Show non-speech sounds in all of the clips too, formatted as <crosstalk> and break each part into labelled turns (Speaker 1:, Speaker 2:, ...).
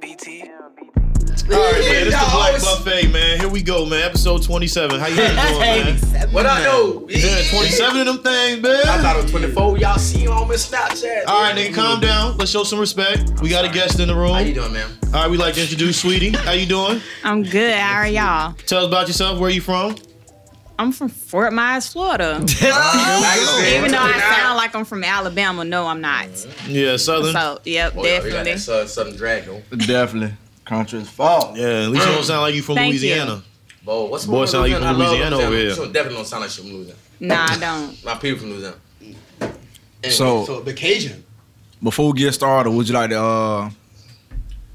Speaker 1: BT.
Speaker 2: All right, man. It's
Speaker 3: Y'all
Speaker 2: the Black
Speaker 3: always-
Speaker 2: Buffet, man. Here we go, man. Episode 27. How
Speaker 3: <laughs>
Speaker 2: you doing, man?
Speaker 3: What I know?
Speaker 2: Yeah, 27 of them things, man.
Speaker 3: I thought it was 24. Y'all see him on my Snapchat.
Speaker 2: All right, nigga, calm down. Let's show some respect. We got a guest in the room.
Speaker 3: How you
Speaker 2: All
Speaker 3: doing, ma'am?
Speaker 2: right, we'd like to introduce Sweetie. How you doing?
Speaker 4: I'm good. How are y'all?
Speaker 2: Tell us about yourself. Where you from?
Speaker 4: I'm from Fort Myers, Florida. Even though I sound like I'm from Alabama, no, I'm not.
Speaker 2: Yeah, Southern.
Speaker 4: So, yep,
Speaker 3: Oh, yeah, we got
Speaker 4: definitely.
Speaker 3: that Southern Southern dragon.
Speaker 5: Definitely. Country is fall.
Speaker 2: Yeah, at least you don't sound like you from
Speaker 4: Thank
Speaker 2: Louisiana.
Speaker 3: Bo, what's
Speaker 2: Boy, sound like you from
Speaker 3: I love
Speaker 2: Louisiana over here.
Speaker 3: She definitely don't sound like she from Louisiana.
Speaker 4: Nah, I don't.
Speaker 3: My people from Louisiana. Anyway,
Speaker 5: So
Speaker 6: So the Cajun.
Speaker 5: before we get started, would you like to uh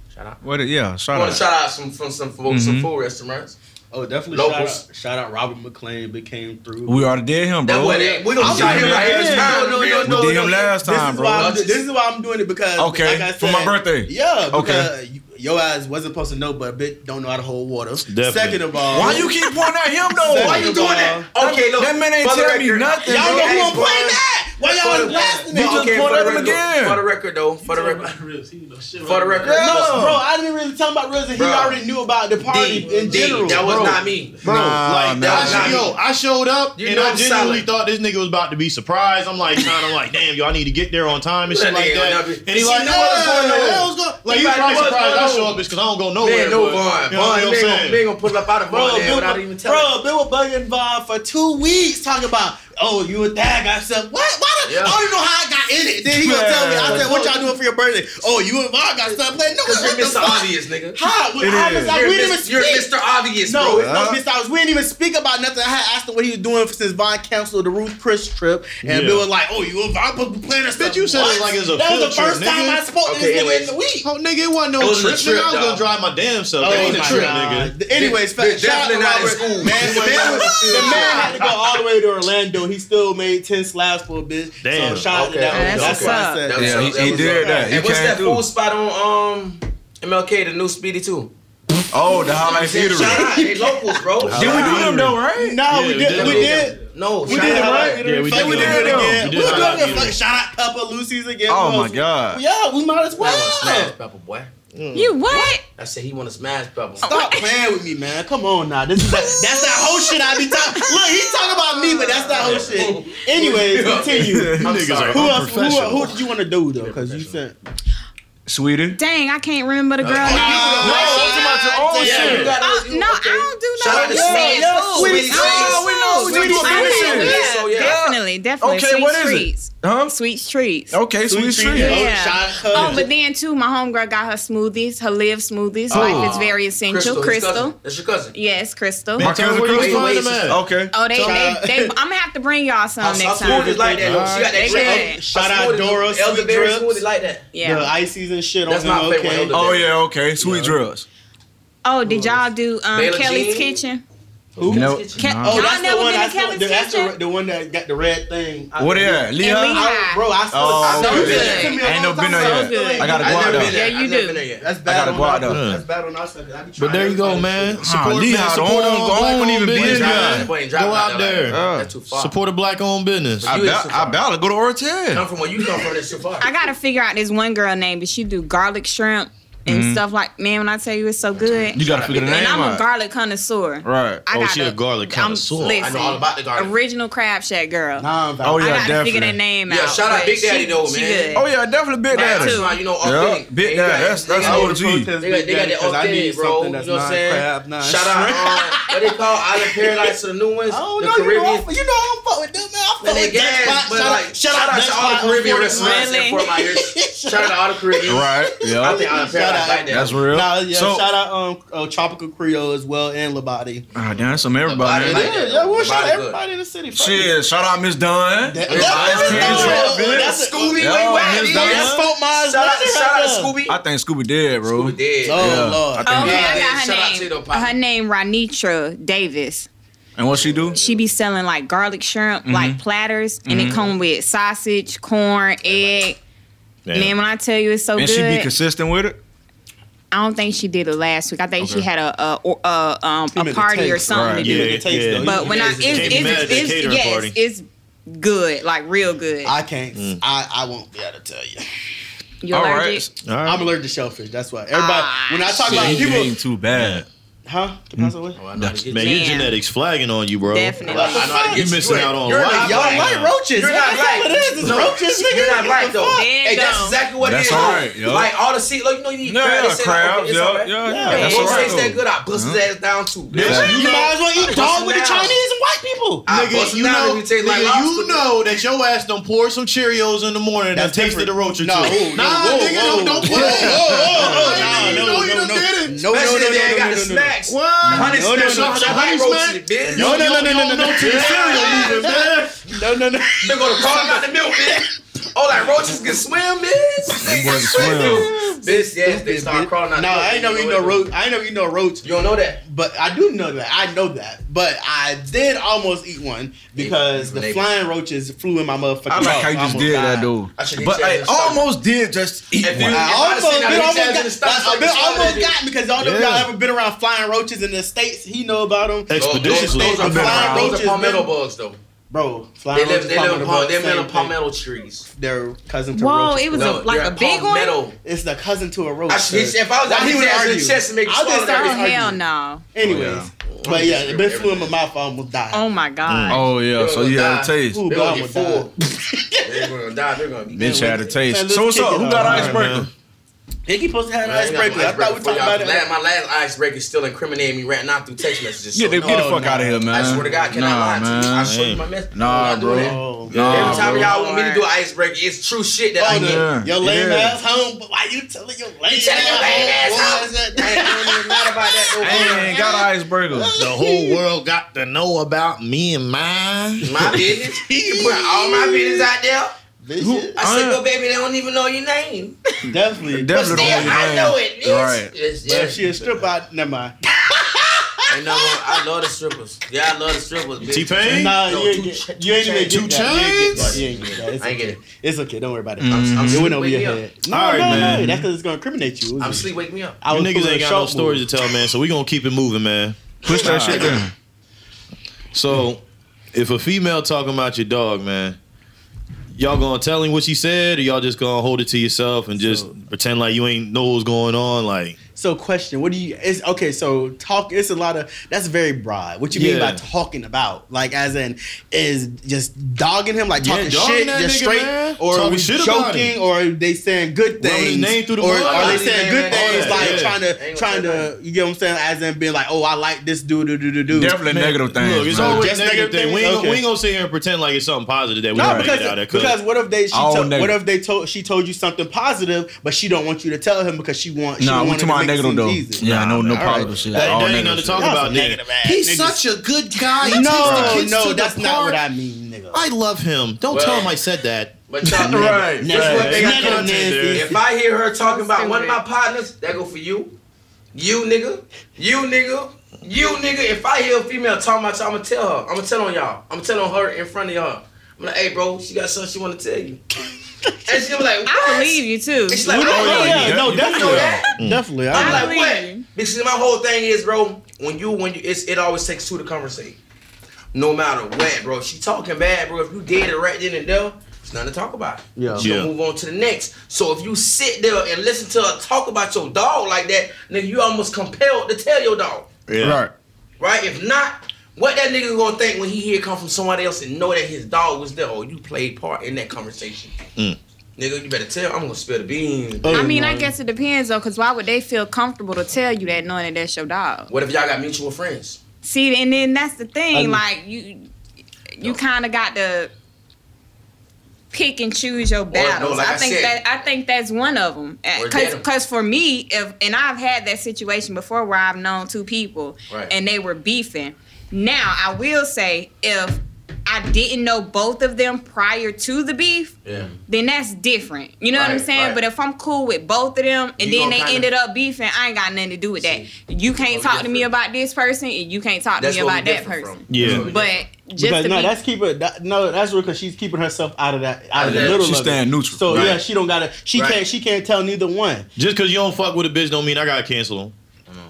Speaker 3: shout out.
Speaker 5: what yeah,
Speaker 3: I
Speaker 5: shout
Speaker 3: want to
Speaker 5: out.
Speaker 3: shout out some from some folks, some food restaurants.
Speaker 6: Oh, definitely.
Speaker 3: Locals.
Speaker 6: Shout out, shout out Robert McLean, big came through.
Speaker 5: We already did him,
Speaker 3: That
Speaker 5: bro.
Speaker 3: boy, that- we don't shout him right every time.
Speaker 6: No, no, no,
Speaker 3: man.
Speaker 6: no,
Speaker 5: We did
Speaker 6: no,
Speaker 5: him
Speaker 6: no.
Speaker 5: last
Speaker 6: This
Speaker 5: time,
Speaker 6: is
Speaker 5: bro.
Speaker 6: why I'm do-
Speaker 3: Y'all
Speaker 6: this is why I'm doing it because
Speaker 5: Okay,
Speaker 6: like I said,
Speaker 5: for my birthday.
Speaker 6: Yeah,
Speaker 5: Okay.
Speaker 6: because okay. your ass wasn't supposed to know, but a bit don't know how to hold water.
Speaker 2: Definitely.
Speaker 6: Second of all,
Speaker 5: Why you keep pointing at him though?
Speaker 6: Second
Speaker 3: Why you
Speaker 6: of
Speaker 3: doing
Speaker 6: all-
Speaker 3: that? Okay, look.
Speaker 5: that man ain't
Speaker 3: for the
Speaker 5: telling me
Speaker 3: record,
Speaker 5: nothing,
Speaker 6: Y'all
Speaker 5: bro.
Speaker 6: know who
Speaker 3: Ask
Speaker 6: I'm
Speaker 3: boy.
Speaker 6: playing at? Why
Speaker 3: For
Speaker 6: y'all
Speaker 3: the-
Speaker 5: You
Speaker 6: blasting me?
Speaker 5: just
Speaker 3: Okay,
Speaker 5: pulled
Speaker 3: for
Speaker 5: at
Speaker 3: the
Speaker 5: him
Speaker 3: record-
Speaker 5: again.
Speaker 3: For the record, though, for the record, for the record,
Speaker 6: No,
Speaker 5: No.
Speaker 6: bro, I didn't really talk about Rizzo. He
Speaker 3: Bro.
Speaker 6: already knew about the party
Speaker 3: D,
Speaker 6: in
Speaker 3: D,
Speaker 6: general.
Speaker 3: that was
Speaker 6: bro.
Speaker 3: not me.
Speaker 2: Bro,
Speaker 5: Nah,
Speaker 2: like
Speaker 5: man.
Speaker 2: I, should- yo, I showed up
Speaker 3: You
Speaker 2: and
Speaker 3: know
Speaker 2: I
Speaker 3: I'm solid.
Speaker 2: genuinely thought this nigga was about to be surprised. I'm like, kind of like, damn, yo, I need to get there on time and
Speaker 3: That
Speaker 2: shit like
Speaker 3: nigga
Speaker 2: that.
Speaker 3: gonna be-
Speaker 2: And he
Speaker 3: She
Speaker 2: like,
Speaker 3: know
Speaker 2: nah,
Speaker 3: what's going on.
Speaker 2: yeah, what's going- Like,
Speaker 3: He
Speaker 2: you
Speaker 3: like,
Speaker 2: probably
Speaker 3: what's
Speaker 2: surprised I
Speaker 3: going
Speaker 2: show
Speaker 3: on?
Speaker 2: up because I don't go
Speaker 3: Man,
Speaker 2: nowhere.
Speaker 3: no
Speaker 2: but-
Speaker 3: Vaughn.
Speaker 2: You know what
Speaker 3: Vaughn,
Speaker 2: I'm
Speaker 3: they gonna-
Speaker 2: saying?
Speaker 3: they gonna pull up out of
Speaker 6: Bro,
Speaker 3: Vaughn there
Speaker 6: bro,
Speaker 3: without
Speaker 6: bro,
Speaker 3: even telling. us.
Speaker 6: Bill was bugging Vaughn for two weeks talking about, oh, you a thag. I said, what? Why the,
Speaker 3: Yeah.
Speaker 6: I don't even know how I got in it. Then he gonna tell me, I said, what y'all doing for your birthday? Oh, you and Vaughn got stuff playing. No,
Speaker 3: Cause
Speaker 6: what
Speaker 3: you're
Speaker 6: the
Speaker 3: Mr.
Speaker 6: fuck?
Speaker 3: Obvious, nigga.
Speaker 6: How? What-
Speaker 5: It
Speaker 6: how
Speaker 5: is.
Speaker 6: was I-
Speaker 3: You're
Speaker 6: we didn't even
Speaker 3: Mis- You're
Speaker 6: speak.
Speaker 3: Mr. Obvious, bro.
Speaker 6: No, it's no Mr. Obvious. We didn't even speak about nothing. I had asked him what he was doing since Vaughn canceled the Ruth Chris trip, and
Speaker 2: Yeah.
Speaker 6: Bill was like, "Oh, you and Vaughn supposed to be playing this
Speaker 2: Bitch, you said it
Speaker 6: What?
Speaker 2: like it's a
Speaker 6: That was
Speaker 2: field
Speaker 6: the first
Speaker 2: trip,
Speaker 6: time
Speaker 2: nigga.
Speaker 6: I spoke to
Speaker 3: Okay,
Speaker 6: this nigga in
Speaker 3: anyways.
Speaker 6: the week.
Speaker 2: Oh, nigga, it wasn't no
Speaker 3: It wasn't a
Speaker 2: trip,
Speaker 3: trip,
Speaker 2: nigga. I was
Speaker 3: dog.
Speaker 2: gonna drive my damn self.
Speaker 6: Oh,
Speaker 2: it ain't a
Speaker 6: my
Speaker 2: trip,
Speaker 6: God.
Speaker 2: nigga.
Speaker 6: The- Anyways,
Speaker 3: They're
Speaker 6: fact, shout out to
Speaker 3: definitely not in
Speaker 6: Robert.
Speaker 3: school.
Speaker 6: Man, the man, was, the man had to go all the way to Orlando. He still made ten slaps for a bitch.
Speaker 2: Damn.
Speaker 6: So shout out
Speaker 3: Okay,
Speaker 6: to that.
Speaker 3: okay,
Speaker 6: one. That's
Speaker 4: okay.
Speaker 6: what I said.
Speaker 3: That was
Speaker 5: Yeah,
Speaker 3: up,
Speaker 5: he-
Speaker 3: that
Speaker 5: he
Speaker 3: was
Speaker 5: did
Speaker 3: up.
Speaker 5: that. He
Speaker 3: And what's
Speaker 5: came
Speaker 3: that
Speaker 5: through.
Speaker 3: food spot on um MLK, the new Speedy Two?
Speaker 5: Oh, the highlights eatery.
Speaker 3: Shout out, they locals, bro.
Speaker 5: Did we do them though, right?
Speaker 6: No,
Speaker 2: Yeah,
Speaker 6: we
Speaker 2: we
Speaker 6: did.
Speaker 2: did.
Speaker 6: We did.
Speaker 3: No,
Speaker 6: We did it right.
Speaker 2: Yeah, we
Speaker 6: Fuck,
Speaker 2: did
Speaker 6: we
Speaker 2: it.
Speaker 6: did it again.
Speaker 2: We
Speaker 6: We
Speaker 2: did it.
Speaker 6: did
Speaker 2: Yeah.
Speaker 6: it. Fuck, Shout out Pepper Lucy's again.
Speaker 5: Oh
Speaker 6: Who
Speaker 5: my
Speaker 6: else?
Speaker 5: God.
Speaker 6: Yeah, we might as
Speaker 3: I want to
Speaker 6: well.
Speaker 3: smash pepper, boy.
Speaker 4: You what?
Speaker 3: I said he want to smash pepper.
Speaker 5: <laughs>
Speaker 6: Stop playing with me, man. Come on now. This is that, that's that whole shit I be talking. Look, he talking about me, but that's that whole <laughs> shit. Anyways, continue.
Speaker 2: You niggas
Speaker 3: sorry.
Speaker 2: are
Speaker 6: Who else? Who,
Speaker 2: unprofessional.
Speaker 6: who did you want to do though? Because you said.
Speaker 5: Sweetie.
Speaker 4: Dang, I can't remember the girl
Speaker 3: Yeah,
Speaker 4: name.
Speaker 3: you got
Speaker 4: Oh,
Speaker 3: those-
Speaker 4: no, I don't do
Speaker 3: Oh, Shout out
Speaker 4: no.
Speaker 3: to
Speaker 4: You
Speaker 3: Sweet.
Speaker 4: said
Speaker 3: Yeah,
Speaker 4: food.
Speaker 3: Sweet
Speaker 4: I don't
Speaker 5: Sweet.
Speaker 4: do
Speaker 5: We do a
Speaker 4: food.
Speaker 5: business.
Speaker 4: Okay,
Speaker 3: So, yeah.
Speaker 4: yeah, definitely, definitely.
Speaker 5: Okay,
Speaker 4: sweet
Speaker 5: what is it?
Speaker 4: treats.
Speaker 5: Huh?
Speaker 4: Sweet treats.
Speaker 5: Okay, sweet
Speaker 6: Sweet
Speaker 5: treat.
Speaker 6: treat.
Speaker 4: Yeah.
Speaker 6: Shot,
Speaker 4: Oh,
Speaker 6: uh,
Speaker 4: but then too, my homegirl got her smoothies, her live smoothies. Life is very essential.
Speaker 3: his
Speaker 4: Crystal.
Speaker 3: cousin. That's your cousin.
Speaker 4: Yes, Crystal.
Speaker 2: Man, tell me where you
Speaker 5: Wait,
Speaker 2: can
Speaker 3: wait,
Speaker 2: find them
Speaker 3: wait,
Speaker 2: at.
Speaker 5: Okay.
Speaker 4: Oh, they,
Speaker 6: Child.
Speaker 4: they, they, I'm gonna have to bring y'all some
Speaker 3: Our
Speaker 4: next
Speaker 3: smoothie
Speaker 4: time.
Speaker 3: is like that. though. She got that.
Speaker 4: They
Speaker 3: great-
Speaker 4: good.
Speaker 6: Shout
Speaker 3: her
Speaker 6: out
Speaker 3: smoothie,
Speaker 6: Dora, Sweet
Speaker 3: Elderberry
Speaker 6: Drips.
Speaker 3: smoothie like that.
Speaker 6: The
Speaker 4: Yeah.
Speaker 6: ices and shit
Speaker 3: That's
Speaker 6: on
Speaker 3: my
Speaker 6: them.
Speaker 3: favorite
Speaker 6: Okay.
Speaker 3: one,
Speaker 5: Oh yeah, okay. Sweet drills.
Speaker 4: Oh, did y'all do um,
Speaker 3: Baylor Jean?
Speaker 4: Kelly's Kitchen?
Speaker 5: Nope.
Speaker 4: Ke-
Speaker 5: Nah.
Speaker 6: Oh,
Speaker 4: y'all
Speaker 6: that's the
Speaker 4: never
Speaker 6: one.
Speaker 4: been
Speaker 6: That's,
Speaker 4: to Kelly's
Speaker 6: the, that's the,
Speaker 4: Kitchen?
Speaker 6: the one that got the red thing. I-
Speaker 5: What at? Leon?
Speaker 4: Leon.
Speaker 6: I, bro, I still.
Speaker 5: Oh,
Speaker 6: I still
Speaker 3: okay.
Speaker 6: did it to me a
Speaker 5: I ain't
Speaker 6: long
Speaker 5: never been there
Speaker 6: time ago.
Speaker 5: yet.
Speaker 6: I still ain't-
Speaker 5: I gotta
Speaker 3: I
Speaker 5: go out
Speaker 3: never been
Speaker 5: there.
Speaker 3: there.
Speaker 4: Yeah,
Speaker 3: I
Speaker 4: you
Speaker 3: never
Speaker 4: do.
Speaker 3: been there yet.
Speaker 6: That's bad
Speaker 5: gotta
Speaker 6: on
Speaker 5: go out
Speaker 6: our-
Speaker 5: there.
Speaker 6: That's bad on our stuff. 'cause I be
Speaker 2: But
Speaker 6: trying
Speaker 2: there you go,
Speaker 6: everybody.
Speaker 2: man.
Speaker 5: Nah,
Speaker 2: Support,
Speaker 5: Lee,
Speaker 2: man.
Speaker 5: I
Speaker 2: Support
Speaker 5: don't
Speaker 2: our
Speaker 5: even-
Speaker 2: black
Speaker 5: I don't
Speaker 2: owned
Speaker 5: even be in
Speaker 2: business,
Speaker 5: there.
Speaker 2: man.
Speaker 3: That boy ain't driving
Speaker 2: Go out there.
Speaker 5: Uh,
Speaker 3: That's too far.
Speaker 2: Support a black owned business.
Speaker 5: I,
Speaker 3: You is
Speaker 5: ba-
Speaker 3: so
Speaker 5: I
Speaker 3: far.
Speaker 5: barely go to
Speaker 3: Come
Speaker 5: Ortel.
Speaker 3: from where you come from. That's too far.
Speaker 4: I gotta figure out this one girl name, but she do garlic shrimp and stuff like. Man, when I tell you it's so good,
Speaker 5: Mm-hmm. You gotta figure the name
Speaker 4: and I'm a
Speaker 5: out.
Speaker 4: garlic connoisseur.
Speaker 5: Right.
Speaker 4: I
Speaker 2: Oh,
Speaker 4: gotta,
Speaker 2: she a garlic
Speaker 4: I'm-
Speaker 2: connoisseur.
Speaker 3: I
Speaker 4: Listen,
Speaker 3: know all about the garden.
Speaker 4: original crab shack girl.
Speaker 6: Non-violent.
Speaker 5: Oh,
Speaker 4: I
Speaker 5: yeah,
Speaker 4: gotta
Speaker 5: definitely.
Speaker 4: figure that name
Speaker 3: Yeah,
Speaker 4: out.
Speaker 3: shout out
Speaker 4: but
Speaker 3: Big Daddy
Speaker 4: she-
Speaker 3: though,
Speaker 4: she
Speaker 3: man.
Speaker 4: good.
Speaker 5: Oh yeah, definitely Big
Speaker 3: Right,
Speaker 5: Daddy.
Speaker 3: too. You know,
Speaker 5: Yeah,
Speaker 3: authentic.
Speaker 5: Big Daddy. That's
Speaker 3: They
Speaker 5: that's
Speaker 3: got-
Speaker 5: OG.
Speaker 3: They got, they got that authentic, bro. You know what I'm saying? Shout out, uh, what they call Island Paradise to the new ones,
Speaker 6: Oh
Speaker 3: the
Speaker 6: no, you know,
Speaker 3: Caribbean.
Speaker 6: I'm- you know I'm fuck with them, man.
Speaker 3: Man,
Speaker 6: I fuck
Speaker 3: they
Speaker 6: with
Speaker 3: gas,
Speaker 6: that spot.
Speaker 3: but
Speaker 6: Shout
Speaker 3: like,
Speaker 6: out, shout out that
Speaker 3: to all the
Speaker 6: spot.
Speaker 3: Caribbean restaurants in
Speaker 4: Really?
Speaker 3: Fort Myers. Shout out to all the Caribbean. I
Speaker 5: Right.
Speaker 3: think
Speaker 5: Yeah.
Speaker 3: Island Paradise
Speaker 6: out.
Speaker 3: like that.
Speaker 5: That's real.
Speaker 6: Nah, yeah,
Speaker 5: so,
Speaker 6: shout out um uh, Tropical Creole as well and Labati.
Speaker 5: Ah, damn, that's some everybody.
Speaker 3: Like
Speaker 5: man.
Speaker 3: that.
Speaker 6: Yeah, yeah, we'll shout
Speaker 3: Labati
Speaker 6: out
Speaker 3: good.
Speaker 6: everybody in the city. fuck it.
Speaker 5: Shit, shout out Miss Dunn.
Speaker 6: That-
Speaker 3: Yeah,
Speaker 6: that's
Speaker 3: Ice
Speaker 6: it,
Speaker 3: Cream
Speaker 6: though.
Speaker 5: Truck, bitch.
Speaker 6: That's
Speaker 3: Scooby, where
Speaker 6: Scooby.
Speaker 3: you
Speaker 5: Yo,
Speaker 3: at?
Speaker 5: Miss
Speaker 3: nigga?
Speaker 5: Dunn.
Speaker 6: That's Fort Myers.
Speaker 3: Shout out,
Speaker 6: That's
Speaker 3: shout out to Scooby.
Speaker 6: it,
Speaker 5: I think Scooby dead, bro.
Speaker 3: Scooby dead.
Speaker 6: Oh
Speaker 5: Yeah.
Speaker 6: lord.
Speaker 5: I
Speaker 4: Okay,
Speaker 5: think-
Speaker 4: I
Speaker 3: Yeah,
Speaker 4: got
Speaker 3: shout out
Speaker 4: her
Speaker 3: to the
Speaker 4: name.
Speaker 3: pop-
Speaker 4: Her name Ranitra Davis.
Speaker 5: And what she do?
Speaker 4: She be selling like garlic shrimp, like platters, and it come with sausage, corn, egg.
Speaker 2: Damn.
Speaker 4: Man, when I tell you it's so
Speaker 5: and
Speaker 4: good,
Speaker 5: she be consistent with it.
Speaker 4: I don't think she did it last week. I think she
Speaker 5: Okay.
Speaker 4: had a a, or- a, um,
Speaker 6: You
Speaker 4: a
Speaker 6: mean the
Speaker 4: party or
Speaker 6: taste,
Speaker 5: right.
Speaker 4: something to do.
Speaker 2: Yeah,
Speaker 6: It tastes,
Speaker 2: yeah.
Speaker 6: though.
Speaker 4: But when I it's
Speaker 3: Amazing.
Speaker 4: it's,
Speaker 3: Can't be
Speaker 2: mad at
Speaker 4: it's,
Speaker 2: that catering
Speaker 4: yes,
Speaker 2: party.
Speaker 4: it's good, like real good.
Speaker 6: I can't. I I won't be able to tell you.
Speaker 4: You
Speaker 5: All
Speaker 4: allergic?
Speaker 5: right.
Speaker 2: All right.
Speaker 6: I'm allergic to shellfish. That's why. Everybody,
Speaker 4: Ah,
Speaker 6: when I talk
Speaker 5: Shit,
Speaker 6: about
Speaker 5: he
Speaker 6: people,
Speaker 5: ain't too bad.
Speaker 6: huh? Can pass away?
Speaker 3: Oh, I know how to get
Speaker 2: Man,
Speaker 3: you.
Speaker 2: your
Speaker 4: Man.
Speaker 2: genetics flagging on you, bro.
Speaker 4: Definitely.
Speaker 3: I know how to
Speaker 2: You
Speaker 3: get
Speaker 2: missing
Speaker 3: you.
Speaker 2: out on
Speaker 3: You're
Speaker 2: life.
Speaker 3: not
Speaker 6: Y'all
Speaker 3: black.
Speaker 6: like roaches.
Speaker 3: You're
Speaker 6: man.
Speaker 3: not
Speaker 6: That's what
Speaker 3: black.
Speaker 6: it is. It's
Speaker 3: No,
Speaker 6: roaches, nigga.
Speaker 3: You're not right though.
Speaker 6: Fuck.
Speaker 4: Hey,
Speaker 3: Hey, that's
Speaker 4: don't.
Speaker 3: exactly what
Speaker 5: That's
Speaker 3: it is.
Speaker 5: all right, yo.
Speaker 3: Like all the sea, look, you know you eat
Speaker 5: Yeah,
Speaker 3: crab.
Speaker 5: crabs, crabs,
Speaker 3: it's all
Speaker 5: yeah,
Speaker 3: right.
Speaker 5: yeah,
Speaker 6: Yeah,
Speaker 5: yeah. That's
Speaker 3: It
Speaker 5: all right.
Speaker 3: tastes that
Speaker 5: though.
Speaker 3: good. I bust his ass down too.
Speaker 5: Yeah.
Speaker 3: Bitch.
Speaker 6: You might as well eat dog with a Chinese and white people.
Speaker 3: I
Speaker 2: Nigga,
Speaker 3: bust it
Speaker 2: you
Speaker 3: down
Speaker 2: know,
Speaker 3: and we take, like,
Speaker 2: nigga,
Speaker 3: lobster.
Speaker 2: you know that your ass done poured some Cheerios in the morning and
Speaker 6: That's
Speaker 2: tasted
Speaker 6: different.
Speaker 2: the roach or
Speaker 6: No,
Speaker 2: two.
Speaker 6: whoa,
Speaker 2: nah,
Speaker 6: whoa,
Speaker 2: nigga,
Speaker 6: whoa.
Speaker 2: don't, don't put
Speaker 6: Whoa,
Speaker 2: that.
Speaker 6: whoa, whoa,
Speaker 2: Nah,
Speaker 6: no,
Speaker 2: nah,
Speaker 6: no,
Speaker 2: you
Speaker 6: no,
Speaker 2: know you
Speaker 6: no.
Speaker 2: done did it.
Speaker 6: No, no,
Speaker 3: Especially
Speaker 6: no,
Speaker 3: if they
Speaker 6: no,
Speaker 3: ain't got
Speaker 6: no,
Speaker 3: the
Speaker 6: no, no.
Speaker 3: smacks.
Speaker 2: What?
Speaker 3: Honey
Speaker 6: No, no,
Speaker 3: special,
Speaker 6: no, no,
Speaker 3: chocolate
Speaker 2: honey
Speaker 3: roast
Speaker 2: smack?
Speaker 3: in it, bitch.
Speaker 6: No,
Speaker 2: You
Speaker 6: no, no,
Speaker 2: don't-
Speaker 6: no,
Speaker 2: you
Speaker 6: no,
Speaker 2: don't
Speaker 6: no,
Speaker 2: know
Speaker 6: no.
Speaker 2: till your cereal moving, man.
Speaker 6: No, no, no.
Speaker 3: They gonna call out the milk, bitch. All that roaches can swim, bitch. They can
Speaker 5: boys
Speaker 3: <laughs>
Speaker 5: can
Speaker 3: swim.
Speaker 5: swim.
Speaker 3: Bitch, yes, they start crawling out.
Speaker 6: No, I ain't never eat no roach. I ain't never eat no roach.
Speaker 3: You don't know that.
Speaker 6: But I do know that. I know that. But I did almost eat one because the
Speaker 3: Neighbor.
Speaker 6: flying roaches flew in my motherfucking
Speaker 3: I
Speaker 5: I
Speaker 6: mouth.
Speaker 5: like how you
Speaker 6: I
Speaker 5: just
Speaker 6: almost
Speaker 5: did that,
Speaker 6: died.
Speaker 5: dude.
Speaker 3: I should eat
Speaker 5: But
Speaker 3: that
Speaker 5: I
Speaker 3: and stop.
Speaker 5: almost did just
Speaker 3: If
Speaker 5: eat one. Mm.
Speaker 3: you-
Speaker 6: I
Speaker 3: If I'd
Speaker 6: almost,
Speaker 3: seen how
Speaker 6: been
Speaker 3: many
Speaker 6: almost,
Speaker 3: tabs in the
Speaker 6: got,
Speaker 3: stomach,
Speaker 6: I, I
Speaker 3: like,
Speaker 6: been
Speaker 3: it's
Speaker 6: almost
Speaker 3: hard.
Speaker 6: got because all them
Speaker 5: Yeah.
Speaker 6: y'all ever been around flying roaches in the states. He know about them.
Speaker 2: Expeditiously.
Speaker 3: Those, those,
Speaker 6: The
Speaker 3: those, are,
Speaker 6: flying
Speaker 3: palmetto- those
Speaker 6: roaches,
Speaker 3: are palmetto
Speaker 6: man.
Speaker 3: bugs, though.
Speaker 6: Bro,
Speaker 3: They
Speaker 6: flying
Speaker 3: live,
Speaker 6: roaches.
Speaker 3: they live, in
Speaker 6: palmetto
Speaker 3: palm, they're
Speaker 6: bugs,
Speaker 3: made
Speaker 6: same
Speaker 3: of
Speaker 6: thing.
Speaker 3: palmetto trees.
Speaker 6: They're cousin to
Speaker 4: Whoa,
Speaker 6: roaches.
Speaker 4: it was
Speaker 3: No,
Speaker 4: a, like
Speaker 3: they're
Speaker 4: a big
Speaker 3: palmetto.
Speaker 4: one.
Speaker 6: It's the cousin to a roach.
Speaker 3: I should,
Speaker 6: sir.
Speaker 3: if I was,
Speaker 6: Why
Speaker 3: I'd
Speaker 6: he
Speaker 3: hit
Speaker 6: would
Speaker 3: your ass in the
Speaker 6: argue?
Speaker 3: chest and make you
Speaker 6: I'll just
Speaker 3: swallow
Speaker 6: start
Speaker 4: Oh
Speaker 3: that.
Speaker 6: arguing.
Speaker 4: hell no!
Speaker 6: Anyways,
Speaker 5: Yeah.
Speaker 6: but yeah, it been flew in my mouth. I almost died.
Speaker 4: Oh my god!
Speaker 5: Oh yeah, so you had a taste.
Speaker 6: Ooh,
Speaker 3: They're
Speaker 6: but I
Speaker 3: gonna get
Speaker 6: almost
Speaker 3: full. <laughs>
Speaker 6: died.
Speaker 3: They're gonna die. They're gonna be.
Speaker 5: Bitch had a
Speaker 6: Man,
Speaker 5: taste.
Speaker 6: let's
Speaker 5: So what's
Speaker 6: kick
Speaker 5: up?
Speaker 6: it
Speaker 5: Who
Speaker 6: off.
Speaker 5: got
Speaker 6: All right,
Speaker 5: icebreaker?
Speaker 6: Iggy supposed to have an
Speaker 3: I ain't got no icebreaker
Speaker 6: icebreaker. I thought we
Speaker 3: for
Speaker 6: talked
Speaker 3: y'all.
Speaker 6: about
Speaker 3: Last-
Speaker 6: it.
Speaker 3: My last icebreaker still incriminating me right now through text messages.
Speaker 5: Yeah,
Speaker 3: so
Speaker 5: they
Speaker 3: no.
Speaker 5: get the
Speaker 6: Oh,
Speaker 5: fuck
Speaker 6: no.
Speaker 5: out of here, man.
Speaker 3: I swear to God, can I lie
Speaker 5: Nah,
Speaker 3: to you? I
Speaker 5: man.
Speaker 3: showed you
Speaker 2: Hey.
Speaker 3: my message.
Speaker 5: Nah,
Speaker 3: I'm not
Speaker 5: bro.
Speaker 3: doing that.
Speaker 6: Oh,
Speaker 5: Nah,
Speaker 3: Every time
Speaker 5: bro.
Speaker 3: y'all want me to do an icebreaker, it's true shit that I
Speaker 6: Oh,
Speaker 3: did.
Speaker 5: Yeah.
Speaker 6: no. Your lame
Speaker 5: Yeah.
Speaker 6: ass home. But why you telling your lame
Speaker 3: telling your lame ass home.
Speaker 6: ass home? Why is
Speaker 3: I
Speaker 6: that?
Speaker 3: ain't even mad about that. though.
Speaker 5: I ain't got an icebreaker.
Speaker 2: The whole world got to know about me and mine.
Speaker 3: my
Speaker 5: <laughs>
Speaker 3: business. You can put all my business out there.
Speaker 6: Bitch,
Speaker 5: Who-
Speaker 6: yeah,
Speaker 3: I said,
Speaker 5: I-
Speaker 3: "Yo, baby, they don't even know your name."
Speaker 6: Definitely.
Speaker 5: Definitely.
Speaker 6: But
Speaker 5: They
Speaker 3: Still,
Speaker 5: don't know your
Speaker 3: I
Speaker 5: name.
Speaker 3: know it. Bitch.
Speaker 5: Right.
Speaker 3: Yes,
Speaker 6: still,
Speaker 3: yes.
Speaker 6: If she a stripper, I- never mind.
Speaker 3: Ain't no one- I love the strippers. Yeah, I love the strippers. bitch.
Speaker 2: T-Pain?
Speaker 6: Nah,
Speaker 3: No,
Speaker 6: you ain't
Speaker 3: two
Speaker 6: get
Speaker 3: cha-
Speaker 6: you ain't even
Speaker 2: two
Speaker 6: get
Speaker 2: chains?
Speaker 6: that. You ain't get that. You ain't get that. It's
Speaker 3: I ain't
Speaker 6: okay.
Speaker 3: get it.
Speaker 6: It's okay. Don't worry about it.
Speaker 3: I'm, I'm
Speaker 6: It
Speaker 3: sleep.
Speaker 6: went over
Speaker 3: Wake
Speaker 6: your
Speaker 3: me up.
Speaker 6: head. No,
Speaker 2: All right,
Speaker 6: no, no.
Speaker 2: man.
Speaker 6: That's because it's gonna incriminate you. It was-
Speaker 3: I'm sleep. Wake me up.
Speaker 6: I
Speaker 2: You
Speaker 6: was
Speaker 2: niggas
Speaker 6: pulling
Speaker 2: ain't
Speaker 6: a
Speaker 2: got no
Speaker 6: short
Speaker 2: stories
Speaker 6: move.
Speaker 2: to tell, man. So we gonna keep it moving, man.
Speaker 5: Push that shit down.
Speaker 2: So if a female talking about your dog, man, y'all gonna tell him what she said, or y'all just gonna hold it to yourself and just pretend like you ain't know what's going on? Like,
Speaker 6: So, question: What do you? It's okay. So, talk. It's a lot of. That's very broad. What you mean
Speaker 2: Yeah.
Speaker 6: by talking about? Like, as in, is just dogging him, like
Speaker 2: Yeah,
Speaker 6: talking
Speaker 2: dogging
Speaker 6: shit,
Speaker 2: that
Speaker 6: just
Speaker 2: nigga,
Speaker 6: straight,
Speaker 2: man.
Speaker 6: or
Speaker 2: Talking
Speaker 6: we
Speaker 2: shit about
Speaker 6: joking, or they saying good
Speaker 2: Rubbing his
Speaker 6: things,
Speaker 2: name through the
Speaker 6: or
Speaker 2: mud.
Speaker 6: are they
Speaker 3: Rubbing his
Speaker 6: saying
Speaker 3: name
Speaker 6: good
Speaker 3: in that
Speaker 6: things,
Speaker 2: name.
Speaker 6: like
Speaker 2: Yeah.
Speaker 6: trying to,
Speaker 3: Ain't
Speaker 6: trying
Speaker 3: gonna say
Speaker 6: to, you get what I'm saying? As in, being like, oh, I like this dude, do do do do.
Speaker 5: Definitely
Speaker 2: man,
Speaker 5: negative things.
Speaker 2: Look, it's
Speaker 5: man.
Speaker 2: always
Speaker 6: Just
Speaker 2: negative
Speaker 6: negative
Speaker 2: things. We
Speaker 6: things?
Speaker 2: ain't, gonna,
Speaker 6: Okay.
Speaker 2: we ain't gonna sit here and pretend like it's something positive that we
Speaker 6: No,
Speaker 2: gotta get out
Speaker 6: because
Speaker 2: of.
Speaker 6: because what if they she
Speaker 5: All
Speaker 6: told, what
Speaker 5: negative.
Speaker 6: if they told she told you something positive, but she don't want you to tell him because she want she
Speaker 5: Nah, we
Speaker 6: wanted
Speaker 5: talking
Speaker 6: to
Speaker 5: about
Speaker 6: make it
Speaker 5: negative
Speaker 6: seem
Speaker 5: though.
Speaker 6: easy.
Speaker 5: Yeah, no, no
Speaker 6: All right.
Speaker 5: problem. Shit.
Speaker 2: That,
Speaker 5: All
Speaker 2: that ain't nothing to
Speaker 5: negative
Speaker 2: talk
Speaker 5: shit.
Speaker 6: Y'all some
Speaker 2: about. Then.
Speaker 6: negative ass
Speaker 2: He's
Speaker 6: niggas.
Speaker 2: such a good guy. He takes the
Speaker 6: No,
Speaker 2: kids to
Speaker 6: no,
Speaker 2: the
Speaker 6: that's not
Speaker 2: park.
Speaker 6: what I mean, nigga.
Speaker 2: I love him. Don't
Speaker 3: Well-
Speaker 2: tell him I said that.
Speaker 3: But y'all,
Speaker 5: Right,
Speaker 3: That's
Speaker 5: right.
Speaker 3: what they got
Speaker 6: Negative
Speaker 3: content
Speaker 6: Nancy.
Speaker 3: there. If I hear her talking about
Speaker 4: Stupid.
Speaker 3: one of my partners, that go for you, you nigga, you nigga, you nigga. If I hear a female talking about y'all, I'ma tell her. I'ma tell on y'all. I'ma tell on her in front of y'all. I'm like, hey, bro, she got something she want to tell
Speaker 4: <laughs>
Speaker 3: you. and she be like, what?
Speaker 4: I believe you too.
Speaker 3: And she's like,
Speaker 6: We
Speaker 3: I
Speaker 6: don't-
Speaker 3: believe
Speaker 6: yeah,
Speaker 3: you.
Speaker 5: no,
Speaker 3: You
Speaker 6: definitely.
Speaker 3: know that?
Speaker 6: Definitely,
Speaker 3: I'm
Speaker 6: I
Speaker 4: I
Speaker 6: like.
Speaker 3: like,
Speaker 4: believe
Speaker 3: what?
Speaker 4: you.
Speaker 3: Because my whole thing is, bro, when you when you it's, it always takes two to conversate. No matter what, bro. If She talking bad, bro. If you did it right then and there, it's nothing to talk about.
Speaker 6: Yeah.
Speaker 3: She
Speaker 2: Yeah.
Speaker 3: gonna move on to the next. So if you sit there and listen to her talk about your dog like that, nigga, you almost compelled to tell your dog.
Speaker 2: Yeah.
Speaker 5: Right.
Speaker 3: Right? If not, what that nigga gonna think when he hear it come from somebody else and know that his dog was there or you played part in that conversation?
Speaker 2: Mm.
Speaker 3: Nigga, you better tell. I'm gonna spill the beans.
Speaker 4: I mean, I guess it depends though, because why would they feel comfortable to tell you that knowing that that's your dog?
Speaker 3: What if y'all got mutual friends?
Speaker 4: See, and then that's the thing.
Speaker 6: I-
Speaker 4: Like you, you kind of got to pick and choose your
Speaker 3: no,
Speaker 4: battles.
Speaker 3: like
Speaker 4: I,
Speaker 3: I
Speaker 4: think
Speaker 3: said-
Speaker 4: that I think that's one of them.
Speaker 3: Or
Speaker 4: Because
Speaker 3: that-
Speaker 4: for me, if and I've had that situation before where I've known two people
Speaker 3: Right.
Speaker 4: and they were beefing. Now I will say if I didn't know both of them prior to the beef,
Speaker 3: Yeah.
Speaker 4: then that's different. You know what I'm
Speaker 3: Right,
Speaker 4: saying?
Speaker 3: right.
Speaker 4: But if I'm cool with both of them and
Speaker 3: You
Speaker 4: then
Speaker 3: gonna
Speaker 4: they
Speaker 3: kinda-
Speaker 4: ended up beefing, I ain't got nothing to do with that. You
Speaker 3: Oh,
Speaker 4: can't talk to me
Speaker 3: different.
Speaker 4: about this person and you can't talk to me
Speaker 3: what
Speaker 4: about
Speaker 3: we
Speaker 4: that
Speaker 3: different
Speaker 4: person.
Speaker 3: from.
Speaker 2: Yeah.
Speaker 3: That's what we different.
Speaker 4: But just
Speaker 6: because
Speaker 4: to
Speaker 6: no,
Speaker 4: be,
Speaker 6: that's keeping that, no, that's real because she's keeping herself out of that, out of the
Speaker 3: Yeah,
Speaker 6: middle
Speaker 5: she
Speaker 6: of
Speaker 5: staying
Speaker 6: it.
Speaker 5: neutral.
Speaker 6: So
Speaker 3: Right.
Speaker 6: yeah, she don't gotta, she
Speaker 3: Right.
Speaker 6: can't, she can't tell neither one.
Speaker 2: Just because you don't fuck with a bitch don't mean I gotta cancel him.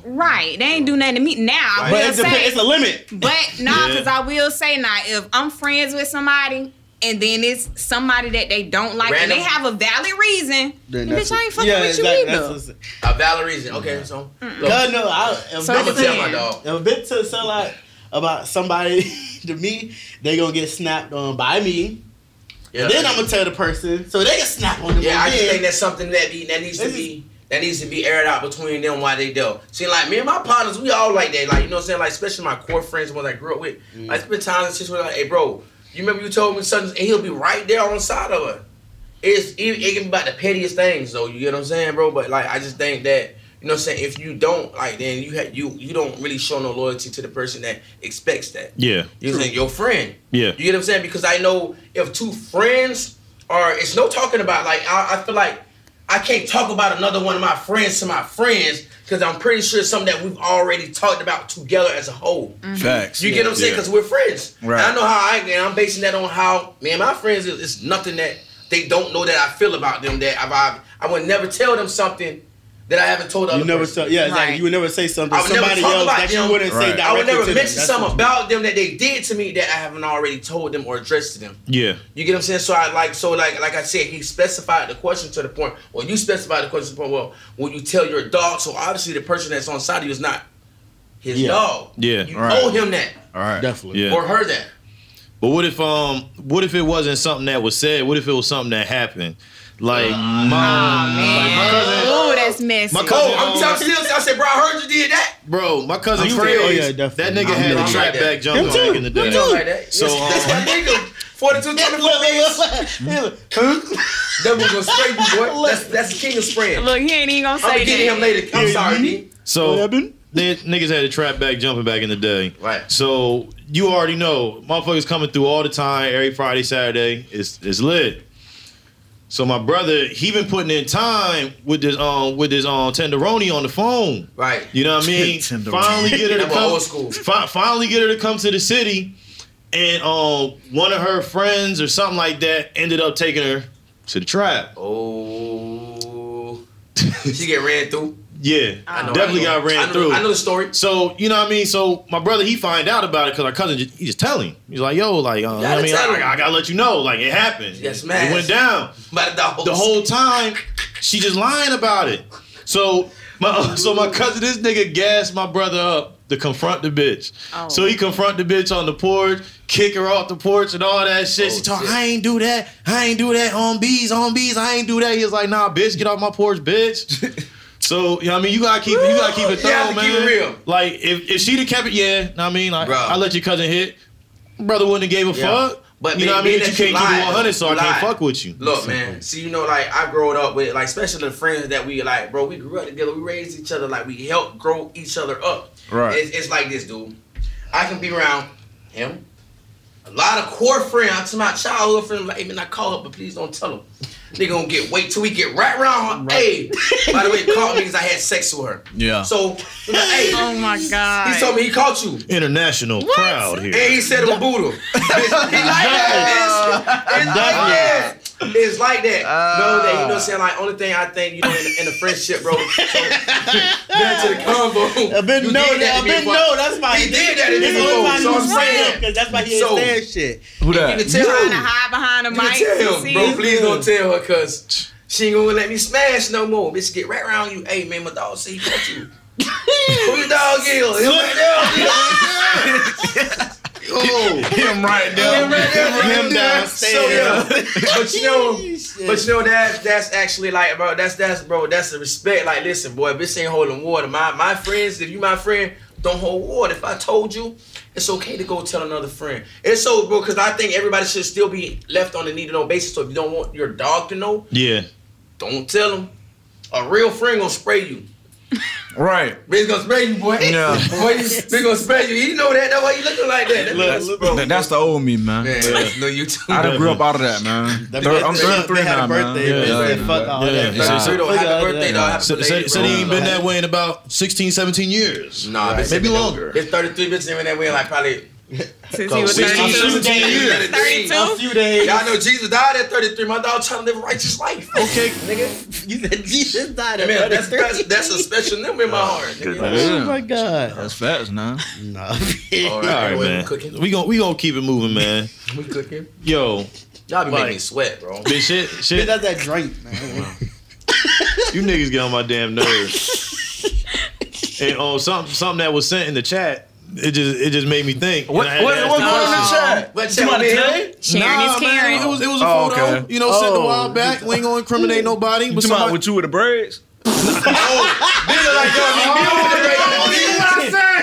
Speaker 4: right. They ain't do nothing to me now. I
Speaker 3: Right.
Speaker 6: But
Speaker 4: will
Speaker 6: it depends.
Speaker 4: say,
Speaker 3: <laughs>
Speaker 6: It's a limit.
Speaker 4: but no,
Speaker 2: Yeah.
Speaker 4: because I will say now, if I'm friends with somebody and then it's somebody that they don't like and
Speaker 3: Random.
Speaker 4: they have a valid reason,
Speaker 6: Then
Speaker 4: then
Speaker 6: that's
Speaker 4: bitch, I ain't
Speaker 6: it.
Speaker 4: fucking
Speaker 6: Yeah,
Speaker 4: with
Speaker 6: exactly,
Speaker 4: you
Speaker 6: that's
Speaker 4: either.
Speaker 6: what's-
Speaker 3: A valid reason. Okay, so look,
Speaker 6: God, no, I, if
Speaker 4: So
Speaker 6: they-
Speaker 3: I'm gonna tell my
Speaker 4: Depends.
Speaker 3: dog.
Speaker 6: If a bitch to sell out about somebody <laughs> to me, they gonna get snapped on by me.
Speaker 3: Yeah.
Speaker 6: And then I'm gonna tell the person, so they can snap on them.
Speaker 3: Yeah, I just
Speaker 6: again.
Speaker 3: think that's something that be, that needs to
Speaker 6: This is-
Speaker 3: be that needs to be aired out between them while they deal. See, like me and my partners, we all like that. Like you know what I'm saying? Like especially my core friends, the ones I grew up with. Like it's been times and shit where like, hey, bro, you remember you told me something, and he'll be right there on the side of it. It's it, it can be about the pettiest things though. You get what I'm saying, bro? But like I just think that. You know what I'm saying? If you don't like, then you ha- you you don't really show no loyalty to the person that expects that.
Speaker 2: Yeah.
Speaker 3: You know what I'm saying? Your friend.
Speaker 2: Yeah.
Speaker 3: You get what I'm saying? Because I know if two friends are, it's no talking about. Like I, I feel like I can't talk about another one of my friends to my friends because I'm pretty sure it's something that we've already talked about together as a whole.
Speaker 5: Facts.
Speaker 3: You get what I'm saying?
Speaker 2: Yeah.
Speaker 3: Because we're friends.
Speaker 5: Right.
Speaker 3: And I know how I, and I'm basing that on how me and my friends. It's, it's nothing that they don't know that I feel about them. That I've, I've, I would never tell them something that I haven't told other
Speaker 6: You never
Speaker 3: person.
Speaker 6: tell, yeah, exactly.
Speaker 4: Right.
Speaker 6: You would never say something
Speaker 3: I
Speaker 6: to
Speaker 3: would never
Speaker 6: somebody
Speaker 3: talk
Speaker 6: else
Speaker 3: about
Speaker 6: that
Speaker 3: them.
Speaker 6: you wouldn't say
Speaker 5: Right.
Speaker 6: directly
Speaker 3: I would never
Speaker 6: to them.
Speaker 3: mention
Speaker 6: That's
Speaker 3: something
Speaker 6: what- <laughs>
Speaker 3: about them that they did to me that I haven't already told them or addressed to them.
Speaker 2: Yeah.
Speaker 3: You get what I'm saying? So I like so like like I said, he specified the question to the point. Well, you specified the question to the point. Well, will you tell your dog? So obviously the person that's on side of you is not his
Speaker 6: Yeah.
Speaker 3: dog.
Speaker 2: Yeah.
Speaker 3: you
Speaker 5: Right.
Speaker 3: owe him that
Speaker 5: All right.
Speaker 6: Definitely.
Speaker 2: Yeah.
Speaker 3: or her that.
Speaker 2: But what if um what if it wasn't something that was said? What if it was something that happened? Like
Speaker 6: Uh,
Speaker 2: my like my cousin
Speaker 4: Oh, that's messy.
Speaker 2: My
Speaker 3: Oh,
Speaker 2: cousin-
Speaker 3: I'm telling still. I said, bro, I heard you did that.
Speaker 2: bro, my cousin
Speaker 6: I'm
Speaker 2: Fred,
Speaker 6: serious. Oh, yeah, definitely.
Speaker 2: that nigga
Speaker 6: I'm
Speaker 2: had
Speaker 3: not
Speaker 2: a trap
Speaker 3: like that.
Speaker 2: back jumper
Speaker 6: Him too.
Speaker 2: back in the
Speaker 6: Him
Speaker 2: day.
Speaker 6: too.
Speaker 3: Like that.
Speaker 2: So, um,
Speaker 3: Yes, <laughs>
Speaker 6: <laughs>
Speaker 3: that's my nigga. 42, 24 minutes. That was gonna spray you, boy. That's that's the king of spraying. I'm
Speaker 4: Look, he ain't even gonna
Speaker 3: gonna
Speaker 4: say
Speaker 3: get
Speaker 4: that.
Speaker 3: him later. I'm
Speaker 6: Yeah,
Speaker 3: sorry,
Speaker 6: you-
Speaker 3: D.
Speaker 6: What
Speaker 2: So
Speaker 6: happened?
Speaker 2: they, niggas had a trap back jumping back in the day.
Speaker 3: Right.
Speaker 2: So you already know, motherfuckers coming through all the time, every Friday, Saturday. It's it's lit. So my brother, he been putting in time with this um with this um tenderoni on the phone.
Speaker 3: Right.
Speaker 2: You know what I mean?
Speaker 5: Tenderoni.
Speaker 2: finally get her to
Speaker 3: That boy
Speaker 2: come.
Speaker 3: old school.
Speaker 2: fi- finally get her to come to the city, and um one of her friends or something like that ended up taking her to the trap.
Speaker 3: Oh, she get ran through.
Speaker 2: Yeah,
Speaker 3: I know,
Speaker 2: definitely
Speaker 3: I know.
Speaker 2: got ran
Speaker 3: I know,
Speaker 2: through.
Speaker 3: I know the story.
Speaker 2: So you know what I mean. So my brother he find out about it because our cousin just, he just tell him. He's like, yo, like uh, you know what I
Speaker 3: gotta
Speaker 2: mean,
Speaker 3: tell
Speaker 2: I,
Speaker 3: him.
Speaker 2: I gotta let you know, like it happened.
Speaker 3: Yes,
Speaker 2: It
Speaker 3: man.
Speaker 2: went down.
Speaker 3: But the whole,
Speaker 2: The whole time she just lying about it. So my <laughs> so my cousin this nigga gassed my brother up to confront the bitch.
Speaker 4: Oh.
Speaker 2: So he confront the bitch on the porch, kick her off the porch and all that shit.
Speaker 3: Oh,
Speaker 2: she talk,
Speaker 3: shit.
Speaker 2: I ain't do that, I ain't do that on bees, on bees, I ain't do that. He was like, nah, bitch, get off my porch, bitch.
Speaker 3: <laughs>
Speaker 2: So you know what I mean you gotta keep it, you gotta keep it
Speaker 3: You have to
Speaker 2: thorough,
Speaker 3: keep
Speaker 2: man.
Speaker 3: it real.
Speaker 2: Like if, if she'd have kept it, yeah, know what I mean, like
Speaker 3: Bruh.
Speaker 2: I let your cousin hit, brother wouldn't have gave a
Speaker 3: Yeah.
Speaker 2: fuck.
Speaker 3: But
Speaker 2: you know
Speaker 3: me-
Speaker 2: what I
Speaker 3: me
Speaker 2: mean? You
Speaker 3: that
Speaker 2: can't
Speaker 3: you
Speaker 2: keep it
Speaker 3: lied.
Speaker 2: 100, so I
Speaker 3: You
Speaker 2: can't
Speaker 3: lied.
Speaker 2: fuck with you.
Speaker 3: Look, man. See, you know, like I grew up with, like, especially the friends that we like, bro. We grew up together. We raised each other. Like, we helped grow each other up.
Speaker 5: Right.
Speaker 3: It's, it's like this, dude. I can be around him. A lot of core friends to my childhood friend. Like, hey, man, I call her, but please don't tell him. They gonna get wait till we get right around her. Hey, by the
Speaker 5: <laughs>
Speaker 3: way, called me because I had sex with her.
Speaker 5: Yeah.
Speaker 3: So, hey,
Speaker 4: Oh my god.
Speaker 3: he told me he caught you.
Speaker 2: international
Speaker 4: What?
Speaker 2: crowd here.
Speaker 3: And <laughs> he said it was Buddha. It's like that. It's, it's like that. It's like that.
Speaker 6: Uh,
Speaker 3: no, that you know what I'm saying? Like, only thing I think, you know, in, in a friendship, bro, so, back to the convo.
Speaker 6: I've been
Speaker 3: you
Speaker 6: no,
Speaker 3: did that
Speaker 6: I've
Speaker 3: to me
Speaker 6: been
Speaker 3: once.
Speaker 6: no. That's my.
Speaker 3: He did that to me
Speaker 6: It's only
Speaker 3: before,
Speaker 6: my
Speaker 3: so
Speaker 6: new
Speaker 3: I'm saying.
Speaker 6: because that's why he
Speaker 3: So-
Speaker 6: ain't saying shit.
Speaker 5: Who
Speaker 3: You
Speaker 5: that?
Speaker 3: can tell
Speaker 4: trying to
Speaker 3: him.
Speaker 4: hide behind a
Speaker 3: You can
Speaker 4: mic.
Speaker 3: tell
Speaker 4: to
Speaker 3: him,
Speaker 4: see
Speaker 3: bro.
Speaker 4: it.
Speaker 3: Please don't tell her, cause she ain't gonna let me smash no more. Bitch, get right around you. Hey, man, my dog said he caught you. Who your dog is? Him right there. Him
Speaker 5: Him right
Speaker 3: right there.
Speaker 2: Him downstairs.
Speaker 3: So yeah, but you know, but you know that that's actually like, bro, that's that's bro, that's the respect. Like, listen, boy, bitch ain't holding water. My my friends, if you my friend, don't hold water. If I told you, it's okay to go tell another friend. It's so, bro, because I think everybody should still be left on a need to know basis. So if you don't want your dog to know,
Speaker 2: Yeah.
Speaker 3: don't tell him. A real friend gonna spray you.
Speaker 5: Right.
Speaker 3: Bitch gonna spray you, boy.
Speaker 5: Yeah.
Speaker 3: <laughs> boy, you, bitch gonna spray you. You know that. That's why you looking like that. That bitch,
Speaker 2: Look,
Speaker 3: bro.
Speaker 5: That- That's the old me, man.
Speaker 3: Man, no, you too.
Speaker 5: I done grew up out of that, man.
Speaker 6: That-
Speaker 5: Thir- I'm
Speaker 6: they- they-
Speaker 5: 33
Speaker 6: they had a
Speaker 5: now, man.
Speaker 6: birthday,
Speaker 5: Yeah,
Speaker 6: they
Speaker 5: yeah,
Speaker 6: said,
Speaker 5: yeah.
Speaker 6: fuck all that.
Speaker 5: Yeah.
Speaker 3: Nah, so you don't
Speaker 6: Fuck
Speaker 3: have
Speaker 6: all
Speaker 3: a birthday,
Speaker 6: that.
Speaker 3: dog. Happy
Speaker 2: Said,
Speaker 3: belated,
Speaker 2: said, said he
Speaker 3: bro.
Speaker 2: ain't been that way in about 16, 17 years.
Speaker 3: Nah, bitch,
Speaker 2: Maybe
Speaker 3: been that-
Speaker 2: longer.
Speaker 3: It's 33 bitches ain't been that way in like probably
Speaker 4: <laughs> Since he was
Speaker 2: 16,
Speaker 4: 32.
Speaker 2: 17 years.
Speaker 4: 32.
Speaker 6: A few days.
Speaker 3: Y'all know Jesus died at 33. My dog trying to live a righteous life. Okay, nigga.
Speaker 6: You said Jesus died at
Speaker 3: Man, that's,
Speaker 6: 33.
Speaker 3: that's, that's a special number in my heart. Nigga.
Speaker 6: Oh my god.
Speaker 5: That's facts, man.
Speaker 6: No. <laughs>
Speaker 3: All
Speaker 2: All right,
Speaker 3: we
Speaker 2: man.
Speaker 3: Cooking.
Speaker 2: We gon' we gonna keep it moving, man.
Speaker 3: We cooking.
Speaker 2: Yo,
Speaker 3: Y'all be making
Speaker 2: Like-
Speaker 3: me sweat, bro.
Speaker 2: Bitch,
Speaker 5: <laughs>
Speaker 2: shit,
Speaker 6: Bitch,
Speaker 2: shit.
Speaker 6: that's that drink, man.
Speaker 2: You niggas get on my damn nerves.
Speaker 5: <laughs>
Speaker 2: and um, something something that was sent in the chat, it just it just made me think. And
Speaker 5: What,
Speaker 2: I had
Speaker 5: what,
Speaker 2: to ask
Speaker 5: what
Speaker 2: the
Speaker 5: going on in
Speaker 2: question.
Speaker 5: the chat?
Speaker 3: What
Speaker 5: You
Speaker 3: chat,
Speaker 5: wanna
Speaker 3: man?
Speaker 5: tell?
Speaker 4: Sharon is Karen.
Speaker 2: it was it was a
Speaker 5: Oh,
Speaker 2: photo.
Speaker 5: okay.
Speaker 2: You know, sent a
Speaker 6: Oh.
Speaker 2: while back. We ain't gonna incriminate nobody. But
Speaker 5: You talking about
Speaker 2: somebody,
Speaker 5: with you with the braids?
Speaker 6: That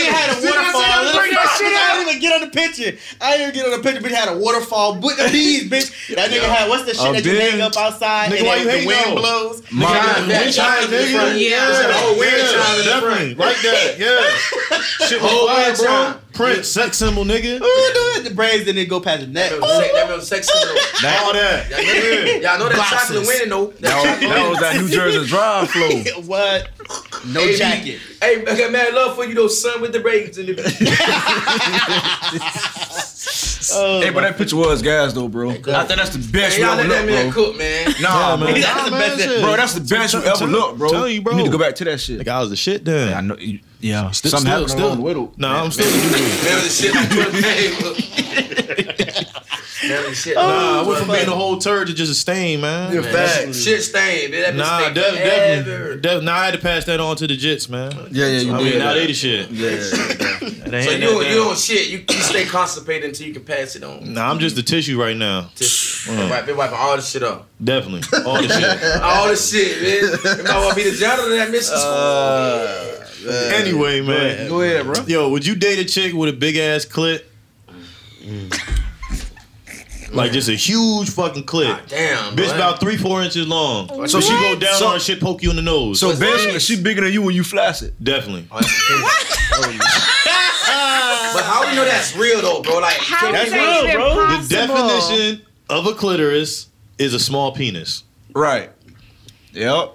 Speaker 6: nigga had a waterfall. Bring that shit I didn't even get on the picture. I didn't even get on the picture, but he had a waterfall with the bees, bitch. That nigga had what's the shit
Speaker 5: A
Speaker 6: that you
Speaker 5: big-
Speaker 6: hang up outside
Speaker 2: Nigga,
Speaker 6: and
Speaker 2: why you
Speaker 6: the
Speaker 2: hating
Speaker 6: wind
Speaker 2: on?
Speaker 6: blows?
Speaker 5: Mine.
Speaker 2: Yeah,
Speaker 3: Bitch, I ain't thinking about it.
Speaker 4: Yeah.
Speaker 3: It's a whole weird
Speaker 2: Yeah,
Speaker 3: time in the
Speaker 2: definitely. Like that. Yeah. Shit was
Speaker 5: Oh,
Speaker 3: Whole
Speaker 2: fire,
Speaker 3: weird
Speaker 2: bro.
Speaker 3: time.
Speaker 2: Prince, sex symbol, nigga.
Speaker 6: Ooh, dude, the braids didn't go past the neck.
Speaker 3: That was sex-
Speaker 6: <laughs>
Speaker 3: that was sex symbol.
Speaker 2: All that.
Speaker 3: Y'all know-
Speaker 2: Yeah.
Speaker 3: Y'all know that
Speaker 6: Boxes.
Speaker 3: chocolate winning though. That
Speaker 5: That was,
Speaker 3: chocolate
Speaker 5: that was that New Jersey drive
Speaker 6: <laughs>
Speaker 5: flow.
Speaker 6: what? No
Speaker 3: Hey,
Speaker 6: jacket.
Speaker 3: Hey, I got mad love for you though, son, with the braids in the
Speaker 6: Oh,
Speaker 5: Hey, but that picture was gas though, bro. I think that's the best
Speaker 3: Hey,
Speaker 5: you
Speaker 3: y'all
Speaker 5: ever
Speaker 3: let that man
Speaker 5: looked, bro.
Speaker 3: cook, man.
Speaker 5: <laughs> Nah, man.
Speaker 6: That's the best that-
Speaker 2: shit.
Speaker 5: Bro, that's the best you ever
Speaker 2: tell-
Speaker 5: looked, bro.
Speaker 2: tell you, bro.
Speaker 5: You need to go back to that shit.
Speaker 2: Like, I was the shit then.
Speaker 5: I know. You, yeah,
Speaker 2: Still-
Speaker 5: something
Speaker 2: still-
Speaker 5: happened
Speaker 2: still-
Speaker 5: along the way, though.
Speaker 2: No, I'm still.
Speaker 3: Man, the shit like Twitter name. look. Man, the shit.
Speaker 5: Oh,
Speaker 2: Nah, I
Speaker 3: Nah,
Speaker 2: went from
Speaker 3: what
Speaker 2: being a whole turd to just a stain, man.
Speaker 5: Yeah.
Speaker 3: man. Shit stain, man. That
Speaker 2: Nah,
Speaker 3: nah,
Speaker 2: def- definitely.
Speaker 3: forever.
Speaker 2: Def- nah, I had to pass that on to the Jits, man.
Speaker 5: Oh, Yeah, yeah, you
Speaker 2: I
Speaker 5: did.
Speaker 2: mean, now they the shit. They
Speaker 3: So
Speaker 2: hand
Speaker 3: you
Speaker 2: that
Speaker 3: you
Speaker 2: down.
Speaker 3: don't shit. You, you stay constipated until you can pass it on.
Speaker 2: Nah, I'm just the tissue right now.
Speaker 3: Just
Speaker 5: Mm.
Speaker 3: been wipe- been wiping all this shit up.
Speaker 2: Definitely. All
Speaker 5: <laughs>
Speaker 2: the shit.
Speaker 3: All this shit, man. If I want to be the janitor of that mission school,
Speaker 5: Uh,
Speaker 2: Anyway, man.
Speaker 5: Go ahead, bro.
Speaker 2: Yo, would you date a chick with a big ass clit? Like just a huge fucking clit.
Speaker 3: God damn,
Speaker 2: Bitch
Speaker 3: boy.
Speaker 2: about three, four inches long. So she go down
Speaker 5: So-
Speaker 2: on her shit, poke you in the nose.
Speaker 5: So basically, she bigger than you when you flash it.
Speaker 2: Definitely.
Speaker 3: Oh, that's crazy. but how we know that's real though, bro? Like, you
Speaker 4: How
Speaker 3: can't
Speaker 4: is
Speaker 3: be-
Speaker 4: that
Speaker 6: real,
Speaker 4: even
Speaker 6: bro. The
Speaker 2: The
Speaker 4: possible?
Speaker 2: definition of a clitoris is a small penis.
Speaker 5: Right. Yep.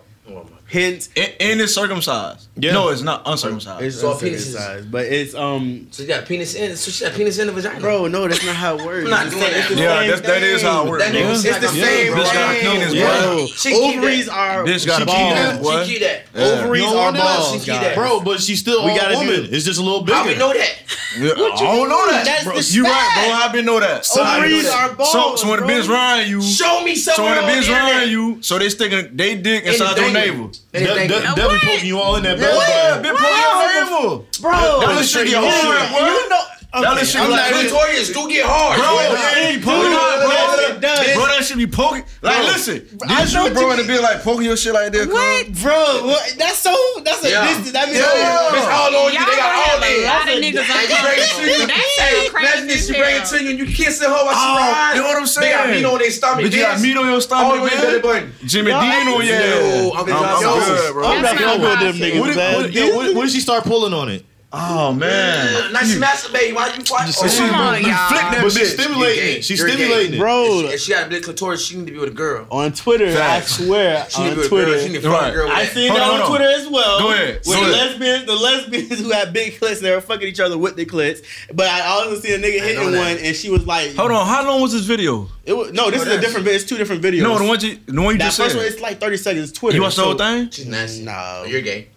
Speaker 6: Hint.
Speaker 5: And, and it's circumcised.
Speaker 2: Yeah.
Speaker 5: No, it's not uncircumcised.
Speaker 6: It's
Speaker 3: So
Speaker 6: all
Speaker 3: a penis is-
Speaker 6: size, but it's um,
Speaker 3: So you got penis in, so she got penis in the vagina,
Speaker 6: bro. No, that's not how it works.
Speaker 3: I'm not
Speaker 6: It's
Speaker 3: doing
Speaker 6: the-
Speaker 3: that,
Speaker 6: it's the
Speaker 3: bro.
Speaker 5: yeah,
Speaker 6: same
Speaker 5: that's, that is how it works.
Speaker 3: That nigga
Speaker 5: bro.
Speaker 3: was
Speaker 6: It's the
Speaker 3: like, I'm
Speaker 6: same,
Speaker 3: saying,
Speaker 5: Bitch got
Speaker 6: brand.
Speaker 5: penis,
Speaker 2: Yeah.
Speaker 5: bro.
Speaker 3: She keep
Speaker 6: Ovaries
Speaker 3: that.
Speaker 6: are
Speaker 5: Bitch got
Speaker 6: she
Speaker 5: a
Speaker 6: keep
Speaker 5: ball.
Speaker 6: that.
Speaker 5: What?
Speaker 3: She keep that.
Speaker 5: Yeah.
Speaker 6: Ovaries
Speaker 2: You don't
Speaker 6: are
Speaker 2: want that?
Speaker 6: balls,
Speaker 3: She keep
Speaker 6: guys.
Speaker 3: that.
Speaker 2: Bro, but she's still
Speaker 6: We
Speaker 2: a
Speaker 6: gotta do
Speaker 2: woman.
Speaker 6: it.
Speaker 2: It's just a little
Speaker 3: How we
Speaker 2: bigger.
Speaker 3: know that?
Speaker 5: Yeah, I don't know that.
Speaker 6: That's
Speaker 5: bro.
Speaker 6: the
Speaker 5: You right, bro. I been know that. So,
Speaker 2: I
Speaker 6: Ovaries
Speaker 2: know
Speaker 6: are balls.
Speaker 5: so when the
Speaker 6: bro.
Speaker 5: bitch ride you, so
Speaker 3: Show me something.
Speaker 5: when the
Speaker 3: on
Speaker 5: bitch
Speaker 3: the internet.
Speaker 5: ride you, so they sticking they dick inside your
Speaker 3: Anything.
Speaker 5: navel.
Speaker 3: They
Speaker 2: De-
Speaker 3: think-
Speaker 2: de-
Speaker 4: No,
Speaker 2: definitely
Speaker 4: what?
Speaker 2: poking you all in that belly
Speaker 5: Yeah,
Speaker 2: button.
Speaker 5: been pulling your navel.
Speaker 6: bro.
Speaker 5: That was shitty. Hold
Speaker 6: Yeah,
Speaker 5: on,
Speaker 6: you know.
Speaker 5: That was shitty. Like,
Speaker 3: Like, Notorious do get hard.
Speaker 5: Bro,
Speaker 3: Bro,
Speaker 5: yeah, he
Speaker 6: Dude,
Speaker 5: poking out, bro.
Speaker 6: yes, it does.
Speaker 5: Bro, that should be poking. Like,
Speaker 6: Bro.
Speaker 5: listen,
Speaker 6: I
Speaker 5: this
Speaker 6: know
Speaker 5: you,
Speaker 6: what
Speaker 5: bro,
Speaker 6: you
Speaker 5: in the bed, like poking your shit like that.
Speaker 4: What?
Speaker 6: Bro, what, that's so. That's a.
Speaker 3: Yeah.
Speaker 6: This, that means.
Speaker 5: Yeah.
Speaker 3: It's all on you.
Speaker 4: Y'all
Speaker 3: They
Speaker 4: gonna
Speaker 3: got all
Speaker 4: have a
Speaker 3: that.
Speaker 4: lot of niggas uncomfortable. That
Speaker 3: <laughs> Hey,
Speaker 4: sound
Speaker 3: imagine
Speaker 4: crazy
Speaker 3: this.
Speaker 4: as
Speaker 3: You bring it
Speaker 4: hell.
Speaker 3: to you and you kissing her while she
Speaker 5: Oh,
Speaker 3: rides.
Speaker 5: you know what I'm
Speaker 3: They got
Speaker 5: saying?
Speaker 3: meat on their stomach.
Speaker 5: But you got
Speaker 3: This-
Speaker 5: meat on your
Speaker 3: all on
Speaker 5: stomach,
Speaker 3: your belly
Speaker 5: man.
Speaker 3: button.
Speaker 5: Jimmy D
Speaker 6: Yo,
Speaker 5: ain't on
Speaker 3: Yo,
Speaker 5: your
Speaker 3: I'm
Speaker 5: ass.
Speaker 3: in
Speaker 5: I'm
Speaker 3: Yo,
Speaker 5: good, bro.
Speaker 6: I'm not
Speaker 4: That's
Speaker 6: fucking with
Speaker 4: not
Speaker 6: them
Speaker 4: possible.
Speaker 6: niggas,
Speaker 2: What,
Speaker 6: man.
Speaker 2: what, yo, what, what did she start pulling on it?
Speaker 5: Oh man.
Speaker 3: Now she masturbating. Why you fight?
Speaker 2: Just-
Speaker 5: She-
Speaker 4: Come on,
Speaker 5: you flick
Speaker 4: y'all.
Speaker 5: that
Speaker 2: But she's
Speaker 5: bitch.
Speaker 2: stimulating
Speaker 3: You're gay.
Speaker 2: it. She's
Speaker 3: You're gay.
Speaker 2: stimulating it.
Speaker 6: bro,
Speaker 3: If she got a big clitoris, she need to be with a girl.
Speaker 6: on Twitter,
Speaker 5: Facts.
Speaker 6: I swear,
Speaker 3: She need
Speaker 6: on
Speaker 3: to be with a girl. She need
Speaker 6: Twitter.
Speaker 3: to fuck
Speaker 5: Right.
Speaker 3: a girl with
Speaker 6: I
Speaker 3: that.
Speaker 6: seen
Speaker 5: Hold
Speaker 6: that
Speaker 5: on,
Speaker 6: on,
Speaker 5: hold on.
Speaker 6: Twitter as well.
Speaker 5: Go ahead.
Speaker 6: With
Speaker 5: Go
Speaker 6: the
Speaker 5: ahead.
Speaker 6: lesbians, the lesbians <laughs> who had big clits, they were fucking each other with the clits. But I also seen a nigga
Speaker 3: know
Speaker 6: hitting
Speaker 3: that.
Speaker 6: one, and she was like,
Speaker 5: Hold on, how long was this video?
Speaker 6: It was, no, this
Speaker 3: What
Speaker 6: is a
Speaker 3: else?
Speaker 6: different. vi- It's two different videos.
Speaker 5: No, the one you, the one you
Speaker 6: that
Speaker 5: just
Speaker 6: first
Speaker 5: said.
Speaker 6: one, it's like thirty seconds. Twitter.
Speaker 5: you watched the
Speaker 6: so-
Speaker 5: whole thing?
Speaker 3: She's nasty. <laughs> Oh,
Speaker 6: No.
Speaker 3: You're gay.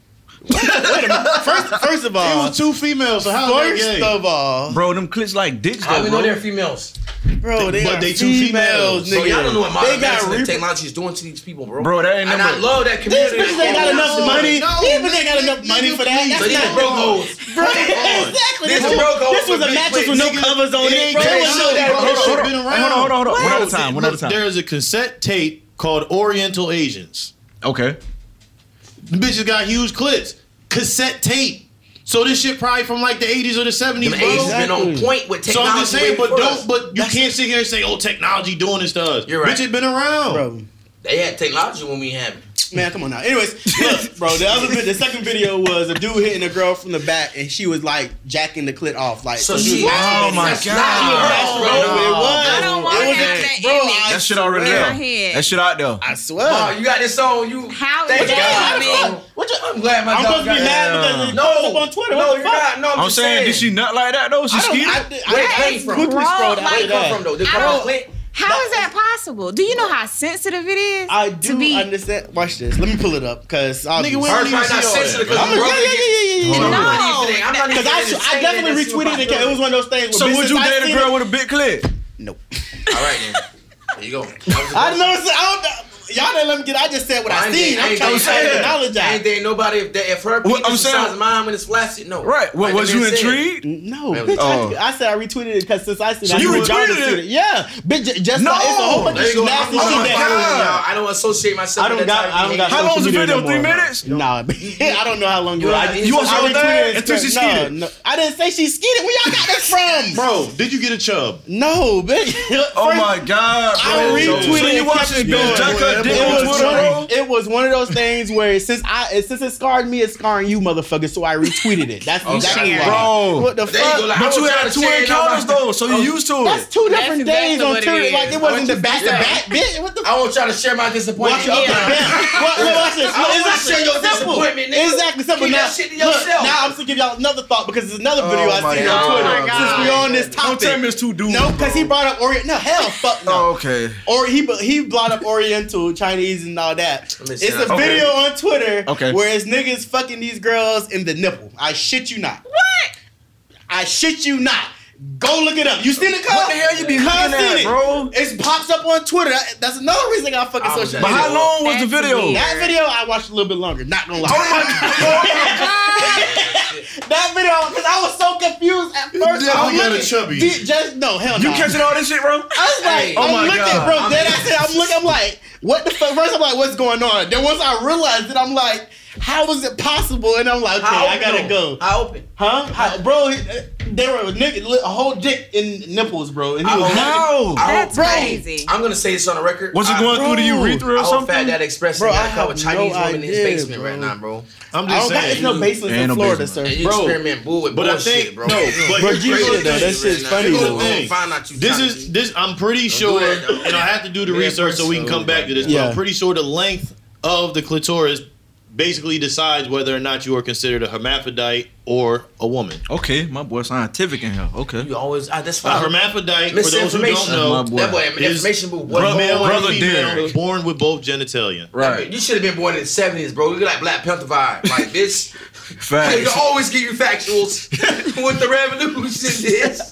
Speaker 6: Wait a minute. First, first of
Speaker 2: It
Speaker 6: all,
Speaker 2: was two females, so how is that
Speaker 6: first
Speaker 2: gay?
Speaker 6: of all,
Speaker 5: Bro, them clits like dicks
Speaker 3: How
Speaker 5: though,
Speaker 3: we know they're
Speaker 5: bro.
Speaker 3: females?
Speaker 6: bro, they
Speaker 2: But
Speaker 6: are
Speaker 2: they two
Speaker 6: females,
Speaker 2: females.
Speaker 6: nigga.
Speaker 3: So y'all don't know what
Speaker 6: they
Speaker 3: modern
Speaker 6: got
Speaker 3: medicine and
Speaker 6: re-
Speaker 3: technology is doing to these people, bro.
Speaker 5: Bro, that ain't
Speaker 3: and I
Speaker 5: never.
Speaker 3: love that
Speaker 6: These
Speaker 3: community.
Speaker 6: bitches ain't got enough
Speaker 2: no,
Speaker 6: money.
Speaker 2: no,
Speaker 6: These bitches ain't got
Speaker 2: nigga,
Speaker 6: enough money
Speaker 2: nigga,
Speaker 6: for that.
Speaker 2: please.
Speaker 3: So
Speaker 6: That's
Speaker 3: these
Speaker 6: not
Speaker 3: are broke hoes.
Speaker 6: Bro, <laughs> exactly.
Speaker 3: This
Speaker 6: This,
Speaker 3: is broke
Speaker 6: was,
Speaker 3: hoes
Speaker 6: this was
Speaker 3: with
Speaker 6: a
Speaker 3: big
Speaker 6: mattress
Speaker 3: clits,
Speaker 6: with no
Speaker 3: nigga.
Speaker 6: covers on
Speaker 2: It
Speaker 6: it,
Speaker 2: ain't
Speaker 6: bro.
Speaker 2: gay
Speaker 6: It was
Speaker 2: shit,
Speaker 6: no that
Speaker 2: bro.
Speaker 6: broke
Speaker 2: Hold
Speaker 6: shit.
Speaker 2: on, hold on,
Speaker 5: Hold on, hold on, hold on. One at a time, one at a
Speaker 2: Look,
Speaker 5: time.
Speaker 2: There is a consent tape called Oriental Asians.
Speaker 5: Okay.
Speaker 2: The bitches got huge clips. Cassette tape. So this shit probably from like the 80s or the 70s,
Speaker 3: Them
Speaker 2: bro.
Speaker 3: Asians been on
Speaker 6: Exactly.
Speaker 3: point with technology.
Speaker 2: So I'm just saying,
Speaker 3: way
Speaker 2: but
Speaker 3: before
Speaker 2: don't,
Speaker 3: us.
Speaker 2: but you can't sit here and say, "Oh, technology doing this to us."
Speaker 3: You're right.
Speaker 2: Bitch, it been around.
Speaker 6: Bro,
Speaker 3: They had technology when we had it.
Speaker 6: man, come on now. Anyways, look, bro, the other vid- the second video was a dude hitting a girl from the back, and she was like jacking the clit off, like
Speaker 3: So
Speaker 6: she was
Speaker 3: she-
Speaker 5: Oh
Speaker 6: masturbating.
Speaker 5: my
Speaker 3: That's
Speaker 5: God.
Speaker 3: not her,
Speaker 6: bro,
Speaker 3: bro.
Speaker 6: it was.
Speaker 4: I don't want
Speaker 6: It was
Speaker 4: to
Speaker 6: a-
Speaker 4: have that
Speaker 6: bro,
Speaker 4: image.
Speaker 6: I
Speaker 5: That shit already
Speaker 6: swear.
Speaker 4: my
Speaker 5: there.
Speaker 4: head.
Speaker 5: That shit out there.
Speaker 6: I swear.
Speaker 3: Oh, you got this on you.
Speaker 4: How
Speaker 3: Thank
Speaker 4: is that?
Speaker 3: God,
Speaker 4: I mean,
Speaker 3: bro. What you, I'm glad my
Speaker 6: I'm
Speaker 3: dog
Speaker 6: supposed to be
Speaker 3: got
Speaker 6: mad
Speaker 3: that.
Speaker 6: because it
Speaker 5: Damn.
Speaker 6: comes up on Twitter.
Speaker 3: No,
Speaker 6: what the
Speaker 3: you're
Speaker 6: fuck?
Speaker 3: not. No, I'm,
Speaker 5: I'm
Speaker 3: just
Speaker 5: saying, did she nut like that though? She
Speaker 6: I don't.
Speaker 5: skeeted?
Speaker 6: I, did- I,
Speaker 3: Where it
Speaker 6: I,
Speaker 3: came from?
Speaker 6: quickly
Speaker 4: Bro, like-
Speaker 6: scrolled out of
Speaker 3: Where it come from
Speaker 6: that.
Speaker 3: though? Did it come
Speaker 4: I
Speaker 3: from
Speaker 4: don't-
Speaker 3: Clint?
Speaker 4: How is that possible? Do you know how sensitive it is?
Speaker 6: I
Speaker 4: to
Speaker 6: do
Speaker 4: be
Speaker 6: understand. Watch this. Let me pull it up because I'll.
Speaker 2: Nigga,
Speaker 6: be-
Speaker 2: we
Speaker 3: Her
Speaker 2: don't even
Speaker 3: probably
Speaker 2: see
Speaker 3: not
Speaker 2: all
Speaker 3: sensitive
Speaker 2: that.
Speaker 3: because
Speaker 6: I'm
Speaker 3: the
Speaker 6: a, yeah,
Speaker 3: brother
Speaker 6: yeah,
Speaker 3: gets-
Speaker 6: yeah, yeah, yeah,
Speaker 5: Hold
Speaker 6: yeah.
Speaker 3: I'm
Speaker 5: on.
Speaker 3: not even- I'm not even
Speaker 6: Because I,
Speaker 3: saying
Speaker 6: I
Speaker 3: that
Speaker 6: definitely
Speaker 3: that's what
Speaker 6: retweeted
Speaker 3: my
Speaker 6: it. 'cause It was one of those things. where
Speaker 5: So
Speaker 6: bitches
Speaker 5: would you
Speaker 6: I
Speaker 5: date
Speaker 6: seen
Speaker 5: a girl
Speaker 6: it-
Speaker 5: with a big clit?
Speaker 6: Nope.
Speaker 3: All right then. There you go. That was
Speaker 6: <laughs> I never said. I don't, y'all didn't let me get. I just said what I,
Speaker 3: ain't
Speaker 6: seen.
Speaker 3: dating-
Speaker 6: I'm trying to
Speaker 3: ain't
Speaker 6: try to
Speaker 3: dating-
Speaker 6: acknowledge
Speaker 3: I Ain't
Speaker 6: that.
Speaker 3: dating nobody if that if her
Speaker 5: What
Speaker 3: penis
Speaker 5: I'm
Speaker 3: is the
Speaker 5: saying-
Speaker 3: size of mine when it's flaccid. No.
Speaker 5: Right. Well,
Speaker 3: Like
Speaker 5: was
Speaker 3: the
Speaker 5: you
Speaker 3: man said.
Speaker 5: intrigued?
Speaker 6: No,
Speaker 3: Man,
Speaker 6: bitch,
Speaker 5: oh.
Speaker 6: I, I said I retweeted it because since I said
Speaker 5: So
Speaker 6: I
Speaker 5: you
Speaker 6: knew y'all
Speaker 5: retweeted
Speaker 6: retweeted
Speaker 5: it?
Speaker 6: it. Yeah, bitch, j- just
Speaker 5: No,
Speaker 6: like, it's a whole bunch
Speaker 3: There you
Speaker 6: of
Speaker 3: go.
Speaker 6: nasty
Speaker 3: I'm-
Speaker 6: shit
Speaker 3: I'm-
Speaker 5: my
Speaker 6: that.
Speaker 5: God.
Speaker 3: y'all. I don't associate myself.
Speaker 6: I don't
Speaker 3: with that
Speaker 6: got.
Speaker 3: type of
Speaker 6: I don't got.
Speaker 3: behavior.
Speaker 5: How
Speaker 6: social
Speaker 5: long's the
Speaker 6: media
Speaker 5: video?
Speaker 6: no
Speaker 5: Three
Speaker 6: more.
Speaker 5: minutes?
Speaker 6: Nah, <laughs> bitch, I don't know how long it
Speaker 3: You
Speaker 6: was.
Speaker 3: like
Speaker 6: I-
Speaker 3: this? You
Speaker 5: was
Speaker 6: I
Speaker 5: over there
Speaker 6: retweeted it
Speaker 5: until she
Speaker 6: because- no,
Speaker 5: skeeted.
Speaker 6: no, I didn't say she skeeted. Where y'all got that from,
Speaker 2: Bro, did you get a chub?
Speaker 6: No, bitch. <laughs>
Speaker 5: Oh
Speaker 6: First-
Speaker 5: my God, bro.
Speaker 6: I retweeted
Speaker 5: So you
Speaker 6: and
Speaker 5: watch this
Speaker 6: kept it
Speaker 5: bitch
Speaker 2: going.
Speaker 5: jack her dick
Speaker 6: It
Speaker 5: on
Speaker 6: was,
Speaker 5: Twitter, bro?
Speaker 6: one, it was one of those things where since I since it scarred me, it's scarring you, motherfucker. So I retweeted it. That's
Speaker 3: Oh,
Speaker 6: exactly
Speaker 4: shit.
Speaker 6: why.
Speaker 5: Bro.
Speaker 6: what the
Speaker 3: There you go,
Speaker 6: fuck?
Speaker 3: like- I
Speaker 5: But you
Speaker 3: was
Speaker 5: had
Speaker 3: trying to
Speaker 5: two
Speaker 3: tell
Speaker 5: encounters
Speaker 3: nobody.
Speaker 5: though, so you used to
Speaker 6: That's
Speaker 5: it.
Speaker 6: two
Speaker 4: That's
Speaker 6: different
Speaker 4: exactly
Speaker 6: days on
Speaker 4: what it
Speaker 6: Twitter.
Speaker 4: is.
Speaker 6: like it wasn't the back to back, bitch. What the
Speaker 3: I want y'all to share my
Speaker 6: Watch
Speaker 3: disappointment.
Speaker 6: your
Speaker 4: Yeah.
Speaker 6: up and down. What, look, watch
Speaker 3: I
Speaker 6: this. Look,
Speaker 3: wanna
Speaker 6: exactly.
Speaker 3: show your
Speaker 6: Simple.
Speaker 3: disappointment, nigga.
Speaker 6: Exactly. Simple.
Speaker 3: Keep
Speaker 6: now,
Speaker 3: that shit to
Speaker 6: look,
Speaker 3: yourself.
Speaker 6: now I'm gonna give y'all another thought because it's another video
Speaker 5: Oh my
Speaker 6: I seen
Speaker 5: God.
Speaker 6: on Twitter.
Speaker 4: Oh my God.
Speaker 6: Since we on this topic,
Speaker 5: Don't tell me it's two dudes.
Speaker 6: no, because he
Speaker 5: bro.
Speaker 6: brought up Orient. No, hell, fuck no.
Speaker 5: Oh, okay.
Speaker 6: Or he he brought up Oriental Chinese and all that.
Speaker 3: Let me
Speaker 6: It's
Speaker 3: see
Speaker 6: a
Speaker 3: that.
Speaker 5: Okay.
Speaker 6: video on Twitter
Speaker 5: Okay.
Speaker 6: where it's niggas fucking these girls in the nipple. I shit you not.
Speaker 4: What?
Speaker 6: I shit you not. Go look it up. You seen it, Cuz?
Speaker 5: What the hell you be
Speaker 6: Cuz
Speaker 5: looking
Speaker 6: seen
Speaker 5: at,
Speaker 6: it.
Speaker 5: bro?
Speaker 6: It pops up on Twitter. That- That's another reason I got fucking
Speaker 3: I was
Speaker 6: social
Speaker 3: at-
Speaker 5: But
Speaker 6: media.
Speaker 5: how long was the
Speaker 4: That's
Speaker 5: video?
Speaker 4: weird.
Speaker 6: That video I watched a little bit longer. Not gonna lie.
Speaker 5: Oh
Speaker 6: <laughs> that video, because I was so confused at first.
Speaker 2: definitely
Speaker 6: I'm
Speaker 2: got a
Speaker 6: looking-
Speaker 2: chubby.
Speaker 6: Did- just no, hell
Speaker 5: You
Speaker 6: no.
Speaker 5: catching all this shit, bro?
Speaker 6: I was like,
Speaker 3: Hey,
Speaker 5: oh
Speaker 6: I'm
Speaker 5: my
Speaker 6: looking,
Speaker 5: God.
Speaker 6: bro. Then I said, I'm looking. I'm like, what the fuck? First, I'm like, what's going on? Then once I realized it, I'm like, how is it possible? And I'm like, okay,
Speaker 3: How
Speaker 6: I gotta
Speaker 3: open?
Speaker 6: go.
Speaker 3: How open?
Speaker 6: Huh? How, bro, he- uh, there were a, nigga, li- a whole dick in nipples, bro. And he
Speaker 3: I
Speaker 6: was
Speaker 3: don't
Speaker 6: looking-
Speaker 5: No.
Speaker 3: I
Speaker 4: That's
Speaker 3: hope-
Speaker 4: crazy.
Speaker 3: Oh, I'm gonna say this on the record.
Speaker 5: Was it
Speaker 3: I-
Speaker 5: going through to you
Speaker 6: bro.
Speaker 5: read through
Speaker 3: I
Speaker 5: or
Speaker 3: hope Fat
Speaker 5: something?
Speaker 3: Dad Express
Speaker 6: Bro,
Speaker 3: bro, got
Speaker 6: I
Speaker 3: a couple
Speaker 6: have
Speaker 3: Chinese
Speaker 6: no
Speaker 3: women in his
Speaker 6: idea,
Speaker 3: basement
Speaker 6: bro.
Speaker 3: right now, bro.
Speaker 2: I'm
Speaker 6: I
Speaker 2: just
Speaker 6: don't got
Speaker 2: saying.
Speaker 6: there's no basements in
Speaker 5: Ain't no
Speaker 6: Florida,
Speaker 5: basement.
Speaker 6: sir.
Speaker 3: And you
Speaker 2: Bro,
Speaker 3: experiment bull with
Speaker 2: but I
Speaker 3: bullshit,
Speaker 2: think-
Speaker 3: bro.
Speaker 2: no, but
Speaker 6: Bro,
Speaker 3: You
Speaker 6: you
Speaker 3: crazy
Speaker 6: should know. That
Speaker 3: crazy
Speaker 6: shit's
Speaker 3: right
Speaker 6: funny
Speaker 3: now.
Speaker 2: Here's the
Speaker 6: though.
Speaker 2: thing.
Speaker 3: Find out you
Speaker 2: This
Speaker 3: Chinese.
Speaker 2: is this. I'm pretty
Speaker 3: do
Speaker 2: sure,
Speaker 3: that, though.
Speaker 2: and I have to do the
Speaker 3: Yeah,
Speaker 2: research so we can
Speaker 3: first,
Speaker 2: come
Speaker 3: so-
Speaker 2: back to this. But
Speaker 6: Yeah.
Speaker 2: I'm pretty sure the length of the clitoris basically decides whether or not you are considered a hermaphrodite or a woman.
Speaker 5: Okay, my boy scientific in here. Okay.
Speaker 3: You always ah, that's
Speaker 2: A
Speaker 3: fine.
Speaker 2: hermaphrodite, for those who don't
Speaker 3: Misinformation.
Speaker 2: know,
Speaker 5: boy.
Speaker 3: That boy,
Speaker 2: Is-
Speaker 3: information bull. What
Speaker 2: one
Speaker 5: Brother-
Speaker 2: male
Speaker 5: brother
Speaker 2: and female
Speaker 5: Derek.
Speaker 2: born with both genitalia.
Speaker 5: Right.
Speaker 3: You should have been born in the seventies, bro. You like Black Panther vibe, like bitch. They
Speaker 5: Facts.
Speaker 3: always give you factuals. <laughs> what the revolution is.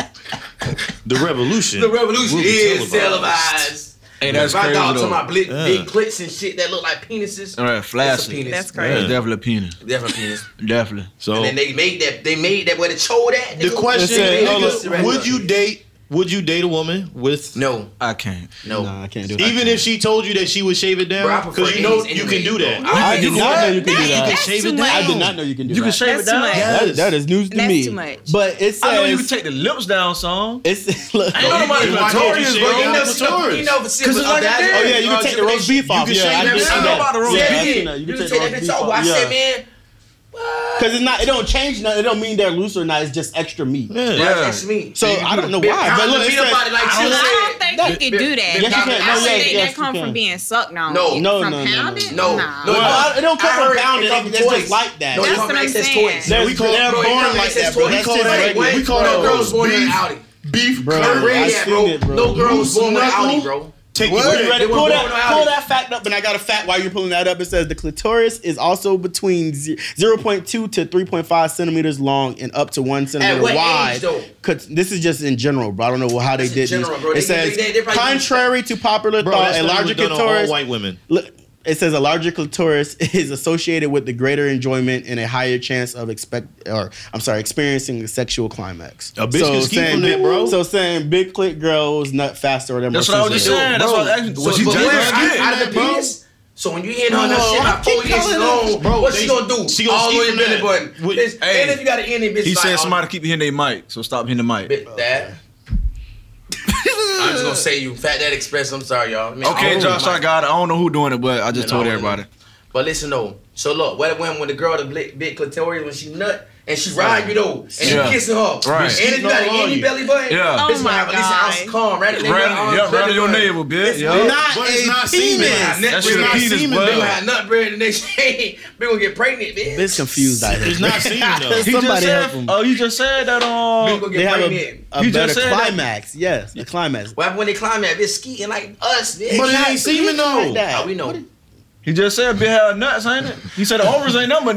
Speaker 2: The revolution.
Speaker 3: The revolution
Speaker 2: will be
Speaker 3: is
Speaker 2: televised.
Speaker 3: televised.
Speaker 5: Hey, that's
Speaker 3: If I
Speaker 5: crazy
Speaker 3: dog to my
Speaker 5: though.
Speaker 3: big,
Speaker 2: Yeah.
Speaker 3: big clits and shit that look like penises.
Speaker 5: All right,
Speaker 3: That's a
Speaker 5: flaccid.
Speaker 3: penis.
Speaker 4: That's
Speaker 5: Yeah,
Speaker 4: crazy.
Speaker 5: definitely a penis.
Speaker 3: Definitely a penis.
Speaker 5: Definitely.
Speaker 2: So
Speaker 3: And then they made that. They made that where the chode at.
Speaker 2: the
Speaker 3: nigga.
Speaker 2: question
Speaker 6: Listen,
Speaker 2: is,
Speaker 3: nigga, right
Speaker 2: would
Speaker 3: now.
Speaker 2: you date? Would you date a woman with?
Speaker 3: No,
Speaker 5: I can't.
Speaker 3: no.
Speaker 6: Nah, I can't do that.
Speaker 2: Even if she told you that she would shave it
Speaker 3: Bro, I
Speaker 2: down,
Speaker 3: prefer
Speaker 2: because you know
Speaker 3: eighties
Speaker 2: you
Speaker 3: anyway,
Speaker 2: can do
Speaker 3: bro.
Speaker 2: that.
Speaker 3: I-
Speaker 6: I did not know you could do
Speaker 4: That-
Speaker 6: that.
Speaker 4: that's
Speaker 2: shave
Speaker 4: too
Speaker 2: it
Speaker 4: much.
Speaker 2: down.
Speaker 6: I did not know you can do
Speaker 5: You can
Speaker 6: that.
Speaker 5: shave it
Speaker 4: That's too
Speaker 5: down.
Speaker 4: much.
Speaker 6: That is, that is news to
Speaker 4: That's
Speaker 6: me.
Speaker 4: too much.
Speaker 6: But it says
Speaker 5: I know you can take the lips down, son.
Speaker 6: it's <laughs> look.
Speaker 5: I know nobody
Speaker 2: you-
Speaker 5: gonna
Speaker 2: why
Speaker 5: tell
Speaker 2: can't
Speaker 5: you,
Speaker 2: you
Speaker 5: bro.
Speaker 2: shave it
Speaker 5: You
Speaker 2: down?
Speaker 5: know-
Speaker 3: You know, because
Speaker 5: Cause it's like a dick.
Speaker 6: Oh yeah, you can take the roast beef off.
Speaker 2: can
Speaker 6: Yeah,
Speaker 2: shave
Speaker 6: I
Speaker 2: that
Speaker 6: did
Speaker 2: bitch
Speaker 6: see
Speaker 2: down.
Speaker 6: that.
Speaker 5: Nobody roast
Speaker 6: Yeah, I
Speaker 5: beef.
Speaker 6: seen that. You can
Speaker 3: take
Speaker 6: take the
Speaker 3: that
Speaker 6: roast
Speaker 3: bitch
Speaker 6: beef
Speaker 3: off. Why I
Speaker 6: off.
Speaker 3: said,
Speaker 6: Yeah.
Speaker 3: man,
Speaker 6: Because it's not. It don't change nothing. It don't mean they're loose or not. It's just extra meat.
Speaker 2: Yeah.
Speaker 5: Yeah.
Speaker 3: that's me.
Speaker 6: So I don't know why. But look, it
Speaker 3: beat body
Speaker 6: says,
Speaker 3: like
Speaker 4: I
Speaker 3: Chill
Speaker 4: don't
Speaker 3: said.
Speaker 4: think you could do
Speaker 3: Yes,
Speaker 6: you
Speaker 4: that.
Speaker 6: can. No,
Speaker 4: I
Speaker 6: yes,
Speaker 4: think
Speaker 6: yes,
Speaker 4: that come
Speaker 6: you
Speaker 4: from
Speaker 6: can.
Speaker 4: being sucked on.
Speaker 3: No.
Speaker 6: No,
Speaker 4: from
Speaker 6: no, no, no,
Speaker 4: pounding.
Speaker 3: No,
Speaker 4: Nah.
Speaker 3: no,
Speaker 6: Well, it don't come
Speaker 3: I
Speaker 6: from
Speaker 3: heard it
Speaker 6: pounding.
Speaker 3: come from
Speaker 6: It's just
Speaker 3: toys.
Speaker 6: like that.
Speaker 3: No, it
Speaker 4: That's
Speaker 3: come from
Speaker 4: what I'm
Speaker 3: excess
Speaker 4: saying.
Speaker 3: toys.
Speaker 6: There's-
Speaker 2: We call
Speaker 6: they're
Speaker 2: that
Speaker 3: Bro, it
Speaker 6: born
Speaker 3: come
Speaker 6: like
Speaker 3: excess
Speaker 6: that, bro.
Speaker 3: toys.
Speaker 6: That's
Speaker 2: We call
Speaker 6: just
Speaker 2: that-
Speaker 3: Wait,
Speaker 6: regular.
Speaker 2: we
Speaker 3: wait,
Speaker 2: call
Speaker 3: no
Speaker 2: that
Speaker 3: girls born in an
Speaker 2: beef.
Speaker 3: Audi.
Speaker 2: Beef
Speaker 6: Bro,
Speaker 3: Not
Speaker 6: I
Speaker 3: red
Speaker 2: curry.
Speaker 3: yet,
Speaker 6: seen
Speaker 3: bro.
Speaker 6: it, bro.
Speaker 3: No girls born with
Speaker 2: Knuckle?
Speaker 3: Audi, bro.
Speaker 2: Take
Speaker 6: You
Speaker 2: it
Speaker 6: ready?
Speaker 3: They
Speaker 6: Pull
Speaker 3: were
Speaker 6: that,
Speaker 3: born out
Speaker 6: pull
Speaker 3: here.
Speaker 6: that fact up, and I got a fact while you're pulling that up. It says the clitoris is also between ze- 0.2 to 3.5 centimeters long and up to one centimeter
Speaker 3: what age,
Speaker 6: wide.
Speaker 3: though?
Speaker 6: Cause this is just in general, bro. I don't know how they
Speaker 3: in
Speaker 6: did
Speaker 3: general,
Speaker 6: this.
Speaker 3: bro. They-
Speaker 6: It says
Speaker 3: they- they probably-
Speaker 6: contrary to popular
Speaker 2: Bro,
Speaker 6: thought,
Speaker 2: that's
Speaker 6: a larger
Speaker 2: done on all
Speaker 6: clitoris.
Speaker 2: white women.
Speaker 6: Look, it says a larger clitoris <laughs> is associated with the greater enjoyment and a higher chance of expect or I'm sorry, experiencing a sexual climax.
Speaker 2: A bitch can ski from
Speaker 6: saying-
Speaker 2: that, bro.
Speaker 6: So saying big clit girls nut faster than
Speaker 5: That's
Speaker 6: more
Speaker 5: what I was just
Speaker 6: sensitive.
Speaker 5: saying. That's what I was asking.
Speaker 3: So,
Speaker 5: Was she
Speaker 3: but
Speaker 5: just
Speaker 3: when
Speaker 5: like
Speaker 3: out-
Speaker 5: that?
Speaker 3: out of the
Speaker 2: Bro.
Speaker 3: penis? So when you hear her on that
Speaker 6: No,
Speaker 3: shit about
Speaker 6: I keep
Speaker 3: four inches
Speaker 6: telling
Speaker 3: long,
Speaker 6: them.
Speaker 2: Bro,
Speaker 3: what
Speaker 2: they-
Speaker 3: she gonna do?
Speaker 2: she gonna
Speaker 3: All the way to
Speaker 2: skeet
Speaker 3: belly
Speaker 2: from that.
Speaker 3: button.
Speaker 2: With-
Speaker 3: Bitch,
Speaker 5: Hey.
Speaker 3: And if you got an ending, bitch,
Speaker 5: He
Speaker 3: like,
Speaker 5: said
Speaker 3: oh,
Speaker 5: somebody keep hitting their mic, so stop hitting the mic.
Speaker 3: Bitch, that. I'm just gonna say you Fat Dad Express. I'm sorry, y'all. I mean, I
Speaker 5: Okay,
Speaker 3: don't
Speaker 5: Josh,
Speaker 3: know.
Speaker 5: I got it. I don't know who doing it, but I
Speaker 3: Man,
Speaker 5: just told
Speaker 3: I don't
Speaker 5: everybody.
Speaker 3: But listen though. So look, what when when the girl the big, big clitoris when she nut and she ride you though and
Speaker 5: Yeah.
Speaker 3: you kissing her,
Speaker 5: Right.
Speaker 3: And if you got
Speaker 2: Bitch,
Speaker 3: any
Speaker 2: you.
Speaker 3: belly button,
Speaker 5: Yeah.
Speaker 3: bitch
Speaker 5: Oh
Speaker 3: gonna
Speaker 4: my
Speaker 3: have at least an
Speaker 4: God.
Speaker 3: ounce of cum right in their
Speaker 5: Right-
Speaker 3: arms,
Speaker 5: yeah, right
Speaker 3: belly
Speaker 5: in your
Speaker 3: button.
Speaker 5: navel, bitch.
Speaker 3: Listen,
Speaker 5: Yeah.
Speaker 3: bitch,
Speaker 6: Not
Speaker 2: But
Speaker 6: a
Speaker 2: it's not semen.
Speaker 6: penis.
Speaker 3: Not
Speaker 5: That's
Speaker 3: We're
Speaker 5: your
Speaker 3: not
Speaker 5: penis,
Speaker 2: semen,
Speaker 3: They gonna
Speaker 5: bud.
Speaker 3: have nut bread the next day. <laughs> They gonna get pregnant, bitch.
Speaker 6: It's confused out
Speaker 2: It's
Speaker 6: here.
Speaker 2: not seen though.
Speaker 5: He
Speaker 6: Somebody
Speaker 5: just
Speaker 6: help
Speaker 5: said.
Speaker 6: him.
Speaker 5: Oh, you just said that.
Speaker 3: Bitch
Speaker 5: Um,
Speaker 3: gonna
Speaker 6: They
Speaker 3: get
Speaker 6: have
Speaker 3: pregnant.
Speaker 6: a, a
Speaker 5: You
Speaker 6: better
Speaker 5: just said that.
Speaker 6: climax. Yes, a climax.
Speaker 3: What happened when they climb that bitch skiing like us, bitch?
Speaker 2: But it ain't semen
Speaker 6: Like
Speaker 2: though.
Speaker 6: that.
Speaker 3: How we know?
Speaker 5: He just said bitch had nuts, ain't it? He said the ovaries ain't nothing but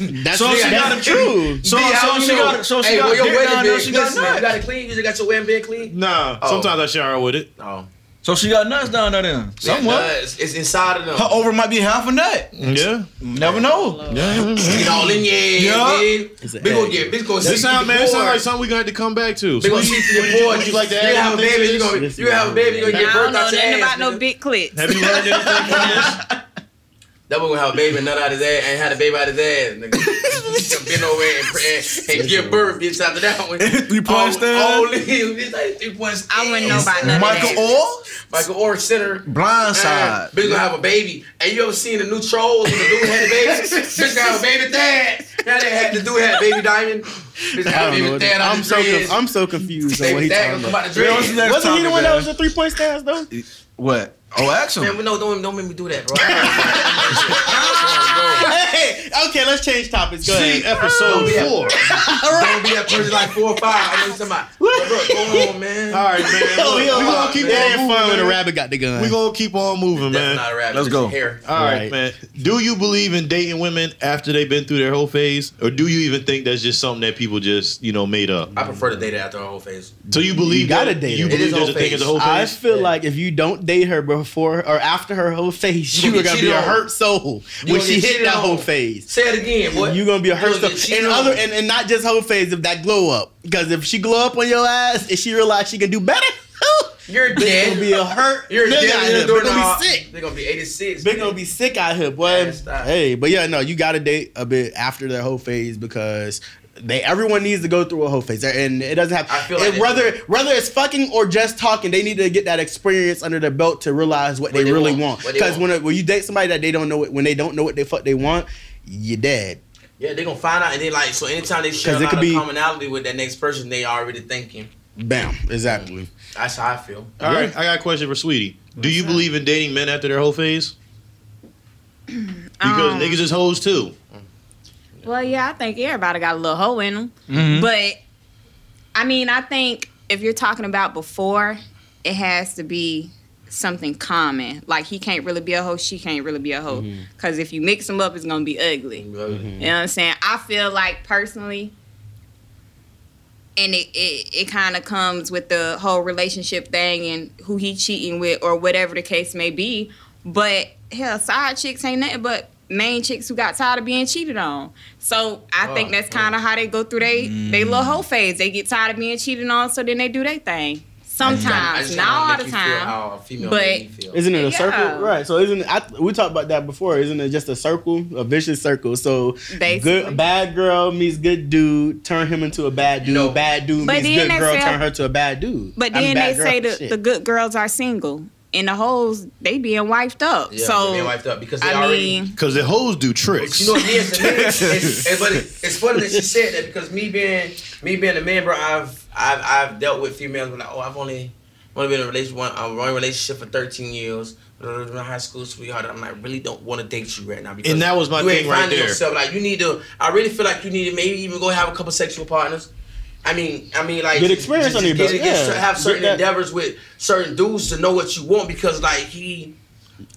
Speaker 3: <laughs> Nothing.
Speaker 6: That's
Speaker 5: So
Speaker 6: what
Speaker 5: she
Speaker 6: she
Speaker 5: got
Speaker 6: got
Speaker 5: a-
Speaker 6: true.
Speaker 5: So,
Speaker 3: Big, how
Speaker 5: so
Speaker 3: you
Speaker 5: she
Speaker 3: know?
Speaker 5: got so she
Speaker 3: hey,
Speaker 5: got
Speaker 3: well, your
Speaker 5: dick
Speaker 3: wedding
Speaker 5: down there.
Speaker 3: bed.
Speaker 5: She got
Speaker 3: listen, man, you got
Speaker 5: nuts.
Speaker 3: it clean. You just got your wedding bed clean.
Speaker 2: Nah,
Speaker 3: Oh.
Speaker 2: sometimes I shower with it.
Speaker 3: Oh,
Speaker 5: So she got nuts down there then.
Speaker 3: somewhat.
Speaker 5: Somewhat.
Speaker 3: It's, it's inside of them.
Speaker 5: Her over might be half a nut.
Speaker 2: Yeah.
Speaker 5: Never know.
Speaker 3: Get all in your head,
Speaker 5: Yeah.
Speaker 6: It's
Speaker 3: yeah.
Speaker 6: an
Speaker 3: Big ol'
Speaker 6: egg.
Speaker 3: yeah, big ol'
Speaker 2: This sound, man, it sound like
Speaker 3: Big
Speaker 2: something we gonna have to come back to. So
Speaker 3: ol'
Speaker 2: what
Speaker 3: <laughs>
Speaker 2: you-
Speaker 3: shit to
Speaker 2: what
Speaker 3: your
Speaker 2: you-
Speaker 3: board.
Speaker 2: Would you like to
Speaker 3: You
Speaker 2: add
Speaker 3: have a
Speaker 2: anything to
Speaker 3: baby. You
Speaker 2: this?
Speaker 3: gonna you gonna have a baby. You gonna
Speaker 4: I
Speaker 3: get
Speaker 4: don't
Speaker 3: birth
Speaker 4: know
Speaker 3: out your
Speaker 4: nothing
Speaker 3: ass.
Speaker 4: about no
Speaker 3: nigga.
Speaker 4: big clits.
Speaker 2: Have you learned anything from this?
Speaker 3: That boy gonna have a baby and nut out his ass and had a baby out his ass,
Speaker 4: <laughs>
Speaker 3: nigga. He gonna Bend over and, and, and give birth, bitch, after that
Speaker 2: <laughs>
Speaker 3: one.
Speaker 5: <laughs> Three point
Speaker 3: Oh,
Speaker 5: stand.
Speaker 3: oh, bitch, like <laughs> three point stand.
Speaker 4: I wouldn't know about none of
Speaker 5: Michael
Speaker 4: that.
Speaker 5: Orr.
Speaker 3: Michael Orr Center.
Speaker 5: Blindside.
Speaker 3: Bitch gonna have a baby. And you ever seen the new trolls when the dude had a
Speaker 6: <laughs>
Speaker 3: baby? Bitch gonna have a baby dad. Now they had the dude had a baby diamond. Bitch gonna have a baby dad on
Speaker 6: I'm
Speaker 3: his
Speaker 6: so conf-
Speaker 3: dreads.
Speaker 6: I'm so confused on what
Speaker 3: Baby
Speaker 6: he's
Speaker 3: dad
Speaker 6: talking
Speaker 3: gonna
Speaker 6: about.
Speaker 3: come out the
Speaker 5: Yeah, what's
Speaker 3: dreads.
Speaker 5: his name?
Speaker 6: Wasn't he the one that
Speaker 5: Topic,
Speaker 6: was the three point stance though?
Speaker 5: What? Oh, ask
Speaker 3: Man,
Speaker 5: him.
Speaker 3: we know don't, don't make me do that, bro.
Speaker 6: Hey, okay, let's change topics. Go
Speaker 2: See
Speaker 6: ahead.
Speaker 2: episode
Speaker 3: yeah.
Speaker 2: four.
Speaker 6: <laughs>
Speaker 3: don't be that person like four or five. I know somebody. Bro, bro, go on,
Speaker 6: <laughs>
Speaker 3: man.
Speaker 2: All right, man.
Speaker 6: Yo, yo,
Speaker 2: we gonna
Speaker 6: uh,
Speaker 2: keep
Speaker 6: it
Speaker 2: on
Speaker 6: ain't
Speaker 2: moving.
Speaker 6: fun when a
Speaker 2: man.
Speaker 6: rabbit got the gun.
Speaker 2: We gonna keep on moving,
Speaker 3: That's
Speaker 2: man.
Speaker 3: not a rap.
Speaker 5: Let's
Speaker 3: that's
Speaker 5: go.
Speaker 3: Hair.
Speaker 2: All right,
Speaker 6: Right.
Speaker 2: man. Do you believe in dating women after they've been through their whole phase, or do you even think that's just something that people just you know made up?
Speaker 3: I prefer to date it after her whole face.
Speaker 2: So you believe
Speaker 6: You gotta
Speaker 2: that-
Speaker 6: date
Speaker 2: You
Speaker 6: her.
Speaker 3: It
Speaker 2: believe
Speaker 3: is
Speaker 2: there's
Speaker 3: whole
Speaker 2: a thing as a
Speaker 3: phase.
Speaker 2: whole phase?
Speaker 6: I feel like if you don't date her before or after her whole phase,
Speaker 3: You
Speaker 6: you
Speaker 3: gonna
Speaker 6: are
Speaker 3: get
Speaker 6: gonna be
Speaker 3: cheated
Speaker 6: a
Speaker 3: on.
Speaker 6: hurt soul
Speaker 3: You
Speaker 6: when
Speaker 3: gonna
Speaker 6: she
Speaker 3: get
Speaker 6: hit
Speaker 3: cheated
Speaker 6: that
Speaker 3: on.
Speaker 6: whole phase.
Speaker 3: Say it again, boy.
Speaker 6: You gonna be a
Speaker 3: You gonna
Speaker 6: hurt soul,
Speaker 3: get cheated
Speaker 6: and
Speaker 3: on.
Speaker 6: other and, and not just her phase of that glow up. Because if she glow up on your ass and she realize she can do better, <laughs>
Speaker 3: You're
Speaker 6: bitch
Speaker 3: dead.
Speaker 6: gonna be a hurt.
Speaker 3: You're
Speaker 6: nigga
Speaker 3: dead.
Speaker 6: out
Speaker 3: You're
Speaker 6: here.
Speaker 3: doing
Speaker 6: Bitch gonna
Speaker 3: all-
Speaker 6: be sick.
Speaker 3: They're gonna be 86.
Speaker 6: Big gonna
Speaker 3: man.
Speaker 6: be sick out here,
Speaker 3: Yeah,
Speaker 6: boy.
Speaker 3: stop.
Speaker 6: hey, but yeah, no, you gotta date a bit after their whole phase because they everyone needs to go through a whole phase, and it doesn't have.
Speaker 3: I feel like
Speaker 6: and
Speaker 3: they
Speaker 6: whether whether it's fucking or just talking, they need to get that experience under their belt to realize what, they,
Speaker 3: they
Speaker 6: really
Speaker 3: want,
Speaker 6: want.
Speaker 3: what they
Speaker 6: Because
Speaker 3: want.
Speaker 6: when when you date somebody that they don't know it, when they don't know what they fuck they want, you dead.
Speaker 3: Yeah, they're gonna find out, and then like so, anytime they share a
Speaker 6: 'Cause it
Speaker 3: lot
Speaker 6: could
Speaker 3: of
Speaker 6: be-
Speaker 3: commonality with that next person, they already thinking.
Speaker 6: Bam, exactly.
Speaker 3: That's how I feel.
Speaker 2: All right, I got a question for Sweetie. Do you believe in dating men after their whole phase? Because
Speaker 4: Um,
Speaker 2: niggas is hoes too.
Speaker 4: Well, yeah, I think everybody got a little hoe in them. But I mean, I think if you're talking about before, it has to be something common. Like he can't really be a hoe, she can't really be a hoe. Because if you mix them up, it's gonna be ugly.
Speaker 3: Mm-hmm.
Speaker 4: You know what I'm saying? I feel like personally, and it it, it kind of comes with the whole relationship thing and who he cheating with or whatever the case may be. But hell, side chicks ain't nothing but main chicks who got tired of being cheated on. So I think
Speaker 3: Oh, Mm.
Speaker 4: that's kind of how they go through they they little whole phase. They get tired of being cheated on, so then they do their thing.
Speaker 3: I
Speaker 4: Sometimes,
Speaker 3: just
Speaker 4: not
Speaker 3: wanna
Speaker 4: all
Speaker 3: make
Speaker 4: the
Speaker 3: you feel
Speaker 4: time.
Speaker 3: how a female
Speaker 4: but-
Speaker 3: made me feel.
Speaker 6: Isn't it a
Speaker 4: Yeah.
Speaker 6: circle? Right. So isn't I, we talked about that before? Isn't it just a circle, a vicious circle? So
Speaker 4: Basically.
Speaker 6: good bad girl meets good dude, turn him into a bad dude.
Speaker 3: No.
Speaker 6: Bad dude
Speaker 4: But
Speaker 6: meets
Speaker 4: then
Speaker 6: good
Speaker 4: they
Speaker 6: girl,
Speaker 4: say-
Speaker 6: turn her to a bad dude.
Speaker 4: But
Speaker 6: I mean,
Speaker 4: then
Speaker 6: bad
Speaker 4: they
Speaker 6: girl,
Speaker 4: say the,
Speaker 6: shit.
Speaker 4: the good girls are single and the hoes they being wiped up.
Speaker 3: Yeah,
Speaker 4: so
Speaker 3: they being wiped up because they
Speaker 4: I
Speaker 3: already.
Speaker 4: mean,
Speaker 2: Because the hoes do
Speaker 3: But
Speaker 2: tricks.
Speaker 3: you know what it is? to me,
Speaker 2: <laughs>
Speaker 3: It's, it's- but it- it's funny that she said that because me being me being a man, bro, I've I've I've dealt with females like, oh, I've only only been in a relationship one I'm in a relationship for 13 years. Blah, blah, blah, High school sweetheart, I'm like really don't want to date you right now because
Speaker 2: And that was my
Speaker 3: you ain't
Speaker 2: thing right
Speaker 3: finding
Speaker 2: there.
Speaker 3: Yourself. Like you need to, I really feel like you need to maybe even go have a couple sexual partners. I mean, I mean, like
Speaker 6: Get experience under your
Speaker 3: get-
Speaker 6: belt,
Speaker 3: get-
Speaker 6: yeah.
Speaker 3: have certain
Speaker 6: Get that-
Speaker 3: endeavors with certain dudes to know what you want because like he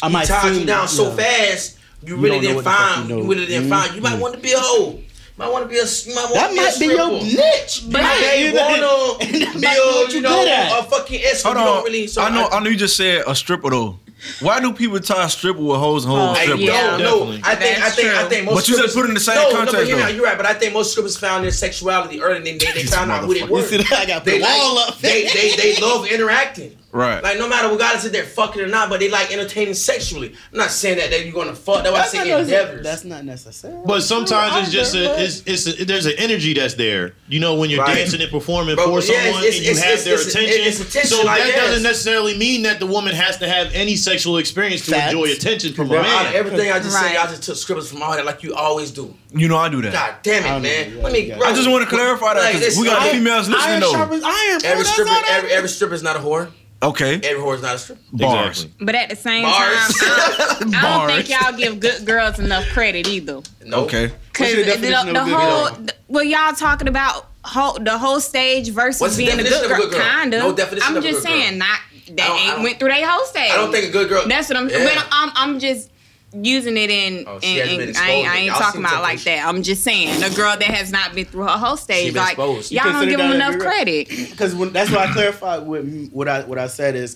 Speaker 6: I
Speaker 3: he
Speaker 6: might
Speaker 3: tied you
Speaker 6: seem-
Speaker 3: down so
Speaker 6: yeah.
Speaker 3: fast, you,
Speaker 6: You
Speaker 3: really
Speaker 6: don't know
Speaker 3: didn't
Speaker 6: what the fuck
Speaker 3: find.
Speaker 6: you
Speaker 3: You,
Speaker 6: know.
Speaker 3: really didn't
Speaker 6: Mhm.
Speaker 3: find. You might want to be a hoe. Might want to be a. You might want
Speaker 6: That
Speaker 3: to be a
Speaker 6: might be your
Speaker 3: stripper.
Speaker 6: niche,
Speaker 4: But
Speaker 6: bitch.
Speaker 3: They
Speaker 6: You know-
Speaker 3: want
Speaker 6: <laughs> that
Speaker 3: to
Speaker 6: might
Speaker 3: be
Speaker 6: be
Speaker 3: a,
Speaker 6: what
Speaker 3: you
Speaker 6: you good
Speaker 3: know,
Speaker 6: at.
Speaker 3: a fucking escort.
Speaker 5: Hold
Speaker 3: you
Speaker 5: on.
Speaker 3: don't really. So
Speaker 5: I know. I, know you just said a stripper though. Why do people tie stripper with hoes and hoes with
Speaker 4: Oh,
Speaker 5: strippers?
Speaker 3: No,
Speaker 4: yeah.
Speaker 3: no.
Speaker 2: Definitely.
Speaker 3: I think I
Speaker 4: That's
Speaker 3: think I
Speaker 4: true.
Speaker 3: think most.
Speaker 5: But you said
Speaker 3: strippers-
Speaker 5: put it in the same
Speaker 3: no, No, but
Speaker 5: context,
Speaker 3: you know,
Speaker 5: though.
Speaker 3: you're right. But I think most strippers found their sexuality early than they, they found out who they
Speaker 5: motherfucker.
Speaker 3: were.
Speaker 6: You see <laughs> that? I got
Speaker 3: They
Speaker 6: the wall
Speaker 3: like,
Speaker 6: up.
Speaker 3: They they they love interacting.
Speaker 5: Right.
Speaker 3: Like no matter what God is if they're fucking or not, but they like entertaining sexually. I'm not saying that that you're gonna fuck. That's why I
Speaker 6: that's, not
Speaker 3: say
Speaker 6: necessary.
Speaker 3: endeavors.
Speaker 6: that's not necessary.
Speaker 2: But sometimes
Speaker 3: Oh,
Speaker 6: True
Speaker 2: it's just
Speaker 6: either,
Speaker 2: a,
Speaker 6: but-
Speaker 2: it's, it's a, there's an energy that's there. You know, when you're
Speaker 3: Right.
Speaker 2: dancing and performing
Speaker 3: Bro,
Speaker 2: for
Speaker 3: yeah, it's-
Speaker 2: someone
Speaker 3: it's-
Speaker 2: and you
Speaker 3: it's-
Speaker 2: have
Speaker 3: it's-
Speaker 2: their
Speaker 3: it's-
Speaker 2: attention.
Speaker 3: it's attention,
Speaker 2: so
Speaker 3: I
Speaker 2: that
Speaker 3: guess.
Speaker 2: doesn't necessarily mean that the woman has to have any sexual experience to
Speaker 6: Facts.
Speaker 2: enjoy attention from a
Speaker 6: Bro,
Speaker 3: Bro, out of
Speaker 2: man.
Speaker 3: everything I just said,
Speaker 4: Right.
Speaker 3: y'all just took scribbles from all that like you always do.
Speaker 5: You know I do that.
Speaker 3: God damn
Speaker 6: I
Speaker 3: it, man.
Speaker 6: don't know, yeah,
Speaker 3: Let me.
Speaker 6: yeah.
Speaker 3: bro,
Speaker 5: I just want to clarify that
Speaker 3: like,
Speaker 5: because
Speaker 3: it's-
Speaker 5: we got
Speaker 3: I-
Speaker 5: females listening
Speaker 6: Iron
Speaker 5: though.
Speaker 6: sharpens iron. bro.
Speaker 3: Every
Speaker 6: That's
Speaker 3: stripper,
Speaker 6: all that
Speaker 3: every,
Speaker 6: is.
Speaker 3: every stripper is not a whore.
Speaker 5: Okay.
Speaker 3: Every whore is not a stripper.
Speaker 5: Bars.
Speaker 2: Exactly.
Speaker 4: But at the same
Speaker 3: Bars.
Speaker 4: time, I don't, I don't
Speaker 5: Bars.
Speaker 4: think y'all give good girls enough credit either.
Speaker 3: No.
Speaker 5: Okay.
Speaker 4: Because
Speaker 6: What's your
Speaker 4: the,
Speaker 6: definition
Speaker 4: the
Speaker 6: of a good
Speaker 4: whole,
Speaker 3: girl?
Speaker 4: the- well, y'all talking about whole, the whole stage versus
Speaker 3: What's the
Speaker 4: being a
Speaker 3: definition of
Speaker 4: good
Speaker 3: a
Speaker 4: girl.
Speaker 3: good girl?
Speaker 4: Kind of.
Speaker 3: No definition
Speaker 4: I'm
Speaker 3: of a
Speaker 4: just
Speaker 3: good girl.
Speaker 4: saying, not
Speaker 3: I don't- I
Speaker 4: that ain't
Speaker 3: don't-
Speaker 4: went through their whole stage.
Speaker 3: I don't think a good girl.
Speaker 4: That's what I'm.
Speaker 3: Yeah.
Speaker 4: When I'm, I'm just using it in.
Speaker 3: Oh, she
Speaker 4: in,
Speaker 3: hasn't
Speaker 4: in-
Speaker 3: been
Speaker 4: I ain't,
Speaker 3: exposed
Speaker 4: I
Speaker 3: yet.
Speaker 4: ain't
Speaker 3: Y'all
Speaker 4: talking
Speaker 3: seen
Speaker 4: about like
Speaker 3: Temptation.
Speaker 4: that. I'm just saying a girl that has not been through her whole stage.
Speaker 3: been
Speaker 4: Like
Speaker 3: exposed. You
Speaker 4: y'all don't
Speaker 6: consider
Speaker 4: give them
Speaker 6: that a
Speaker 4: enough
Speaker 6: real-
Speaker 4: credit.
Speaker 6: because when, that's what I clarified. With what I what I said is,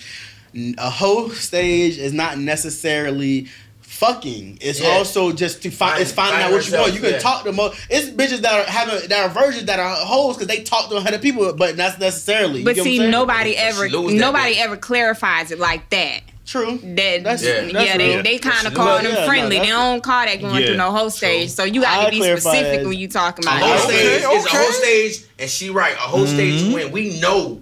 Speaker 6: n- a whole stage is not necessarily fucking. It's
Speaker 3: Yeah.
Speaker 6: also just to find.
Speaker 3: Find-
Speaker 6: It's finding
Speaker 3: find
Speaker 6: out what you
Speaker 3: yourself,
Speaker 6: want. You can
Speaker 3: yeah.
Speaker 6: talk to mo. It's bitches that are having that are virgins that are hoes because they talk to a hundred people, but not necessarily. You
Speaker 4: But
Speaker 6: get what I'm
Speaker 4: see,
Speaker 6: saying?
Speaker 4: nobody ever
Speaker 3: lose that
Speaker 4: nobody
Speaker 3: bitch.
Speaker 4: ever clarifies it like that.
Speaker 6: True.
Speaker 4: That
Speaker 6: That's-
Speaker 4: yeah,
Speaker 3: that's
Speaker 4: they,
Speaker 6: real.
Speaker 4: they kind of
Speaker 3: That's
Speaker 4: call
Speaker 6: real.
Speaker 4: them
Speaker 6: Yeah, no,
Speaker 4: friendly. they
Speaker 6: that's-
Speaker 4: don't call that going
Speaker 2: Yeah.
Speaker 4: through no whole stage. So you got
Speaker 6: I'll
Speaker 4: to be
Speaker 6: clarify
Speaker 4: specific
Speaker 6: as-
Speaker 4: when you talking
Speaker 3: A
Speaker 4: about
Speaker 3: whole
Speaker 4: it.
Speaker 5: Okay,
Speaker 3: stage is a
Speaker 5: okay.
Speaker 3: whole stage, and she right. A whole stage win. We know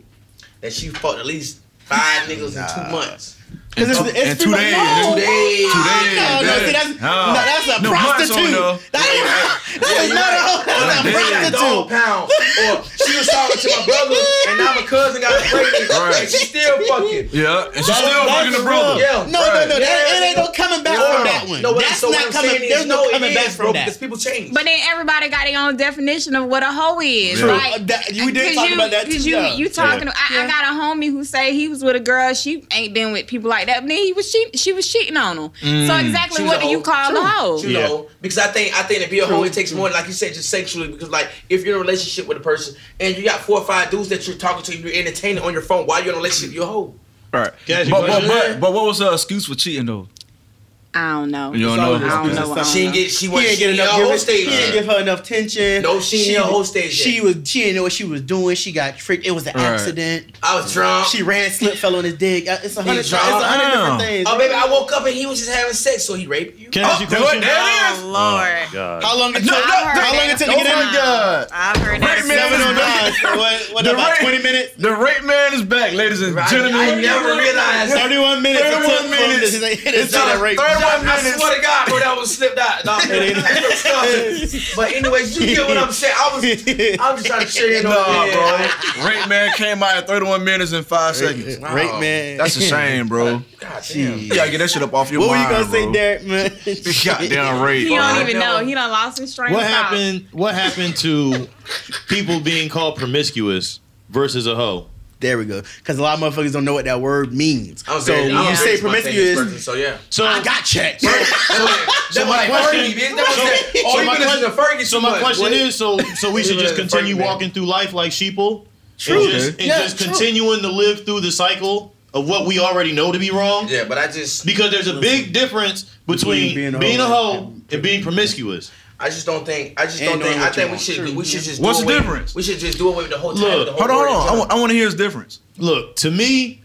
Speaker 3: that she fucked at least five niggas in two months.
Speaker 6: Because it's, it's
Speaker 5: Oh, And two
Speaker 6: people-
Speaker 5: days.
Speaker 6: No,
Speaker 5: Two
Speaker 3: days.
Speaker 6: no, No, no,
Speaker 5: Two
Speaker 6: see,
Speaker 5: days.
Speaker 6: that's,
Speaker 5: Oh.
Speaker 6: no, that's a
Speaker 5: No, months on
Speaker 6: prostitute.
Speaker 5: though.
Speaker 6: That is, that is not a hoe. That's
Speaker 5: Like,
Speaker 6: a
Speaker 5: damn.
Speaker 3: Dog
Speaker 6: prostitute.
Speaker 3: pound. Or she was talking to my brother, and now my cousin got pregnant,
Speaker 5: Right.
Speaker 3: and she still fucking.
Speaker 5: Yeah, and she's
Speaker 6: That's-
Speaker 5: still
Speaker 6: that's
Speaker 5: fucking the brother.
Speaker 6: real.
Speaker 3: Yeah,
Speaker 6: No, no, no.
Speaker 3: right.
Speaker 6: that, it ain't
Speaker 3: Yeah.
Speaker 6: no coming back from that one.
Speaker 3: No, but
Speaker 6: that's
Speaker 3: so what
Speaker 6: not
Speaker 3: I'm
Speaker 6: coming.
Speaker 3: saying is,
Speaker 6: There's no
Speaker 3: it
Speaker 6: coming
Speaker 3: is,
Speaker 6: back
Speaker 3: bro,
Speaker 6: from that.
Speaker 3: Because people change.
Speaker 4: But then everybody got their own definition of what a hoe is.
Speaker 5: True.
Speaker 4: Like,
Speaker 6: Uh, that- we did
Speaker 4: Cause
Speaker 6: talk about that
Speaker 4: cause
Speaker 6: too,
Speaker 4: You,
Speaker 6: yeah.
Speaker 4: you talking? I, I got a homie who say he was with a girl. She ain't been with people like that. But then he was cheat. She was cheating on him. So
Speaker 3: She
Speaker 4: exactly
Speaker 3: was
Speaker 4: what
Speaker 3: a
Speaker 4: do you
Speaker 3: hoe.
Speaker 4: call a hoe?
Speaker 3: you
Speaker 2: Yeah.
Speaker 3: know, because I think I think to be a hoe
Speaker 6: True,
Speaker 3: it takes more, like you said, just sexually. Because like if you're in a relationship with a person and you got four or five dudes that you're talking to, you're entertaining on your phone while you're in a relationship, you're a hoe.
Speaker 5: Right.
Speaker 2: Can I
Speaker 5: But,
Speaker 2: ask you a
Speaker 5: but,
Speaker 2: question?
Speaker 5: but, but what was her excuse for cheating though?
Speaker 4: I don't know.
Speaker 5: You don't
Speaker 4: I
Speaker 5: know.
Speaker 4: don't know. I don't
Speaker 3: She
Speaker 4: know.
Speaker 3: didn't get she
Speaker 6: Uh-huh. He
Speaker 3: wasn't
Speaker 6: didn't
Speaker 3: she in
Speaker 6: get
Speaker 3: a
Speaker 6: enough.
Speaker 3: whole
Speaker 6: Give,
Speaker 3: stage.
Speaker 6: He didn't give her enough tension.
Speaker 3: No, she ain't in her whole stage
Speaker 6: She
Speaker 3: yet.
Speaker 6: was. She didn't know what she was doing. She got tricked. It was an
Speaker 5: Right.
Speaker 6: accident.
Speaker 3: I was drunk.
Speaker 6: She ran, slipped, fell on his dick. Uh, It's a hundred. It's a hundred
Speaker 5: drowned.
Speaker 6: different things.
Speaker 3: oh baby, I woke up and he was just having sex, so he raped you.
Speaker 2: Can I ask you a
Speaker 5: Oh,
Speaker 2: question?
Speaker 5: there it is.
Speaker 4: Oh
Speaker 2: Oh,
Speaker 4: Lord.
Speaker 2: God.
Speaker 6: How long it took?
Speaker 5: No, no,
Speaker 6: How long it took to get
Speaker 5: Oh,
Speaker 6: in?
Speaker 5: my God.
Speaker 4: I've heard that.
Speaker 5: Wait a minute.
Speaker 6: Seven
Speaker 4: several-
Speaker 6: or nine. So What? What
Speaker 5: The
Speaker 6: about
Speaker 5: rate-
Speaker 6: twenty minutes?
Speaker 5: The rape man is back, ladies and
Speaker 3: Right?
Speaker 5: gentlemen.
Speaker 3: I never realized.
Speaker 6: Thirty-one minutes. it
Speaker 5: 31
Speaker 6: took from
Speaker 5: minutes.
Speaker 6: this- It is
Speaker 5: not
Speaker 6: to the rape.
Speaker 5: Thirty-one
Speaker 3: I
Speaker 5: minutes.
Speaker 3: swear to God, bro, that was slipped out. No, <laughs> but anyways, you get what I'm saying. I was,
Speaker 6: <laughs>
Speaker 3: I'm just trying to share it on
Speaker 5: Nah,
Speaker 3: yeah.
Speaker 5: bro. Rape man came out at 31 minutes and five seconds.
Speaker 3: Wow.
Speaker 6: Rape man.
Speaker 5: That's a shame, bro.
Speaker 3: God damn.
Speaker 6: Jeez.
Speaker 5: You gotta get that shit up off your
Speaker 6: What were you
Speaker 5: mind,
Speaker 6: gonna say,
Speaker 5: bro.
Speaker 6: Derek? Man,
Speaker 5: <laughs>
Speaker 3: <laughs>
Speaker 5: Goddamn rape.
Speaker 4: He don't
Speaker 5: bro.
Speaker 4: even know. He done lost his strength.
Speaker 2: What
Speaker 4: Stop.
Speaker 2: happened? What happened to people being called promiscuous versus a hoe?
Speaker 6: There we go. Because a lot of motherfuckers don't know what that word means.
Speaker 3: I was
Speaker 6: so
Speaker 3: very-
Speaker 6: when
Speaker 3: I'm
Speaker 6: you
Speaker 3: a
Speaker 6: say
Speaker 3: very spontaneous person,
Speaker 6: promiscuous,
Speaker 3: so yeah.
Speaker 2: So
Speaker 6: I
Speaker 3: <laughs>
Speaker 6: got checked.
Speaker 3: So, so
Speaker 2: my
Speaker 3: my
Speaker 2: question-
Speaker 3: question, bitch, that was
Speaker 6: so-
Speaker 3: that. Oh,
Speaker 2: so
Speaker 3: you
Speaker 2: my
Speaker 3: been listening to Fergie
Speaker 2: So
Speaker 3: too
Speaker 2: my
Speaker 3: much,
Speaker 2: question
Speaker 3: boy.
Speaker 2: is: so so we should
Speaker 3: Yeah,
Speaker 2: just continue
Speaker 3: fuck that.
Speaker 2: walking through life like sheeple,
Speaker 6: True.
Speaker 2: and just, and
Speaker 6: Yeah,
Speaker 2: just
Speaker 6: true.
Speaker 2: continuing to live through the cycle of what we already know to be wrong.
Speaker 3: Yeah, but I just,
Speaker 2: Because there's a big difference between, being a hoe, and, being promiscuous.
Speaker 3: I just don't think, I just
Speaker 6: And
Speaker 3: don't think.
Speaker 6: knowing
Speaker 3: I
Speaker 6: what you
Speaker 3: think we
Speaker 6: want.
Speaker 3: should, we should just.
Speaker 5: What's
Speaker 3: do
Speaker 5: the
Speaker 3: away-
Speaker 5: difference?
Speaker 3: We should just do away with the whole
Speaker 2: Look,
Speaker 3: time. with the whole
Speaker 5: Hold on,
Speaker 3: word
Speaker 5: hold on. I
Speaker 3: in
Speaker 5: want, I want to hear his difference.
Speaker 2: Look, to me,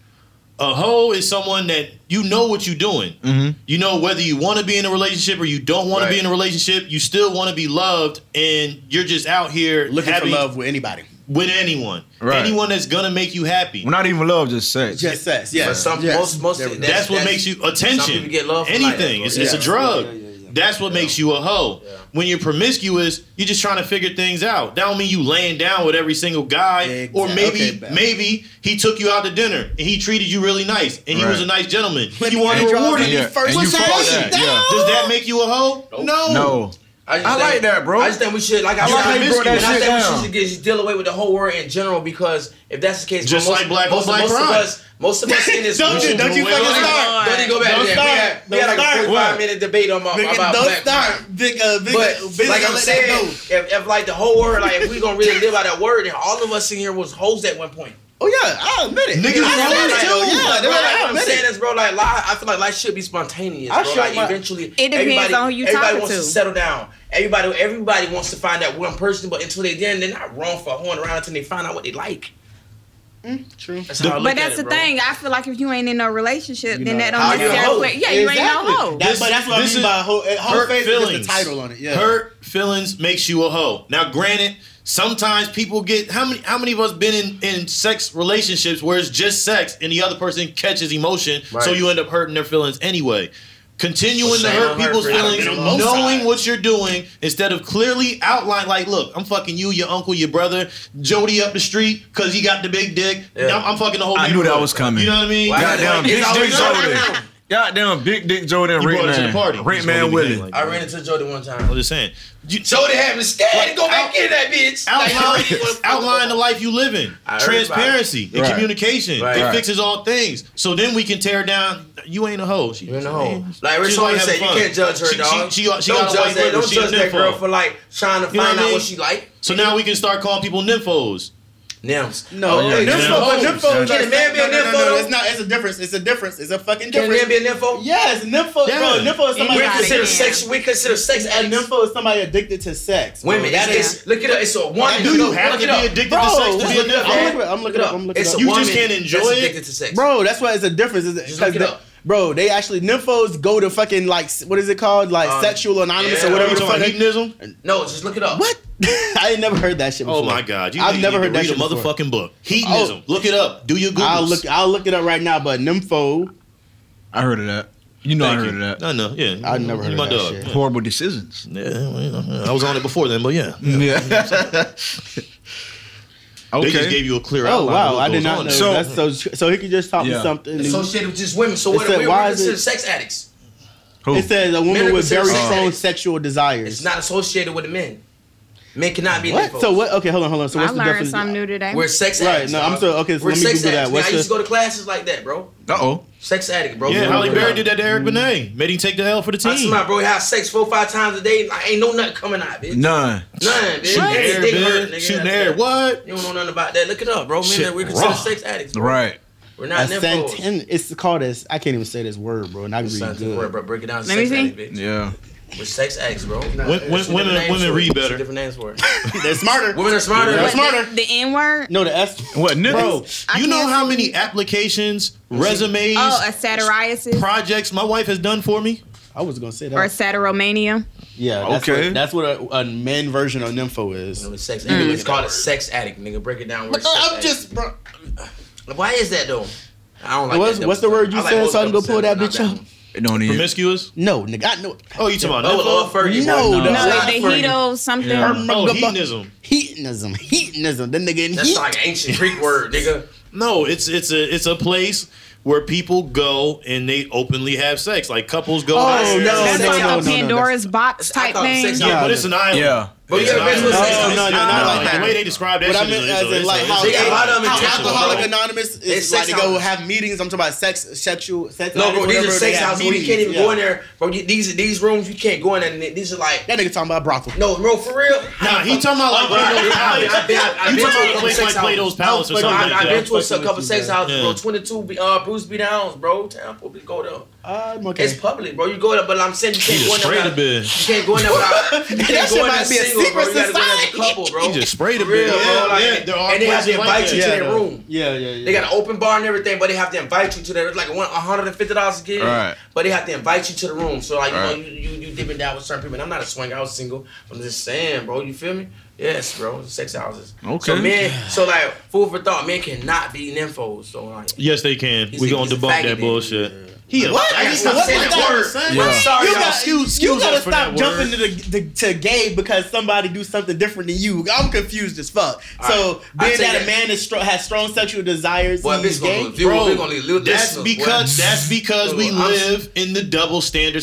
Speaker 2: a hoe is someone that you know what you're doing.
Speaker 5: Mm-hmm.
Speaker 2: You know whether you want to be in a relationship or you don't want
Speaker 3: Right.
Speaker 2: to be in a relationship. You still want to be loved, and you're just out here
Speaker 6: Looking
Speaker 2: happy
Speaker 6: for love with anybody.
Speaker 2: with anyone.
Speaker 5: Right.
Speaker 2: Anyone that's gonna make you happy.
Speaker 5: We're not even love, just sex.
Speaker 6: Just sex. Yeah.
Speaker 3: But some-
Speaker 6: yes.
Speaker 3: most- most-
Speaker 6: There we go.
Speaker 2: that's, what
Speaker 3: that's-
Speaker 2: makes you attention.
Speaker 3: some people get love for life,
Speaker 2: Anything.
Speaker 3: bro.
Speaker 2: it's, it's a
Speaker 6: Yeah.
Speaker 2: drug.
Speaker 6: Yeah, yeah, yeah.
Speaker 2: That's what makes you a hoe.
Speaker 3: Yeah.
Speaker 2: When you're promiscuous, you're just trying to figure things out. That don't mean you laying down with every single guy.
Speaker 6: Yeah, exact-
Speaker 2: Or
Speaker 6: okay,
Speaker 2: maybe
Speaker 6: bad.
Speaker 2: maybe he took you out to dinner and he treated you really nice and he was
Speaker 5: Right.
Speaker 2: a nice gentleman.
Speaker 6: Let
Speaker 2: you
Speaker 6: me
Speaker 2: want to
Speaker 6: drive
Speaker 2: reward
Speaker 6: me
Speaker 2: him.
Speaker 5: Yeah,
Speaker 6: first.
Speaker 5: and you
Speaker 6: What's
Speaker 5: fuck
Speaker 6: that?
Speaker 5: that, yeah.
Speaker 2: Does that make you a hoe?
Speaker 3: Nope.
Speaker 2: No.
Speaker 5: No.
Speaker 3: I, just
Speaker 5: I
Speaker 3: think-
Speaker 5: like that, bro.
Speaker 3: I just think we should, like, I,
Speaker 5: I like how
Speaker 3: said,
Speaker 5: you broke
Speaker 3: and
Speaker 5: that
Speaker 3: I
Speaker 5: shit
Speaker 3: think
Speaker 5: down.
Speaker 3: we should just deal away with the whole word in general because if that's the case,
Speaker 2: Just
Speaker 3: most,
Speaker 2: like black on
Speaker 3: most,
Speaker 2: black
Speaker 3: most of
Speaker 2: crime.
Speaker 3: us, most of us in this
Speaker 6: <laughs> Don't you-
Speaker 3: room-
Speaker 6: don't you
Speaker 3: Wait, wait,
Speaker 6: fucking
Speaker 3: wait,
Speaker 6: start.
Speaker 3: Don't you go back
Speaker 6: Don't
Speaker 3: there.
Speaker 6: start.
Speaker 3: We had, we had like
Speaker 6: Don't
Speaker 3: a
Speaker 6: start.
Speaker 3: 45
Speaker 5: What?
Speaker 3: minute debate on my,
Speaker 6: Nigga,
Speaker 3: about black
Speaker 6: don't
Speaker 3: crime.
Speaker 6: start. Big, uh, big,
Speaker 3: But
Speaker 6: big,
Speaker 3: like I'm
Speaker 6: let that
Speaker 3: saying,
Speaker 6: go.
Speaker 3: if, if like the whole word, like if we gonna really live out that word, and all of us in here was hoes at one point.
Speaker 6: Oh yeah, I admit it.
Speaker 2: Niggas
Speaker 6: I
Speaker 2: know
Speaker 6: said
Speaker 2: it.
Speaker 6: it
Speaker 3: Like,
Speaker 6: too. Yeah, they
Speaker 3: bro,
Speaker 6: were like,
Speaker 3: like,
Speaker 6: I
Speaker 3: I'm
Speaker 6: admit
Speaker 3: saying
Speaker 6: it.
Speaker 3: is, bro. Like, life, I feel like life should be spontaneous.
Speaker 6: I
Speaker 3: bro.
Speaker 6: shot
Speaker 3: Like,
Speaker 6: my-
Speaker 3: eventually,
Speaker 4: depends
Speaker 3: everybody-
Speaker 4: on who you
Speaker 3: everybody
Speaker 4: talking
Speaker 3: wants
Speaker 4: to.
Speaker 3: settle down. Everybody, everybody wants to find that one person, but until they then, they're not wrong for hoeing around until they find out what they like.
Speaker 6: Mm, True.
Speaker 3: That's how I look
Speaker 4: But
Speaker 3: at
Speaker 4: that's
Speaker 3: it,
Speaker 4: the
Speaker 3: bro.
Speaker 4: thing. I feel like if you ain't in no relationship,
Speaker 6: You
Speaker 4: then
Speaker 6: know,
Speaker 4: that
Speaker 3: how
Speaker 4: don't
Speaker 3: you a
Speaker 4: necessarily.
Speaker 3: hoe?
Speaker 4: quit- Yeah, you ain't no
Speaker 6: Exactly.
Speaker 4: hoe.
Speaker 6: That-
Speaker 2: This-
Speaker 6: but that's what I
Speaker 2: this
Speaker 6: mean
Speaker 2: is
Speaker 6: by whole, whole
Speaker 2: hurt
Speaker 6: face is just
Speaker 2: feelings.
Speaker 6: the title on it. Yeah.
Speaker 2: Hurt feelings makes you a hoe. Now, granted, sometimes people get how many how many of us been in, in sex relationships where it's just sex and the other person catches emotion, so
Speaker 3: Right.
Speaker 2: you end up hurting their feelings anyway. Continuing to
Speaker 3: Shame
Speaker 2: hurt
Speaker 3: on her
Speaker 2: people's
Speaker 3: for
Speaker 2: feelings,
Speaker 6: having both
Speaker 2: knowing
Speaker 6: sides.
Speaker 2: what you're doing instead of clearly outline, like, look, I'm fucking you, your uncle, your brother, Jody up the street because he got the big dick.
Speaker 3: Yeah.
Speaker 2: Now I'm fucking the whole.
Speaker 5: I knew that
Speaker 2: neighborhood.
Speaker 5: was coming.
Speaker 2: You know what I mean?
Speaker 3: Why-
Speaker 5: Goddamn,
Speaker 3: It's
Speaker 5: big
Speaker 3: always
Speaker 5: dick
Speaker 3: like-
Speaker 5: shoulder. Goddamn Big Dick Joe and
Speaker 2: You
Speaker 5: Rent
Speaker 2: brought it to the
Speaker 5: Man.
Speaker 2: party.
Speaker 5: Rent
Speaker 2: It's gonna
Speaker 5: Man
Speaker 2: be
Speaker 5: Willie.
Speaker 2: big like
Speaker 3: I
Speaker 2: that.
Speaker 3: ran into Jody one
Speaker 2: I'm
Speaker 3: time.
Speaker 2: just saying. You,
Speaker 3: Jody had me scared to go back in that bitch. Like,
Speaker 2: outline,
Speaker 3: you really wanna fuck
Speaker 2: outline
Speaker 3: with-
Speaker 2: the life you live in.
Speaker 3: I heard
Speaker 2: Transparency and
Speaker 5: Right.
Speaker 2: communication.
Speaker 3: Right.
Speaker 2: it
Speaker 3: Right.
Speaker 2: fixes all things. So then we can tear down. You ain't a hoe. She,
Speaker 3: You in the
Speaker 2: she-
Speaker 3: hole. Like Rich
Speaker 2: she's
Speaker 3: always
Speaker 2: having
Speaker 3: said, you
Speaker 2: fun.
Speaker 3: can't judge her,
Speaker 2: She- she-
Speaker 3: dog.
Speaker 2: she- she
Speaker 3: don't
Speaker 2: got a
Speaker 3: judge
Speaker 2: white
Speaker 3: that.
Speaker 2: label.
Speaker 3: Don't
Speaker 2: She a
Speaker 3: judge that
Speaker 2: nympho.
Speaker 3: girl for like trying to
Speaker 2: You know
Speaker 3: find
Speaker 2: what
Speaker 3: out
Speaker 2: I mean?
Speaker 3: what she like.
Speaker 2: So now we can start calling people nymphos.
Speaker 3: Nims.
Speaker 6: No,
Speaker 5: Oh, yeah,
Speaker 6: hey,
Speaker 5: yeah.
Speaker 6: nympho, but
Speaker 2: Yeah.
Speaker 6: nympho.
Speaker 3: Can a man be a
Speaker 6: no, no, no,
Speaker 3: nympho,
Speaker 6: No,
Speaker 3: though?
Speaker 6: it's not. It's a difference. It's a difference. It's a fucking
Speaker 3: Can a
Speaker 6: difference.
Speaker 3: man be a nympho?
Speaker 6: Yes, nympho.
Speaker 2: Yeah.
Speaker 6: Bro, nympho is somebody.
Speaker 3: We
Speaker 4: Anybody.
Speaker 6: addicted-
Speaker 3: consider
Speaker 4: Yeah.
Speaker 3: sex. We consider sex
Speaker 6: A
Speaker 3: addicts.
Speaker 6: nympho is somebody addicted to sex. bro.
Speaker 3: Women.
Speaker 6: That
Speaker 3: It's,
Speaker 6: is.
Speaker 3: it's, look it up. It's a woman.
Speaker 2: do
Speaker 3: Look
Speaker 2: you
Speaker 3: it up.
Speaker 2: have
Speaker 3: Look
Speaker 2: to
Speaker 3: it up.
Speaker 2: be addicted
Speaker 6: Bro,
Speaker 2: to sex to
Speaker 6: that's
Speaker 2: be a
Speaker 6: look it up,
Speaker 2: nympho?
Speaker 6: man. I'm looking up, I'm looking
Speaker 3: It's
Speaker 6: up.
Speaker 3: a
Speaker 2: You just
Speaker 3: woman
Speaker 2: can't enjoy
Speaker 3: that's
Speaker 2: it?
Speaker 3: Addicted to sex.
Speaker 6: Bro, that's why it's a difference. It's, it's
Speaker 3: Just
Speaker 6: 'cause
Speaker 3: look it
Speaker 6: they-
Speaker 3: up.
Speaker 6: Bro, they actually nymphos go to fucking like s- what is it called like
Speaker 3: Um,
Speaker 6: sexual anonymous
Speaker 3: yeah.
Speaker 2: What
Speaker 6: or
Speaker 2: are
Speaker 6: whatever
Speaker 2: you
Speaker 6: the
Speaker 2: talking
Speaker 6: fuck.
Speaker 2: about?
Speaker 6: they-
Speaker 2: Hedonism?
Speaker 3: No, just look it up.
Speaker 6: What? <laughs> I ain't never heard that shit. before.
Speaker 2: Oh my God! You
Speaker 6: I've never heard that
Speaker 2: read a
Speaker 6: shit. before.
Speaker 2: motherfucking book.
Speaker 3: Oh.
Speaker 2: Hedonism. Look it up. Do your Google.
Speaker 6: I'll look. I'll look it up right now. But nympho,
Speaker 5: I heard of that. You know I heard
Speaker 2: you.
Speaker 5: of that.
Speaker 2: I know. Yeah.
Speaker 6: I never heard
Speaker 2: You my
Speaker 6: of that
Speaker 2: dog.
Speaker 6: shit.
Speaker 2: Yeah.
Speaker 5: Horrible decisions.
Speaker 2: Yeah, well, you know, I was on it before then, but yeah.
Speaker 5: <laughs> Yeah.
Speaker 2: They just
Speaker 5: okay.
Speaker 2: gave you a clear outline. of
Speaker 6: Oh wow,
Speaker 2: what
Speaker 6: I did
Speaker 2: goes
Speaker 6: not
Speaker 2: on
Speaker 6: know.
Speaker 2: there.
Speaker 5: So-
Speaker 6: So so so he could just talk
Speaker 5: Yeah.
Speaker 6: me something.
Speaker 3: Associated with just women. So what
Speaker 6: It said,
Speaker 3: are we?
Speaker 6: why
Speaker 3: We're
Speaker 6: is
Speaker 3: considered
Speaker 6: it-
Speaker 3: sex addicts.
Speaker 5: Who?
Speaker 6: It says a woman
Speaker 3: Men are
Speaker 6: with very
Speaker 3: considered
Speaker 6: strong
Speaker 3: sex.
Speaker 6: sexual desires.
Speaker 3: It's not associated with the men. Men cannot be
Speaker 6: what?
Speaker 3: nympho.
Speaker 6: So what? Okay, hold on, hold on. So what's
Speaker 4: I
Speaker 6: the
Speaker 4: learned
Speaker 6: difference?
Speaker 4: something new today.
Speaker 3: We're sex
Speaker 6: Right,
Speaker 3: addicts.
Speaker 6: no, I'm
Speaker 3: dog.
Speaker 6: sorry, okay, so
Speaker 3: We're
Speaker 6: let me
Speaker 3: sex
Speaker 6: Google that.
Speaker 3: addicts. Man,
Speaker 6: What's
Speaker 3: I
Speaker 6: the-
Speaker 3: used to go to classes like that, bro.
Speaker 5: Uh oh.
Speaker 3: Sex addict, bro.
Speaker 2: Yeah, Mm-hmm.
Speaker 3: Bro,
Speaker 2: Holly
Speaker 3: bro,
Speaker 2: Berry
Speaker 3: bro.
Speaker 2: did that to Eric Benet. Made him take the L for the
Speaker 3: I
Speaker 2: team.
Speaker 3: swear, bro, he had sex four, five times a day. Like, ain't no nothing coming out, bitch.
Speaker 5: None.
Speaker 3: None, bitch.
Speaker 2: Shooting
Speaker 3: They-
Speaker 2: air,
Speaker 3: they hurt,
Speaker 2: man.
Speaker 3: nigga.
Speaker 2: Shooting
Speaker 3: That's
Speaker 2: air.
Speaker 3: it.
Speaker 2: What?
Speaker 3: You don't know nothing about that. Look it up, bro. Men,
Speaker 2: Shit,
Speaker 3: that we're considered
Speaker 2: raw.
Speaker 3: sex addicts. Bro.
Speaker 5: Right.
Speaker 3: We're
Speaker 6: A
Speaker 3: not nymphos.
Speaker 6: santin- it's called as I can't even say this word, bro, and I can read
Speaker 3: Santin, word,
Speaker 6: good.
Speaker 3: bro. Break it down. to
Speaker 4: Let me
Speaker 3: sex
Speaker 4: see.
Speaker 3: addicts, bitch.
Speaker 5: Yeah.
Speaker 3: We're sex addicts, bro.
Speaker 2: When- when-
Speaker 3: There's different
Speaker 2: women-
Speaker 3: names
Speaker 2: women
Speaker 3: for it.
Speaker 2: read
Speaker 3: There's
Speaker 2: better.
Speaker 3: different names for it.
Speaker 6: <laughs> They're smarter.
Speaker 3: Women are smarter.
Speaker 6: They're
Speaker 4: What,
Speaker 3: That's
Speaker 6: smarter.
Speaker 4: The, the N word.
Speaker 6: No, the S.
Speaker 5: What?
Speaker 2: Bro,
Speaker 5: Niggas?
Speaker 4: I
Speaker 2: you know
Speaker 4: can't
Speaker 2: how
Speaker 4: see.
Speaker 2: many applications, resumes,
Speaker 4: Oh, a satiriasis
Speaker 2: projects my wife has done for me?
Speaker 6: I was gonna say
Speaker 4: or
Speaker 6: that.
Speaker 4: satiromania.
Speaker 6: Yeah. That's
Speaker 5: Okay.
Speaker 6: What, that's what a, a man version of nympho is.
Speaker 3: It's sex addict.
Speaker 4: Mm.
Speaker 3: It's called a sex addict, nigga. Break it down. We're sex
Speaker 6: uh, I'm
Speaker 3: addicts.
Speaker 6: just, bro.
Speaker 3: Why is that though? I don't like.
Speaker 6: What's-
Speaker 3: that
Speaker 6: what's the
Speaker 3: double
Speaker 6: word you
Speaker 3: standard.
Speaker 6: said
Speaker 3: I like
Speaker 6: so I can
Speaker 3: both
Speaker 6: go pull
Speaker 3: double
Speaker 6: that
Speaker 3: standards,
Speaker 6: bitch
Speaker 3: not
Speaker 5: It don't even.
Speaker 2: Promiscuous?
Speaker 6: No, nigga, I know.
Speaker 2: Oh, you talking
Speaker 3: that one.
Speaker 2: about
Speaker 3: Oh,
Speaker 2: oh,
Speaker 3: oh, Fergie,
Speaker 6: No,
Speaker 3: boy.
Speaker 6: no.
Speaker 4: No,
Speaker 6: That's
Speaker 4: like
Speaker 6: not
Speaker 4: the
Speaker 3: Fergie.
Speaker 4: Hito something.
Speaker 5: Yeah.
Speaker 2: oh,
Speaker 6: Nigga, but-
Speaker 2: hedonism.
Speaker 6: Hedonism, hedonism. The nigga in
Speaker 3: That's
Speaker 6: heat.
Speaker 3: like an ancient Greek word, nigga.
Speaker 2: No, it's it's a it's a place where people go and they openly have sex. Like couples go.
Speaker 6: Oh,
Speaker 2: out
Speaker 6: no,
Speaker 2: there.
Speaker 4: That's
Speaker 6: no,
Speaker 4: like
Speaker 6: no,
Speaker 4: a
Speaker 6: no, no,
Speaker 4: Pandora's box
Speaker 3: I
Speaker 4: type
Speaker 3: call it
Speaker 4: thing.
Speaker 3: sex
Speaker 6: Yeah.
Speaker 2: Yeah, but it's an island.
Speaker 5: Yeah.
Speaker 6: Oh,
Speaker 3: But
Speaker 2: It's
Speaker 3: yeah,
Speaker 2: an
Speaker 3: bitch,
Speaker 2: island.
Speaker 3: what's sex?
Speaker 6: No, no, no, not like that.
Speaker 2: The way they describe that
Speaker 6: What I
Speaker 2: shit
Speaker 6: meant
Speaker 2: is-
Speaker 6: as
Speaker 2: is-
Speaker 6: in
Speaker 2: is-
Speaker 6: like
Speaker 2: is-
Speaker 6: how,
Speaker 3: They got a lot of them in
Speaker 6: how
Speaker 3: Texas,
Speaker 6: alcoholic
Speaker 3: bro.
Speaker 6: anonymous
Speaker 3: It's
Speaker 6: is like
Speaker 3: sex
Speaker 6: they go
Speaker 3: houses.
Speaker 6: have meetings. I'm talking about sex, sexual, sex.
Speaker 3: No, bro, these are
Speaker 6: whatever, they
Speaker 3: sex
Speaker 6: have
Speaker 3: houses. Where you can't
Speaker 6: meetings,
Speaker 3: even
Speaker 6: yeah.
Speaker 3: go in there, bro. you- These these rooms you can't go in there. and These are like
Speaker 6: That nigga talking about brothel.
Speaker 3: no, bro, for real.
Speaker 2: Nah, he talking about like
Speaker 3: Bro, I-
Speaker 2: Plato's
Speaker 3: I-
Speaker 2: Palace.
Speaker 3: I've been- I've
Speaker 2: You
Speaker 3: been to
Speaker 2: talking about a
Speaker 3: a
Speaker 2: place
Speaker 3: sex
Speaker 2: like
Speaker 3: house.
Speaker 2: Plato's Palace or
Speaker 6: but
Speaker 2: something
Speaker 3: I- I've been
Speaker 2: like that.
Speaker 3: to a couple sex houses,
Speaker 2: Yeah.
Speaker 3: bro. Twenty two, uh, Bruce B. Downs, bro. Temple, we go there.
Speaker 6: I'm
Speaker 3: It's
Speaker 6: okay.
Speaker 3: public, bro. You go there, but I'm saying you can't
Speaker 2: He
Speaker 3: go
Speaker 2: just
Speaker 3: in there.
Speaker 2: sprayed a
Speaker 3: without-
Speaker 2: bit.
Speaker 3: You can't go in
Speaker 2: <laughs>
Speaker 3: there without. You
Speaker 6: That
Speaker 3: can't
Speaker 6: shit
Speaker 3: go in there
Speaker 6: might be a
Speaker 3: single, bro. You
Speaker 6: secret
Speaker 3: gotta go in there as a
Speaker 6: society.
Speaker 3: couple, bro.
Speaker 2: He just sprayed a
Speaker 3: For real,
Speaker 2: bit.
Speaker 3: bro. Like,
Speaker 2: Yeah, there are
Speaker 3: and they have to
Speaker 2: places like
Speaker 3: invite
Speaker 2: that.
Speaker 3: you to their
Speaker 6: no.
Speaker 3: room.
Speaker 6: Yeah, yeah, yeah.
Speaker 3: They got an open bar and everything, but they have to invite you to that. It's like one hundred and fifty dollars a kid,
Speaker 5: Right.
Speaker 3: but they have to invite you to the room. So like you
Speaker 5: Right.
Speaker 3: know, you you, you dipping down with certain people. And I'm not a swing. I was single. I'm just saying, bro. You feel me? Yes, bro. Sex houses.
Speaker 5: Okay.
Speaker 3: So men, so like food for thought. Men cannot be nymphos. So like.
Speaker 2: Yes, they can.
Speaker 3: He's
Speaker 2: We
Speaker 3: a-
Speaker 2: gonna
Speaker 3: he's a
Speaker 2: debunk
Speaker 3: faggot,
Speaker 2: that
Speaker 3: nigga.
Speaker 2: bullshit. He a
Speaker 6: What?
Speaker 2: I just
Speaker 6: What
Speaker 2: stopped
Speaker 6: was
Speaker 2: saying
Speaker 6: that?
Speaker 2: that word.
Speaker 6: Son?
Speaker 5: Yeah.
Speaker 3: I'm sorry,
Speaker 6: You
Speaker 3: y'all.
Speaker 6: got-
Speaker 2: excuse-
Speaker 6: you
Speaker 2: excuse
Speaker 6: gotta
Speaker 2: us for
Speaker 6: stop
Speaker 2: that
Speaker 6: jumping to,
Speaker 2: word.
Speaker 6: the, to, to gay because somebody do something different than you. I'm confused as fuck.
Speaker 3: All
Speaker 6: So
Speaker 3: right. I
Speaker 6: being
Speaker 3: take
Speaker 6: that a
Speaker 3: that.
Speaker 6: man is stro- has strong sexual desires,
Speaker 3: Boy,
Speaker 6: he's
Speaker 3: bitch gonna
Speaker 6: gay.
Speaker 3: lose. Viewer,
Speaker 2: Bro,
Speaker 3: we gonna leave little
Speaker 2: That's
Speaker 3: listeners,
Speaker 2: because
Speaker 3: boy.
Speaker 2: that's because we
Speaker 3: Well, I'm-
Speaker 2: live in the double standard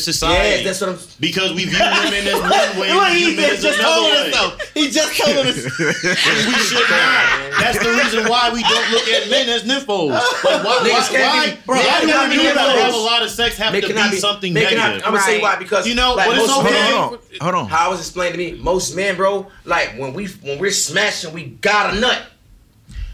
Speaker 3: Yes,
Speaker 2: society.
Speaker 3: that's what I'm.
Speaker 2: because we view women
Speaker 3: <laughs>
Speaker 2: as one way,
Speaker 6: Look,
Speaker 2: we view
Speaker 6: he
Speaker 2: men as
Speaker 6: just told us
Speaker 2: another way.
Speaker 6: though. He just told us.
Speaker 2: We should not. That's the reason why we don't look at men as nymphos. Like, why, why,
Speaker 3: Niggas can't
Speaker 2: why,
Speaker 3: be-
Speaker 2: bro,
Speaker 3: they
Speaker 2: why do
Speaker 3: cannot be
Speaker 2: women that
Speaker 3: nymphos.
Speaker 2: have a lot of sex have
Speaker 3: They
Speaker 2: to
Speaker 3: cannot
Speaker 2: be something
Speaker 3: they cannot-
Speaker 2: negative?
Speaker 3: I'm gonna say
Speaker 4: Right.
Speaker 3: why because
Speaker 2: You know,
Speaker 3: like,
Speaker 2: but it's
Speaker 3: most
Speaker 2: okay.
Speaker 3: men-
Speaker 5: Hold on. Hold on.
Speaker 3: How I was explained to me, most men, bro, like when we when we're smashing, we got a nut.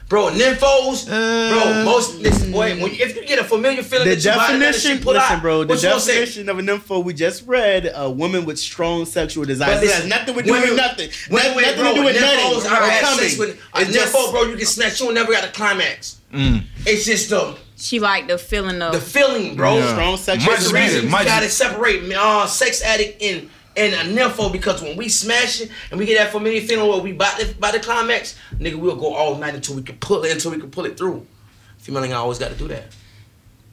Speaker 3: Bro, nymphos, bro, most listen, boy, when you, if you get a familiar feeling
Speaker 6: Uh, mm. The
Speaker 3: that you body, that
Speaker 6: definition,
Speaker 3: shit pull
Speaker 6: listen,
Speaker 3: out,
Speaker 6: bro. The
Speaker 3: what you gonna say?
Speaker 6: definition of a nympho we just read: a woman with strong sexual desires.
Speaker 3: But
Speaker 6: This
Speaker 3: listen,
Speaker 6: has nothing to do
Speaker 3: women-
Speaker 6: with nothing.
Speaker 3: Wait,
Speaker 6: Nothing-
Speaker 3: wait,
Speaker 6: nothing
Speaker 3: bro,
Speaker 6: to do with
Speaker 3: nymphos,
Speaker 6: nothing.
Speaker 3: I
Speaker 6: or
Speaker 3: had
Speaker 6: coming.
Speaker 3: sex with a
Speaker 6: It's just-
Speaker 3: nympho, bro, you get snatched, you never got a climax. It's just the
Speaker 4: She like the feeling of
Speaker 3: the feeling, bro.
Speaker 5: Yeah.
Speaker 6: Strong sexual
Speaker 5: Much
Speaker 3: That's the
Speaker 5: better,
Speaker 3: reason
Speaker 6: desires.
Speaker 3: you
Speaker 5: much-
Speaker 3: gotta separate uh, sex addict and and a nympho because when we smash it and we get that familiar feeling where we about the, by the climax, nigga, we'll go all night until we can pull it until we can pull it through. Female ain't always got to do that.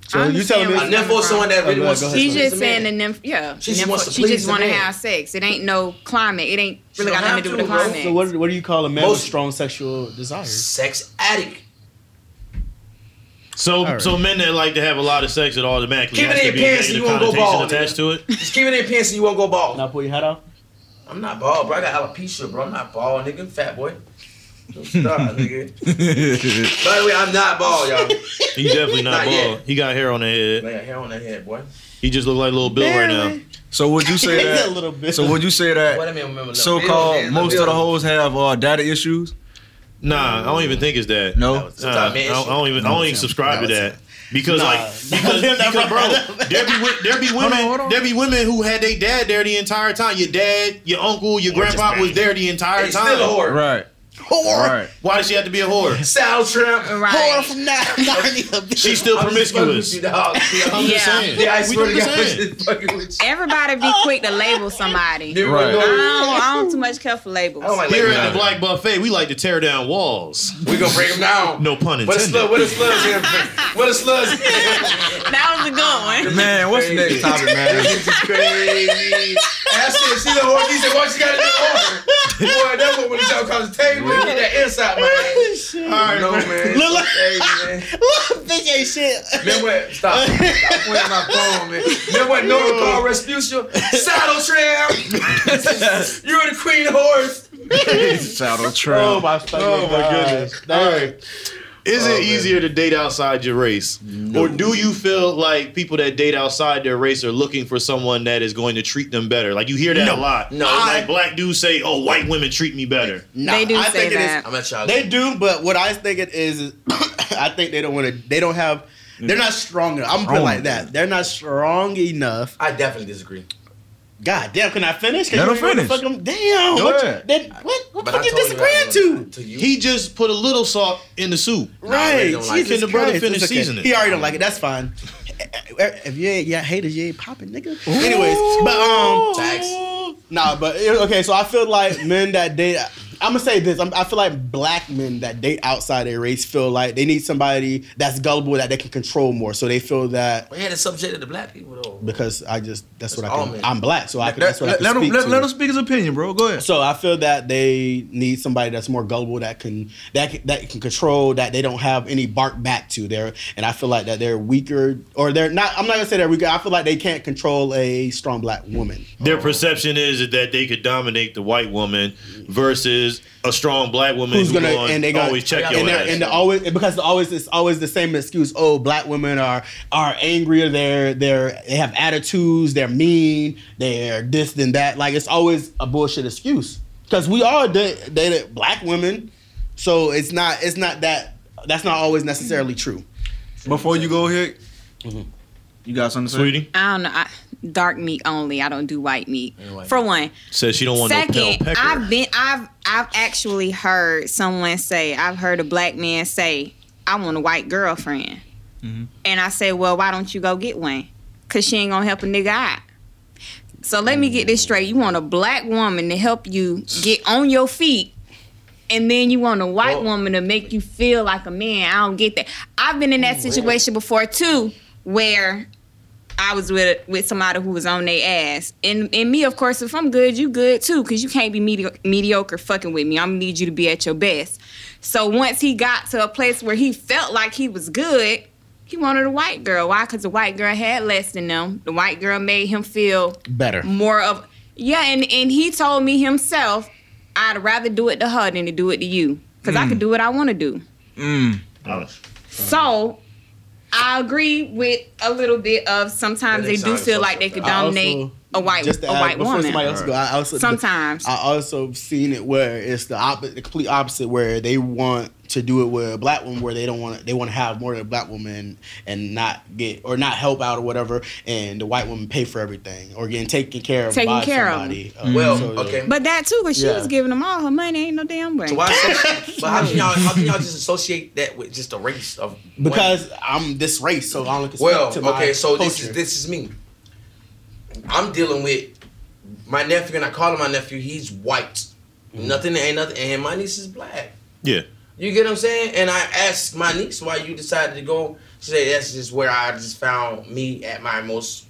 Speaker 6: So you telling me-
Speaker 3: A nympho is someone that really
Speaker 6: Oh, go
Speaker 3: wants
Speaker 6: ahead,
Speaker 3: to.
Speaker 6: go ahead.
Speaker 4: She's
Speaker 6: She's
Speaker 4: just
Speaker 3: a man.
Speaker 4: saying the nymph. Yeah,
Speaker 3: She just
Speaker 4: nympho-
Speaker 3: wants to
Speaker 4: she
Speaker 3: please
Speaker 4: just
Speaker 3: the
Speaker 4: want to
Speaker 3: man.
Speaker 4: have sex. It ain't no climate. It ain't
Speaker 3: She
Speaker 4: really
Speaker 3: don't
Speaker 4: got nothing to do
Speaker 3: have
Speaker 4: with the
Speaker 3: to, bro.
Speaker 4: climate.
Speaker 6: So what, what do you call a man with
Speaker 3: <laughs> Most-
Speaker 6: strong sexual desires?
Speaker 3: sex addict.
Speaker 2: So,
Speaker 6: right.
Speaker 2: so men that like to have a lot of sex, it automatically
Speaker 3: Keep it
Speaker 2: has
Speaker 3: in
Speaker 2: to be
Speaker 3: your
Speaker 2: a
Speaker 3: pants,
Speaker 2: negative
Speaker 3: you won't go
Speaker 2: connotation
Speaker 3: bald,
Speaker 2: attached to it.
Speaker 3: Just keep it in your pants and you won't go bald.
Speaker 6: Now pull your hat off.
Speaker 3: I'm not bald, bro. I got alopecia, bro. I'm not bald, nigga. I'm fat boy.
Speaker 5: <laughs>
Speaker 3: Don't stop, nigga. By the way, I'm not bald,
Speaker 5: <laughs>
Speaker 3: y'all.
Speaker 2: He's
Speaker 3: <laughs>
Speaker 2: definitely
Speaker 3: Not
Speaker 2: not, bald.
Speaker 3: yet.
Speaker 2: He got hair on the head.
Speaker 3: I got hair on that head, boy.
Speaker 2: He just look like little Bill right now.
Speaker 5: so would you
Speaker 6: <laughs>
Speaker 5: say
Speaker 6: It's a
Speaker 5: that?
Speaker 6: little bit.
Speaker 5: So would you say
Speaker 3: What
Speaker 5: that
Speaker 3: I mean, remember
Speaker 5: so-called most of the hoes have uh, data issues?
Speaker 2: Nah, I don't even think it's that.
Speaker 5: No.
Speaker 2: Nah, I, don't, I don't even. I don't even subscribe to that because
Speaker 6: Nah.
Speaker 2: like because, because bro, there be wo- there be women
Speaker 5: hold on.
Speaker 2: there be women who had their dad there the entire time. Your dad, your uncle, your grandpa was there the entire
Speaker 3: Hey,
Speaker 2: time.
Speaker 3: still a whore.
Speaker 5: Right.
Speaker 6: <laughs> whore?
Speaker 5: Right.
Speaker 2: Why does she have to be a whore?
Speaker 3: Sal Tramp.
Speaker 6: Whore
Speaker 4: Right.
Speaker 6: from Narnia.
Speaker 2: She's still
Speaker 3: I'm just fucking with
Speaker 2: promiscuous.
Speaker 3: you, dog.
Speaker 2: I'm
Speaker 3: Yeah,
Speaker 2: just
Speaker 4: Yeah.
Speaker 2: saying.
Speaker 3: I
Speaker 2: We
Speaker 3: swear to
Speaker 2: just
Speaker 3: God, I'm
Speaker 2: saying.
Speaker 3: just fucking with
Speaker 4: Everybody be quick to label somebody.
Speaker 3: you.
Speaker 5: Right.
Speaker 3: Right.
Speaker 4: I don't, I don't too much care for labels.
Speaker 3: I don't like
Speaker 2: Here
Speaker 3: labels.
Speaker 2: at the Black Buffet, we like to tear down walls.
Speaker 3: We gonna break him down.
Speaker 2: No pun
Speaker 3: What a slug,
Speaker 2: intended.
Speaker 3: what a slug's here. What a slug's
Speaker 4: that was a good one.
Speaker 5: Man, what's the next topic, <laughs> man?
Speaker 3: This is crazy. That's it. She the whore. He said, "What you got to do?" whore?" Boy, that's what when the show comes to table, you get that insight, man.
Speaker 6: <laughs>
Speaker 3: All
Speaker 6: Shit.
Speaker 3: right, no, man.
Speaker 6: Look, look.
Speaker 3: Hey, man.
Speaker 6: Look, bitch ain't shit.
Speaker 3: Man, what? Stop. Stop pointing my phone, man. Man, what? Norman Paul Respucia, Saddle Tram. You're the queen of horse.
Speaker 5: Shout out Trail.
Speaker 6: my
Speaker 2: Oh my goodness. All right. Is it easier to date outside your race? Or do you feel like people that date outside their race are looking for someone that is going to treat them better? Like you hear that a lot.
Speaker 3: No.
Speaker 2: like black dudes say, "Oh, white women treat me better."
Speaker 6: Nah,
Speaker 4: They do
Speaker 6: I
Speaker 4: say
Speaker 6: think it is-
Speaker 4: that.
Speaker 3: I'm at y'all.
Speaker 6: They do, but what I think it is, <coughs> is I think they don't want to. They don't have. They're not strong enough. I'm gonna put it like that. They're not strong enough.
Speaker 3: I definitely disagree.
Speaker 6: God damn, can I finish? 'Cause
Speaker 5: Let
Speaker 6: you
Speaker 5: him
Speaker 6: ain't wanna
Speaker 5: finish.
Speaker 6: fuck 'em. Damn.
Speaker 5: Go
Speaker 6: what, you,
Speaker 5: ahead.
Speaker 6: then, what, what
Speaker 3: But
Speaker 6: fuck
Speaker 3: I
Speaker 6: you
Speaker 3: told you I
Speaker 6: disagreeing
Speaker 3: ain't gonna
Speaker 6: to?
Speaker 3: lie to you.
Speaker 2: He just put a little salt in the soup.
Speaker 6: Right.
Speaker 3: I don't like it.
Speaker 6: Jesus
Speaker 2: Can the brother
Speaker 6: Christ,
Speaker 2: finish
Speaker 6: it's
Speaker 2: seasoning?
Speaker 6: He already don't like it. That's fine. Eh, If you ain't yeah, haters, you ain't popping, nigga. Anyways, but um,
Speaker 3: Facts.
Speaker 6: Nah, but it- okay. So I feel like men that date. I'm gonna say this. I'm, I feel like black men that date outside their race feel like they need somebody that's gullible that they can control more. So they feel that
Speaker 3: We had it subjected to black people though.
Speaker 6: because I just that's what
Speaker 3: That's
Speaker 6: I
Speaker 3: all
Speaker 6: can.
Speaker 3: men.
Speaker 6: I'm black, so I can.
Speaker 5: Let,
Speaker 6: That's what I
Speaker 5: let,
Speaker 6: can
Speaker 5: let, him,
Speaker 6: speak
Speaker 5: let,
Speaker 6: to.
Speaker 5: let him speak his opinion, bro. Go ahead.
Speaker 6: So I feel that they need somebody that's more gullible that can that can- that can control that they don't have any bark back to there, and I feel like that they're weaker or they're not. I'm not gonna say they're weaker. I feel like they can't control a strong black woman.
Speaker 2: Their perception is that they could dominate the white woman versus a strong black woman
Speaker 6: Who's
Speaker 2: who
Speaker 6: gonna
Speaker 2: gonna-
Speaker 6: and they gonna
Speaker 2: always check
Speaker 3: and
Speaker 2: your
Speaker 6: and they're
Speaker 2: ass.
Speaker 6: and they're always because they're always it's always the same excuse. Oh, black women are are angrier. They're they're they have attitudes. They're mean. They're this and that. Like it's always a bullshit excuse because we all da- dated black women, so it's not it's not that that's not always necessarily true.
Speaker 5: Before you go here,
Speaker 6: Mm-hmm.
Speaker 5: you got something to say?
Speaker 2: Sweetie
Speaker 4: I don't know. I, dark meat only. I don't do white meat.
Speaker 3: Anyway.
Speaker 4: For one.
Speaker 2: says she don't want no
Speaker 4: Second,
Speaker 2: pale pecker.
Speaker 4: I've been I've I've actually heard someone say, I've heard a black man say, I want a white girlfriend. And I say, Well, why don't you go get one? Cause she ain't gonna help a nigga out. So let me get this straight. You want a black woman to help you get on your feet, and then you want a white
Speaker 3: Well-
Speaker 4: woman to make you feel like a man. I don't get that. I've been in that situation before too, where I was with with somebody who was on their ass. And and me, of course, if I'm good, you good too, because you can't be medi- mediocre fucking with me. I'm gonna need you to be at your best. So once he got to a place where he felt like he was good, he wanted a white girl. Why? Because the white girl had less than them. The white girl made him feel
Speaker 6: Better.
Speaker 4: more of yeah. And and he told me himself, I'd rather do it to her than to do it to you, because I can do what I want to do.
Speaker 5: Mm.
Speaker 4: So I agree with a little bit of sometimes
Speaker 3: That
Speaker 4: they do
Speaker 3: sounds
Speaker 4: feel
Speaker 3: so
Speaker 4: like they could
Speaker 6: I also-
Speaker 4: dominate a white
Speaker 6: Just to
Speaker 4: a
Speaker 6: add,
Speaker 4: white
Speaker 6: before
Speaker 4: woman.
Speaker 6: somebody else go, I also
Speaker 4: Sometimes.
Speaker 6: I also seen it where it's the, op- the complete opposite, where they want to do it with a black woman, where they don't want they want to have more than a black woman and not get or not help out or whatever, and the white woman pay for everything or getting taken care of
Speaker 4: Taken
Speaker 6: by
Speaker 4: care of.
Speaker 6: somebody. Uh,
Speaker 3: Well,
Speaker 6: so, uh,
Speaker 3: okay.
Speaker 4: But that too, because she
Speaker 6: Yeah.
Speaker 4: was giving them all her money, ain't no damn way.
Speaker 3: So <laughs> why? So, but how can y'all? How can y'all just associate that with just the race of? women?
Speaker 6: Because I'm this race, so I only can speak
Speaker 3: well,
Speaker 6: to my
Speaker 3: okay. So this
Speaker 6: culture.
Speaker 3: is this is me. I'm dealing with my nephew, and I call him my nephew. He's white.
Speaker 6: Mm-hmm.
Speaker 3: Nothing ain't nothing, and my niece is black.
Speaker 2: yeah.
Speaker 3: You get what I'm saying? And I asked my niece why you decided to go. She said that's just where I just found me at my most,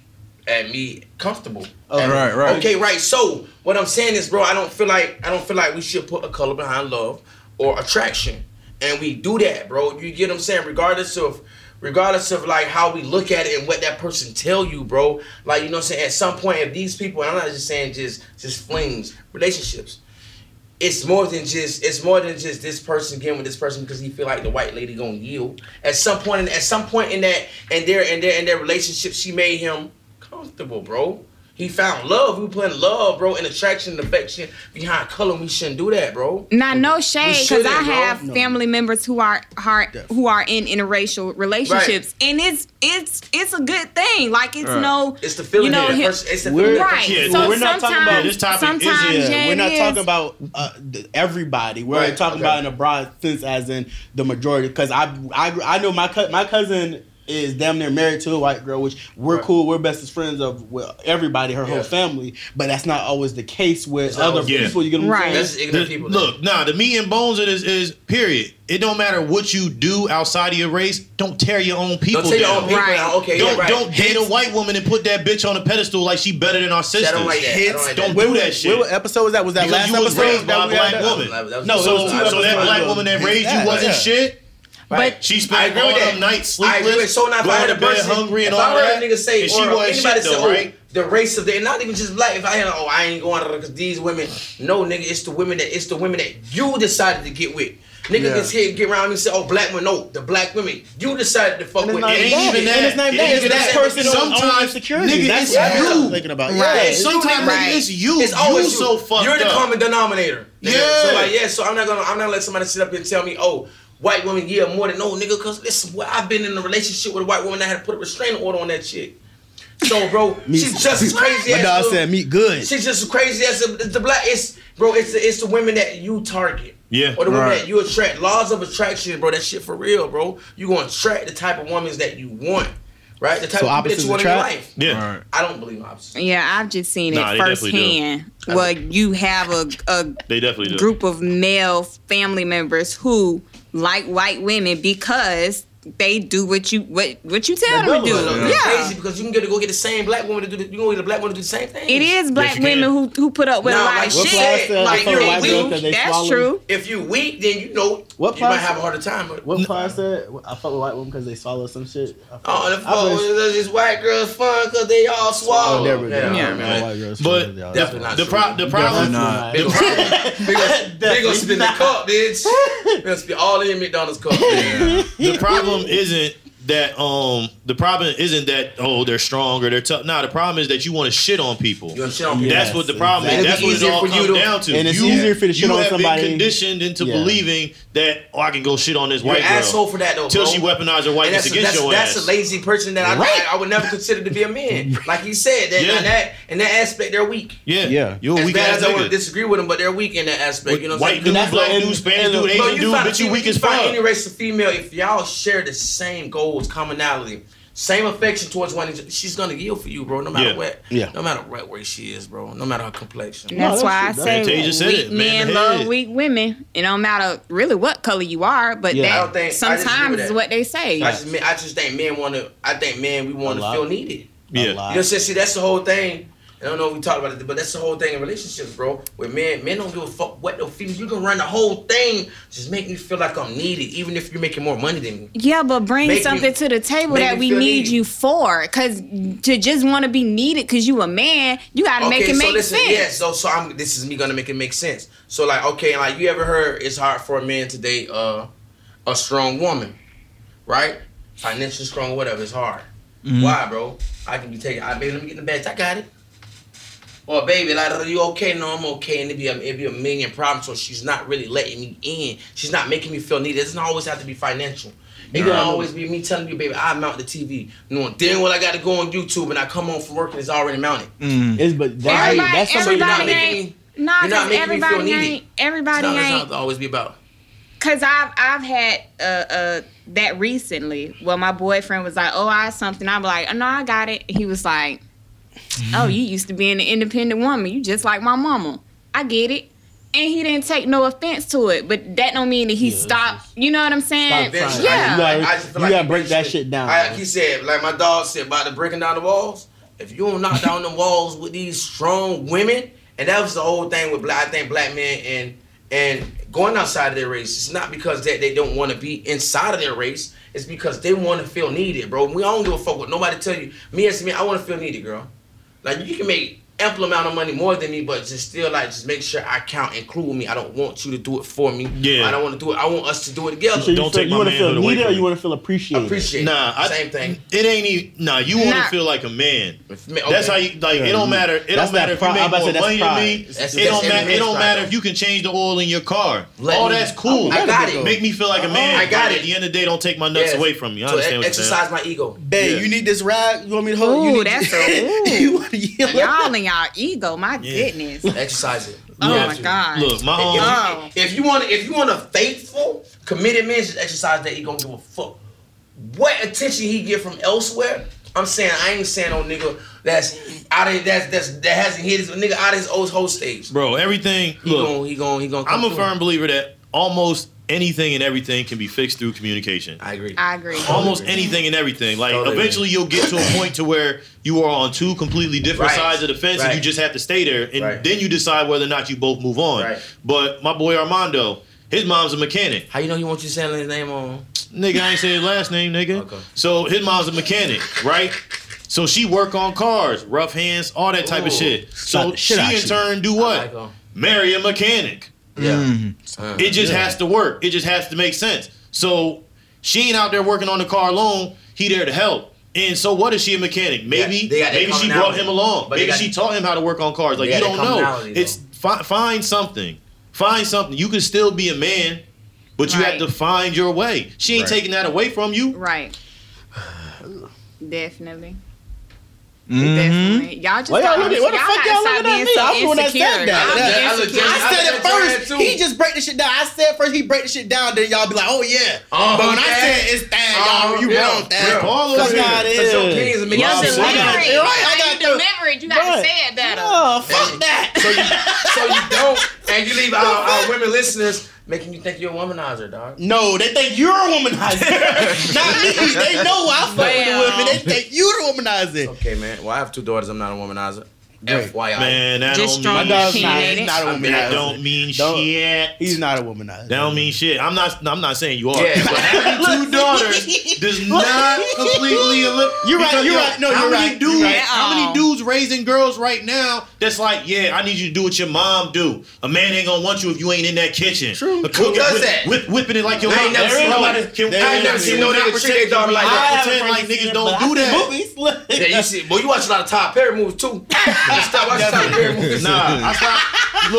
Speaker 3: at me comfortable.
Speaker 6: Oh,
Speaker 3: And-
Speaker 5: right, right.
Speaker 3: Okay, right. So what I'm saying is, bro, I don't feel like I don't feel like we should put a color behind love or attraction, and we do that, bro. You get what I'm saying? Regardless of regardless of like how we look at it and what that person tell you, bro. Like you know what I'm saying? At some point if these people and I'm not just saying just just flings, relationships. It's more than just it's more than just this person getting with this person because he feel like the white lady gonna yield. At some point in at some point in that and their and their in their relationship, she made him comfortable, bro. He found love. We putting love, bro, and attraction and affection behind color. We shouldn't do that, bro.
Speaker 4: Now, no shade, because
Speaker 3: shouldn't,
Speaker 4: I
Speaker 3: bro.
Speaker 4: have
Speaker 3: No.
Speaker 4: family members who are, are who are in interracial relationships, and it's it's it's a good thing. Like it's
Speaker 5: Right.
Speaker 4: no,
Speaker 3: It's the feeling
Speaker 4: You know,
Speaker 3: that
Speaker 4: him-
Speaker 3: person- it's the
Speaker 6: We're-
Speaker 3: feeling that
Speaker 4: right.
Speaker 3: person-
Speaker 2: Yeah,
Speaker 4: so
Speaker 2: we're
Speaker 6: not talking about-
Speaker 4: sometimes-
Speaker 2: this topic is-
Speaker 4: sometimes,
Speaker 2: yeah,
Speaker 4: yeah,
Speaker 6: we're
Speaker 4: it
Speaker 6: not
Speaker 4: is.
Speaker 6: talking about uh, th- everybody. We're
Speaker 3: Right,
Speaker 6: talking
Speaker 3: okay.
Speaker 6: about in a broad sense, as in the majority. Because I, I, I know my cou- my cousin is damn near married to a white girl, which we're
Speaker 3: Right.
Speaker 6: cool. We're bestest friends of well, everybody, her
Speaker 3: Yeah.
Speaker 6: whole family. But that's not always the case with
Speaker 3: not
Speaker 6: other
Speaker 3: always- Yeah.
Speaker 6: people. You get what
Speaker 4: Right.
Speaker 6: I'm saying?
Speaker 3: That's just ignorant
Speaker 2: The-
Speaker 3: people. though.
Speaker 2: Look, nah, the meat and bones of this is period. It don't matter what you do outside of your race. Don't tear your own people
Speaker 3: don't tell your
Speaker 2: down.
Speaker 3: own people.
Speaker 4: Right.
Speaker 3: now, Okay,
Speaker 2: don't
Speaker 3: yeah, right.
Speaker 2: don't date a white woman and put that bitch on a pedestal like she better than our sisters.
Speaker 3: don't like that. I don't
Speaker 2: Hits
Speaker 3: like
Speaker 2: don't
Speaker 3: that.
Speaker 2: do that shit.
Speaker 6: What episode was that? Was that
Speaker 2: Because
Speaker 6: last
Speaker 2: you was
Speaker 6: episode?
Speaker 2: raised by
Speaker 6: that
Speaker 2: a
Speaker 6: we had
Speaker 2: black
Speaker 6: that?
Speaker 2: woman.
Speaker 3: That was-
Speaker 2: no,
Speaker 3: that
Speaker 2: so,
Speaker 3: was two
Speaker 2: so that
Speaker 6: episodes
Speaker 2: black
Speaker 6: ago.
Speaker 2: woman that raised
Speaker 6: Yeah.
Speaker 2: you wasn't
Speaker 6: Yeah.
Speaker 2: shit.
Speaker 4: But
Speaker 2: She
Speaker 3: I
Speaker 2: spent
Speaker 3: agree
Speaker 2: all
Speaker 3: with that.
Speaker 2: them nights
Speaker 3: I agree with-
Speaker 2: sleepless,
Speaker 3: So now if I
Speaker 2: going
Speaker 3: had
Speaker 2: to
Speaker 3: a
Speaker 2: bed
Speaker 3: person,
Speaker 2: hungry and
Speaker 3: if
Speaker 2: all
Speaker 3: I heard
Speaker 2: that.
Speaker 3: a nigga say,
Speaker 2: and
Speaker 3: or
Speaker 2: she
Speaker 3: anybody
Speaker 2: wasn't shit
Speaker 3: say,
Speaker 2: though,
Speaker 3: oh,
Speaker 2: right?
Speaker 3: the race of the, and not even just black. If I had, oh, I ain't going because these women. No, nigga, it's the women that it's the women that you decided to get with. Nigga
Speaker 6: Yeah.
Speaker 3: gets hit, get around me and say, oh, black women. No, the black women you decided to fuck
Speaker 6: And
Speaker 3: with.
Speaker 6: it's not
Speaker 2: It
Speaker 6: even
Speaker 2: ain't
Speaker 6: that.
Speaker 2: even
Speaker 6: And it's
Speaker 2: that.
Speaker 6: not even
Speaker 2: It
Speaker 6: that.
Speaker 2: ain't
Speaker 6: It's
Speaker 2: even
Speaker 6: that
Speaker 2: that.
Speaker 6: person on
Speaker 2: Sometimes,
Speaker 6: insecurity.
Speaker 2: nigga,
Speaker 6: That's
Speaker 2: it's
Speaker 6: what I'm
Speaker 2: you.
Speaker 6: thinking about.
Speaker 4: Right.
Speaker 6: Yeah, it's-
Speaker 2: Sometimes
Speaker 4: Right.
Speaker 2: nigga, it's you.
Speaker 3: It's always
Speaker 2: you
Speaker 3: you.
Speaker 2: so fucked
Speaker 3: You're the
Speaker 2: up.
Speaker 3: common denominator. nigga.
Speaker 2: Yeah.
Speaker 3: So like, yeah. So I'm not gonna I'm not gonna let somebody sit up here and tell me, oh, white women yeah more than no nigga. Cause listen, well, I've been in a relationship with a white woman that had to put a restraining order on that chick. So bro,
Speaker 2: <laughs>
Speaker 3: she's just as crazy.
Speaker 6: My
Speaker 3: as
Speaker 6: dog
Speaker 3: the-
Speaker 6: said meat good.
Speaker 3: She's just as crazy as the, the black. It's bro. It's the, it's the women that you target.
Speaker 2: Yeah.
Speaker 3: Or the women
Speaker 5: Right.
Speaker 3: that you attract. Laws of attraction, bro. That shit for real, bro. You gonna attract the type of women that you want, right? The type
Speaker 6: So
Speaker 3: of people that
Speaker 6: opposites
Speaker 3: you want in your
Speaker 6: attract?
Speaker 3: life.
Speaker 2: Yeah.
Speaker 5: Right.
Speaker 3: I don't believe in opposites.
Speaker 4: Yeah, I've just seen
Speaker 2: Nah, they
Speaker 4: it
Speaker 2: definitely do.
Speaker 4: firsthand. Well, you have a, a
Speaker 2: They definitely do.
Speaker 4: group of male family members who like white women because they do what you what what you tell them to do.
Speaker 3: Well,
Speaker 4: Yeah.
Speaker 3: it's crazy because you can get to go get the same black woman to do the, you can get a black woman to do the same thing.
Speaker 4: It is black
Speaker 2: you
Speaker 4: women
Speaker 2: can.
Speaker 4: who who put up with
Speaker 3: Nah,
Speaker 4: a lot
Speaker 3: like
Speaker 4: of
Speaker 3: what Flash
Speaker 4: shit.
Speaker 3: said, if
Speaker 4: Like
Speaker 3: a white
Speaker 4: you're
Speaker 3: girl
Speaker 4: weak.
Speaker 6: said they
Speaker 4: That's
Speaker 6: swallow-
Speaker 4: true.
Speaker 3: If you weak, then you know
Speaker 6: What
Speaker 3: you might
Speaker 6: price-
Speaker 3: have a harder time. But,
Speaker 6: What Plies said? I fuck with white women because they swallow some shit. I fuck-
Speaker 3: oh, the
Speaker 6: I fuck with-
Speaker 3: fuck, this white girl's fun because they all swallow.
Speaker 6: Oh, there we go.
Speaker 3: Yeah,
Speaker 4: Yeah,
Speaker 3: man.
Speaker 6: White girls
Speaker 2: But
Speaker 6: swallow, y'all.
Speaker 3: Definitely not
Speaker 2: the,
Speaker 3: true.
Speaker 2: pro- the problem,
Speaker 6: Definitely
Speaker 5: not.
Speaker 3: <laughs> They gonna- <laughs> they gonna- they gonna spin the cup,
Speaker 2: <laughs>
Speaker 3: bitch. They gonna spit all in McDonald's cup. Yeah.
Speaker 2: the problem isn't that um the problem isn't that oh they're strong or they're tough. Nah, the problem is that you want to shit on people.
Speaker 3: You understand?
Speaker 6: Yeah.
Speaker 3: Yeah.
Speaker 2: That's what the problem
Speaker 6: exactly.
Speaker 2: is. That's
Speaker 3: It'll be easier
Speaker 2: what it all
Speaker 3: for you
Speaker 2: comes
Speaker 3: to-
Speaker 2: down to.
Speaker 6: And it's
Speaker 2: you,
Speaker 6: easier for you to shit
Speaker 2: you
Speaker 6: on
Speaker 2: have
Speaker 6: somebody.
Speaker 2: been conditioned into
Speaker 6: Yeah.
Speaker 2: believing that oh I can go shit on this
Speaker 3: You're
Speaker 2: white
Speaker 3: an
Speaker 2: girl
Speaker 3: asshole for that though.
Speaker 2: till
Speaker 3: bro.
Speaker 2: she weaponized her
Speaker 3: And
Speaker 2: whiteness
Speaker 3: that's, a,
Speaker 2: against
Speaker 3: that's,
Speaker 2: your
Speaker 3: that's
Speaker 2: ass.
Speaker 3: a lazy person that I,
Speaker 6: Right.
Speaker 3: I, would never consider to be a
Speaker 2: <laughs>
Speaker 3: man. Like he said, that,
Speaker 2: Yeah.
Speaker 3: that in that aspect they're weak.
Speaker 2: yeah,
Speaker 6: Yeah.
Speaker 2: You a
Speaker 3: As
Speaker 2: weak
Speaker 3: bad
Speaker 2: ass
Speaker 3: as I would
Speaker 2: nigga.
Speaker 3: disagree with him, but they're weak in that aspect. You know what I'm saying?
Speaker 2: White dude,
Speaker 6: that's
Speaker 2: black
Speaker 6: why in-
Speaker 2: dude, Spanish
Speaker 6: in-
Speaker 2: dude,
Speaker 3: Bro,
Speaker 2: Asian
Speaker 3: you
Speaker 2: dude,
Speaker 3: find,
Speaker 2: bitch, you weak
Speaker 3: you
Speaker 2: as
Speaker 3: find any
Speaker 2: fuck.
Speaker 3: race of female, if y'all share the same goals, commonality, same affection towards one another, she's gonna yield for you, bro. No matter
Speaker 2: Yeah.
Speaker 3: what,
Speaker 6: Yeah.
Speaker 3: no matter what race she is, bro, no matter her complexion.
Speaker 6: No,
Speaker 4: That's
Speaker 6: that
Speaker 4: why I
Speaker 6: shit- that-
Speaker 4: say
Speaker 2: Fantasia said
Speaker 4: weak
Speaker 2: it, man,
Speaker 4: men
Speaker 2: the
Speaker 4: love
Speaker 2: head.
Speaker 4: weak women. It don't matter really what color you are, but
Speaker 6: Yeah. I
Speaker 4: that
Speaker 3: don't think- I disagree with
Speaker 4: sometimes is
Speaker 3: that.
Speaker 4: what they say.
Speaker 3: I just, mean- I just think men want to. I think men, we want to
Speaker 6: A lot.
Speaker 3: feel needed.
Speaker 6: A
Speaker 2: Yeah,
Speaker 6: lot.
Speaker 3: You know, what I'm saying? see, that's the whole thing. I don't know if we talked about it, but that's the whole thing in relationships, bro. Where men, men don't give a fuck what the female. You can run the whole thing, just make me feel like I'm needed, even if you're making more money than me.
Speaker 4: Yeah, but bring
Speaker 3: Make me-
Speaker 4: something to the table
Speaker 3: make
Speaker 4: that
Speaker 3: me
Speaker 4: we
Speaker 3: feel
Speaker 4: need
Speaker 3: needed.
Speaker 4: you for. Cause to just want to be needed, cause you a man, you gotta make it make sense.
Speaker 3: Yes, so so I'm. This is me gonna make it make sense. So like, okay, like you ever heard it's hard for a man to date uh, a strong woman, right? Financially strong, whatever. It's hard. Why, bro? I can be taking. I baby, let me get in the bed. I got it. Or baby, like, are you okay? No, I'm okay. And it'd be a, it'd be a million problems. So she's not really letting me in. She's not making me feel needed. It doesn't always have to be financial. It can always be me telling you, baby, I mount the TV. No, then when I got to go on YouTube and I come home from work and it's already mounted.
Speaker 6: It's but that's,
Speaker 3: Everybody-
Speaker 6: that's something
Speaker 3: you're not
Speaker 4: everybody
Speaker 3: making
Speaker 4: ain't.
Speaker 3: me-
Speaker 4: Nah,
Speaker 3: you're not
Speaker 4: 'cause
Speaker 3: making me feel
Speaker 4: everybody
Speaker 3: needed.
Speaker 4: ain't. Everybody
Speaker 3: It's not,
Speaker 4: ain't.
Speaker 3: it's not always be about.
Speaker 4: Cause I've I've had uh uh that recently. Well, my boyfriend was like, "Oh, I have something." I'm like, "Oh no, I got it." He was like, "Oh, you used to be an independent woman. You just like my mama. I get it." And he didn't take no offense to it, but that don't mean that he stopped. You know what I'm saying?
Speaker 6: Stop trying.
Speaker 4: yeah.
Speaker 6: You gotta- you gotta break that shit down.
Speaker 3: I, he said, like my dog said, about the breaking down the walls. If you don't
Speaker 6: <laughs>
Speaker 3: knock down the walls with these strong women, and that was the whole thing with black. I think black men and and going outside of their race. It's not because that they don't want to be inside of their race. It's because they want to feel needed, bro. We don't give a fuck what nobody tell you. Me as a man, I want to feel needed, girl. Like you can make ample amount of money more than me, but just still like just make sure I count, include me. I don't want you to do it for me.
Speaker 2: Yeah.
Speaker 3: I don't want to do it. I want us to do it together.
Speaker 6: So you
Speaker 2: Don't
Speaker 6: feel,
Speaker 2: take
Speaker 6: you
Speaker 2: my
Speaker 6: want to feel
Speaker 2: manhood away
Speaker 6: needed or
Speaker 2: from me.
Speaker 6: you want to feel appreciated?
Speaker 3: Appreciate. it.
Speaker 2: Nah, I-
Speaker 3: same thing.
Speaker 2: It ain't even. Nah, you want to
Speaker 4: Nah.
Speaker 2: feel like a man.
Speaker 3: Ma- okay.
Speaker 2: That's how you like. It don't matter. It
Speaker 6: That's
Speaker 2: don't matter
Speaker 6: that
Speaker 2: if you
Speaker 6: pride. I'm
Speaker 2: make
Speaker 6: about to
Speaker 2: more
Speaker 6: say that's
Speaker 2: money than
Speaker 6: pride.
Speaker 2: me.
Speaker 3: That's-
Speaker 2: it don't
Speaker 3: that's
Speaker 2: matter. It
Speaker 3: individual
Speaker 2: don't matter
Speaker 3: pride,
Speaker 2: if you can change the oil in your car.
Speaker 3: Let
Speaker 2: All
Speaker 3: me-
Speaker 2: that's cool.
Speaker 3: I got it.
Speaker 2: Make me feel like a man.
Speaker 3: I got
Speaker 2: but
Speaker 3: it.
Speaker 2: At the end of the day, don't take my nuts
Speaker 3: Yes.
Speaker 2: away from me. I
Speaker 3: To
Speaker 2: understand
Speaker 3: e-
Speaker 2: what you're saying.
Speaker 3: exercise my ego.
Speaker 6: Babe,
Speaker 2: Yeah.
Speaker 6: you need this ride? You want me to hold
Speaker 4: Ooh,
Speaker 6: you? need
Speaker 4: that's
Speaker 6: to-
Speaker 4: a-
Speaker 6: <laughs> you want to yell?
Speaker 4: Y'all and y'all ego,
Speaker 2: <laughs>
Speaker 4: my goodness.
Speaker 3: Exercise it.
Speaker 4: Oh
Speaker 2: Yeah.
Speaker 4: my god.
Speaker 2: Look, my
Speaker 3: If-
Speaker 2: home.
Speaker 4: Oh.
Speaker 3: If you want, if you want a faithful, committed man, just exercise that. You gonna give a fuck what attention he get from elsewhere. I'm saying I ain't saying no nigga that's out of that's that's that hasn't hit his nigga out of his old whole stage.
Speaker 2: Bro, everything.
Speaker 3: He
Speaker 2: Look,
Speaker 3: gon' he gon' he gon' come
Speaker 2: I'm a
Speaker 3: through.
Speaker 2: firm believer that almost anything and everything can be fixed through communication.
Speaker 3: I agree.
Speaker 4: I agree.
Speaker 2: Almost anything and everything. Like
Speaker 3: Totally agree.
Speaker 2: eventually you'll get to a point to where you are on two completely different
Speaker 3: Right.
Speaker 2: sides of the fence, and you
Speaker 3: Right.
Speaker 2: just have to stay there, and
Speaker 3: Right.
Speaker 2: then you decide whether or not you both move on.
Speaker 3: Right.
Speaker 2: But my boy Armando, his mom's a mechanic.
Speaker 3: How you know he want you saying his name um, on?
Speaker 2: Nigga, I ain't say his last name, nigga.
Speaker 3: Okay.
Speaker 2: So his mom's a mechanic, right? So she work on cars, rough hands, all that type
Speaker 3: Ooh.
Speaker 2: of shit. So
Speaker 6: the shit
Speaker 2: she
Speaker 6: out
Speaker 2: in
Speaker 6: you.
Speaker 2: turn do
Speaker 3: I like
Speaker 2: what? Mm.
Speaker 3: him.
Speaker 2: Marry a mechanic.
Speaker 3: Yeah.
Speaker 5: Mm-hmm.
Speaker 2: It just has to work. It just has to make sense. So she ain't out there working on the car alone. He there to help. And so what is she a mechanic? Maybe
Speaker 3: Yeah, they got that
Speaker 2: maybe she
Speaker 3: commonality.
Speaker 2: brought him along.
Speaker 3: But they
Speaker 2: Maybe
Speaker 3: got-
Speaker 2: she taught him how to work on cars. Like
Speaker 3: They
Speaker 2: you
Speaker 3: got
Speaker 2: don't
Speaker 3: that
Speaker 2: know.
Speaker 3: commonality,
Speaker 2: It's fi- find something. Find something. You can still be a man, but you have
Speaker 4: Right.
Speaker 2: to find your way. She ain't
Speaker 5: Right.
Speaker 2: taking that away from you.
Speaker 4: Right. <sighs> Definitely.
Speaker 5: Mhm.
Speaker 4: Definitely. Y'all just
Speaker 6: Well, y'all
Speaker 4: got
Speaker 6: look at- what the fuck y'all looking at me? I'm the one that said that.
Speaker 3: I look- I look-
Speaker 6: I said
Speaker 3: I said
Speaker 6: it
Speaker 3: that too.
Speaker 6: first. He just break the shit down. I said first he break the shit down. Then y'all be like, oh yeah.
Speaker 3: Oh,
Speaker 6: but when I
Speaker 3: okay.
Speaker 6: said it's that, y'all,
Speaker 3: Oh,
Speaker 6: you
Speaker 3: yeah.
Speaker 6: wrong
Speaker 2: Yeah.
Speaker 6: that.
Speaker 2: All
Speaker 6: Fuck
Speaker 2: over here.
Speaker 6: out of
Speaker 3: Cause your
Speaker 6: here.
Speaker 3: opinions make
Speaker 4: Y'all
Speaker 3: you
Speaker 4: deliver
Speaker 6: I got-
Speaker 4: it.
Speaker 6: you're right, I got
Speaker 4: How you
Speaker 6: the-
Speaker 4: deliver it. You gotta
Speaker 6: Right.
Speaker 4: say it better.
Speaker 6: Oh, fuck that.
Speaker 3: So you, so you don't, and you leave our, our women listeners making you think you're a womanizer, dog.
Speaker 6: No, they think you're
Speaker 3: <laughs>
Speaker 6: a womanizer. <laughs> Not me. They know I fuck with
Speaker 4: Well.
Speaker 6: the women. They think you the womanizer.
Speaker 3: Okay, man. Well, I have two daughters. I'm not a womanizer.
Speaker 6: Great.
Speaker 3: FYI.
Speaker 2: <laughs> Man, that don't
Speaker 4: Just strong
Speaker 2: mean
Speaker 4: My dog's
Speaker 2: shit.
Speaker 4: not-
Speaker 6: he's not a
Speaker 3: I mean,
Speaker 6: womanizer.
Speaker 2: That don't mean
Speaker 6: Don't-
Speaker 2: shit.
Speaker 6: He's not a womanizer.
Speaker 2: That don't
Speaker 6: <laughs>
Speaker 2: mean shit. I'm not. I'm not saying you are.
Speaker 3: Yeah, but
Speaker 2: having two daughters does not completely eliminate.
Speaker 6: You're right, you're right. No,
Speaker 2: how
Speaker 6: you're
Speaker 2: many
Speaker 6: right, you're
Speaker 2: Dudes,
Speaker 6: right.
Speaker 2: How many
Speaker 4: Oh.
Speaker 2: dudes raising girls right now? That's like, yeah, I need you to do what your mom do. A man ain't gonna want you if you ain't in that kitchen.
Speaker 6: True.
Speaker 2: A
Speaker 3: Who
Speaker 2: cook
Speaker 3: does
Speaker 2: whip-
Speaker 3: that?
Speaker 2: Whip, whipping it like your
Speaker 3: I
Speaker 2: mom.
Speaker 3: ain't never
Speaker 2: There
Speaker 3: seen
Speaker 2: is no-
Speaker 3: nobody-
Speaker 2: can-
Speaker 6: I ain't
Speaker 2: I ain't
Speaker 6: never
Speaker 2: never
Speaker 6: seen
Speaker 2: seen
Speaker 6: no
Speaker 3: nigga
Speaker 2: no nigga
Speaker 3: treat their
Speaker 2: treat
Speaker 3: daughter like that.
Speaker 2: that. Pretend like niggas don't do that.
Speaker 3: Yeah, you see, well, you watch a lot of Todd Perry movies <laughs> too. Stop watching Todd Perry <laughs> movies.
Speaker 2: Nah, I stopped.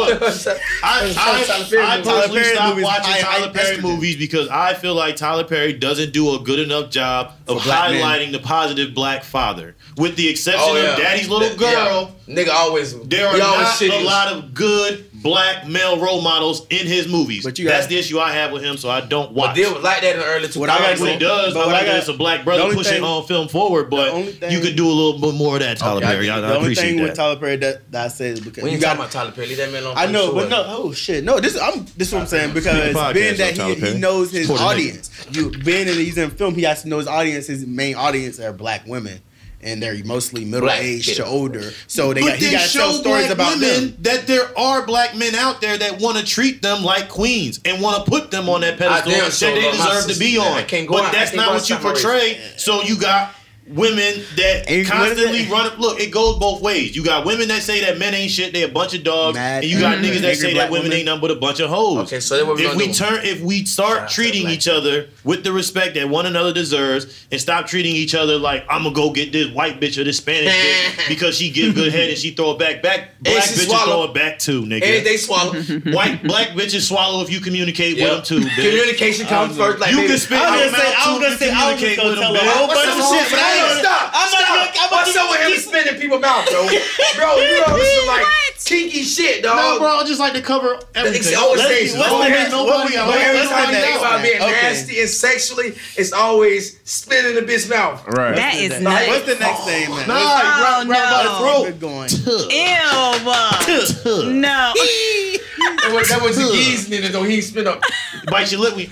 Speaker 2: Look,
Speaker 3: Tyler
Speaker 2: I,
Speaker 3: Perry
Speaker 2: I, I
Speaker 3: movies.
Speaker 6: Tyler
Speaker 2: personally
Speaker 6: Perry
Speaker 2: stopped
Speaker 6: movies.
Speaker 2: watching
Speaker 6: I hate
Speaker 2: Tyler Perry
Speaker 6: estrogen.
Speaker 2: movies because I feel like Tyler Perry doesn't do a good enough job of
Speaker 6: For black men.
Speaker 2: highlighting the positive black father. With the exception of Daddy's Little
Speaker 3: Th- Oh, yeah.
Speaker 2: Girl,
Speaker 3: Nigga always.
Speaker 2: there are
Speaker 3: he always
Speaker 2: not
Speaker 3: shitty.
Speaker 2: a lot of good black male role models in his movies.
Speaker 6: But you
Speaker 2: That's
Speaker 6: got-
Speaker 2: the issue I have with him, so I don't watch.
Speaker 3: They was like that in the early 2000s.
Speaker 6: What I
Speaker 2: I
Speaker 6: gotta
Speaker 2: like what he does.
Speaker 6: But
Speaker 2: I
Speaker 6: what
Speaker 2: like
Speaker 6: I
Speaker 2: that
Speaker 6: got-
Speaker 2: it's a black
Speaker 6: the
Speaker 2: brother
Speaker 6: only
Speaker 2: pushing
Speaker 6: thing-
Speaker 2: on film forward, but
Speaker 6: only thing-
Speaker 2: you could do a little bit more of that, Tyler
Speaker 3: Okay, I
Speaker 2: Perry.
Speaker 3: get
Speaker 2: I,
Speaker 3: it.
Speaker 2: I
Speaker 6: The only
Speaker 2: appreciate
Speaker 6: thing
Speaker 2: that.
Speaker 6: with Tyler Perry that, that I say is because
Speaker 3: We
Speaker 6: you
Speaker 3: ain't
Speaker 6: got
Speaker 3: talking about Tyler Perry. Leave that man alone.
Speaker 6: I know,
Speaker 3: Sure.
Speaker 6: but no, oh shit, no. This I'm. This is what I'm saying
Speaker 2: Speak
Speaker 6: because
Speaker 2: the podcast,
Speaker 6: being that
Speaker 2: though, Tyler
Speaker 6: he, he
Speaker 2: Perry.
Speaker 6: knows his
Speaker 2: Support a nigga.
Speaker 6: audience, you being that he's in film, he has to know his audience. His main audience are black women, and they're mostly middle
Speaker 3: Black
Speaker 6: aged to
Speaker 3: people.
Speaker 6: older. So they
Speaker 2: but
Speaker 6: got he
Speaker 2: then
Speaker 6: got to
Speaker 2: show
Speaker 6: tell stories
Speaker 2: black
Speaker 6: about
Speaker 2: women
Speaker 6: them.
Speaker 2: that there are black men out there that want to treat them like queens and want to put them on that pedestal
Speaker 3: I damn
Speaker 2: that
Speaker 3: sure
Speaker 2: they
Speaker 3: love my
Speaker 2: deserve to be
Speaker 3: sister,
Speaker 2: on.
Speaker 3: man. I can't go
Speaker 2: but
Speaker 3: out- I
Speaker 2: that's
Speaker 3: can't
Speaker 2: not
Speaker 3: go
Speaker 2: what you
Speaker 3: outside my race.
Speaker 2: portray. So you got women that
Speaker 6: And what is
Speaker 2: constantly
Speaker 6: it?
Speaker 2: run. Look, it goes both ways. You got women that say that men ain't shit; they a bunch of dogs,
Speaker 6: Mad
Speaker 2: and you got
Speaker 6: angry
Speaker 2: niggas that say
Speaker 6: black
Speaker 2: that women,
Speaker 6: women.
Speaker 2: ain't nothing but a bunch of hoes.
Speaker 3: Okay, so then what we
Speaker 2: if
Speaker 3: gonna
Speaker 2: we
Speaker 3: do?
Speaker 2: turn, if we
Speaker 3: Shout out
Speaker 2: start
Speaker 3: to
Speaker 2: treating
Speaker 3: black
Speaker 2: each other with the respect that one another deserves, and stop treating each other like I'm gonna go get this white bitch or this Spanish bitch because she give good head and she throw it back. Back
Speaker 6: <laughs>
Speaker 2: black
Speaker 3: she
Speaker 2: bitches
Speaker 3: swallow.
Speaker 2: throw it back too, nigga.
Speaker 3: And they <laughs> swallow.
Speaker 2: White black bitches swallow if you communicate
Speaker 3: Yeah.
Speaker 2: with them too. Bitch.
Speaker 3: Communication comes first. Like
Speaker 2: You
Speaker 3: baby,
Speaker 2: can spit out
Speaker 6: I was gonna say, I was
Speaker 2: mouth
Speaker 6: gonna
Speaker 2: too.
Speaker 6: say,
Speaker 2: You
Speaker 6: I was
Speaker 2: communicate
Speaker 6: just
Speaker 2: with
Speaker 6: gonna tell a
Speaker 2: them.
Speaker 6: whole
Speaker 2: bitch.
Speaker 6: bunch of
Speaker 3: wrong
Speaker 6: shit,
Speaker 3: with
Speaker 6: but I
Speaker 3: that? stop.
Speaker 6: ain't I'm not
Speaker 3: stop.
Speaker 6: gonna- I'm
Speaker 3: What's
Speaker 6: gonna
Speaker 3: up with him
Speaker 6: keep-
Speaker 3: spinning people's mouth, bro? bro, you know some like
Speaker 4: What?
Speaker 3: kinky shit, dog.
Speaker 2: No, bro, I just like to cover
Speaker 3: It's
Speaker 2: everything.
Speaker 3: always
Speaker 2: Let's-
Speaker 3: nasty.
Speaker 6: let's
Speaker 2: don't
Speaker 6: let
Speaker 2: hate
Speaker 6: it- what
Speaker 2: nobody
Speaker 6: we-
Speaker 2: out.
Speaker 6: what
Speaker 2: Let's
Speaker 3: Every
Speaker 6: everybody's
Speaker 3: time
Speaker 2: find
Speaker 3: you
Speaker 6: out.
Speaker 3: think about being
Speaker 6: Okay.
Speaker 3: nasty and sexually, it's always spinning the bitch mouth.
Speaker 5: Right.
Speaker 4: That is
Speaker 3: Like,
Speaker 4: nuts.
Speaker 6: What's the next thing, man?
Speaker 2: Nah,
Speaker 6: What's-
Speaker 2: right, right by
Speaker 4: no.
Speaker 2: the throat.
Speaker 6: We're going.
Speaker 4: Ew. No.
Speaker 3: That was, that was the geese nigga though. He ain't spin up.
Speaker 2: Bite your lip. We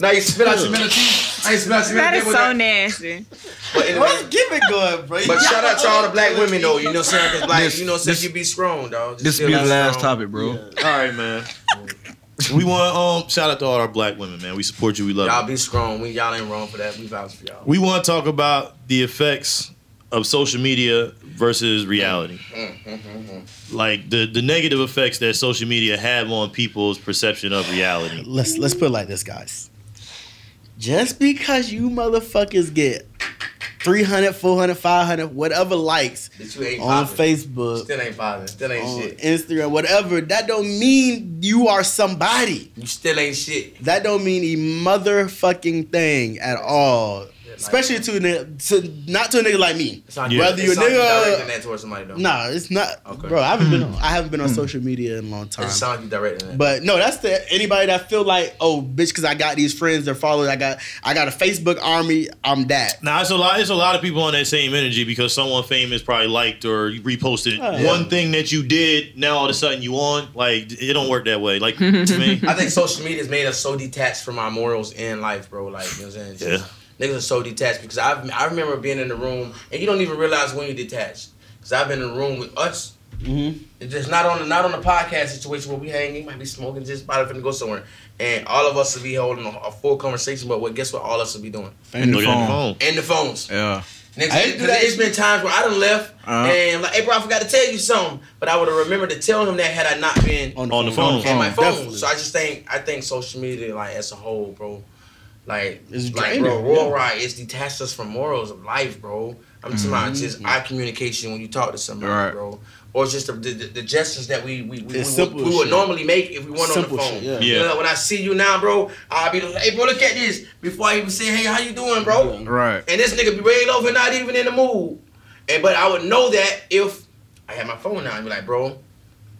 Speaker 3: Now he spit out your middle teeth. Now he spit out your
Speaker 4: That is
Speaker 3: middle teeth.
Speaker 4: so nasty.
Speaker 3: But, anyway,
Speaker 6: What's give it going, bro?
Speaker 3: but shout out to all the black women though. You know what I'm saying? 'Cause, Like,
Speaker 5: This-
Speaker 3: you know what I'm saying?
Speaker 5: this-
Speaker 3: You be strong, dog. Just
Speaker 5: This
Speaker 3: feel
Speaker 5: be the
Speaker 3: like
Speaker 5: last
Speaker 3: strong.
Speaker 5: topic, bro.
Speaker 2: All right, man. we want um shout out to all our black women, man. We support you. We love you.
Speaker 3: Y'all be strong. We y'all ain't wrong for that. We vouch for y'all.
Speaker 2: We want to talk about the effects of social media versus reality. Like the, the negative effects that social media have on people's perception of reality.
Speaker 6: let's let's put it like this, guys. Just because you motherfuckers get 300, 400, 500, whatever likes
Speaker 3: That you ain't
Speaker 6: on
Speaker 3: popping.
Speaker 6: Facebook,
Speaker 3: Still ain't popping. Still ain't
Speaker 6: on
Speaker 3: shit.
Speaker 6: Instagram, whatever, that don't mean you are somebody.
Speaker 3: You still ain't shit.
Speaker 6: That don't mean a motherfucking thing at all.
Speaker 3: like-
Speaker 6: Especially to, a ni- to not to a nigga like me.
Speaker 3: It's not
Speaker 2: Yeah.
Speaker 6: Whether you
Speaker 3: it's
Speaker 6: a
Speaker 3: not you
Speaker 6: nigga-
Speaker 3: directing that towards somebody though.
Speaker 6: Nah, it's not,
Speaker 3: Okay.
Speaker 6: bro. I haven't been on, I haven't been on social media in a long
Speaker 3: It
Speaker 6: time.
Speaker 3: just sounds like you directing that.
Speaker 6: But no, that's the anybody that feel like, oh, bitch, because I got these friends, they're following. I got, I got a Facebook army. I'm that.
Speaker 2: Now it's a lot. It's a lot of people on that same energy because someone famous probably liked or reposted
Speaker 6: Oh, yeah.
Speaker 2: one thing that you did. Now all of a sudden you on. Like it don't work that way. Like to me,
Speaker 3: I think social media has made us so detached from our morals and life, bro. Like, you know what I'm saying? It's just- Niggas are so detached because I've, I remember being in the room and you don't even realize when you're detached. Because I've been in the room with us.
Speaker 6: Mhm.
Speaker 3: It's just not on the not on the podcast situation where we hanging, might be smoking, just about to go somewhere, and all of us will be holding a, a full conversation. But what? Guess what? All us will be doing
Speaker 5: And the
Speaker 2: Look at the
Speaker 5: phone.
Speaker 3: and the phones.
Speaker 5: Yeah.
Speaker 3: Niggas,
Speaker 6: I didn't do
Speaker 3: 'cause
Speaker 6: that.
Speaker 3: It's been times where I done left
Speaker 5: Uh-huh.
Speaker 3: and like, hey bro, I forgot to tell you something, but I would have remembered to tell him that had I not been
Speaker 2: On the phone.
Speaker 3: and my phone.
Speaker 6: definitely.
Speaker 3: So I just think I think social media like as a whole, bro. Like,
Speaker 6: It's
Speaker 3: like
Speaker 6: draining,
Speaker 3: bro, world
Speaker 6: yeah.
Speaker 3: ride it's detached us from morals of life, bro. I'm talking
Speaker 6: Mm-hmm.
Speaker 3: about just our communication when you talk to somebody,
Speaker 5: Right.
Speaker 3: bro. Or it's just the, the, the gestures that we we, we, we,
Speaker 6: It's
Speaker 3: would-
Speaker 6: simple
Speaker 3: we would
Speaker 6: shit.
Speaker 3: normally make if we weren't
Speaker 6: Simple
Speaker 3: on the phone.
Speaker 6: shit, yeah.
Speaker 2: Yeah.
Speaker 3: You know, when I see you now, bro, I'll be like, hey bro, look at this. Before I even say, hey, how you doing, bro?
Speaker 5: Right.
Speaker 3: And this nigga be laid over, not even in the mood. And but I would know that if I had my phone now and be like, bro,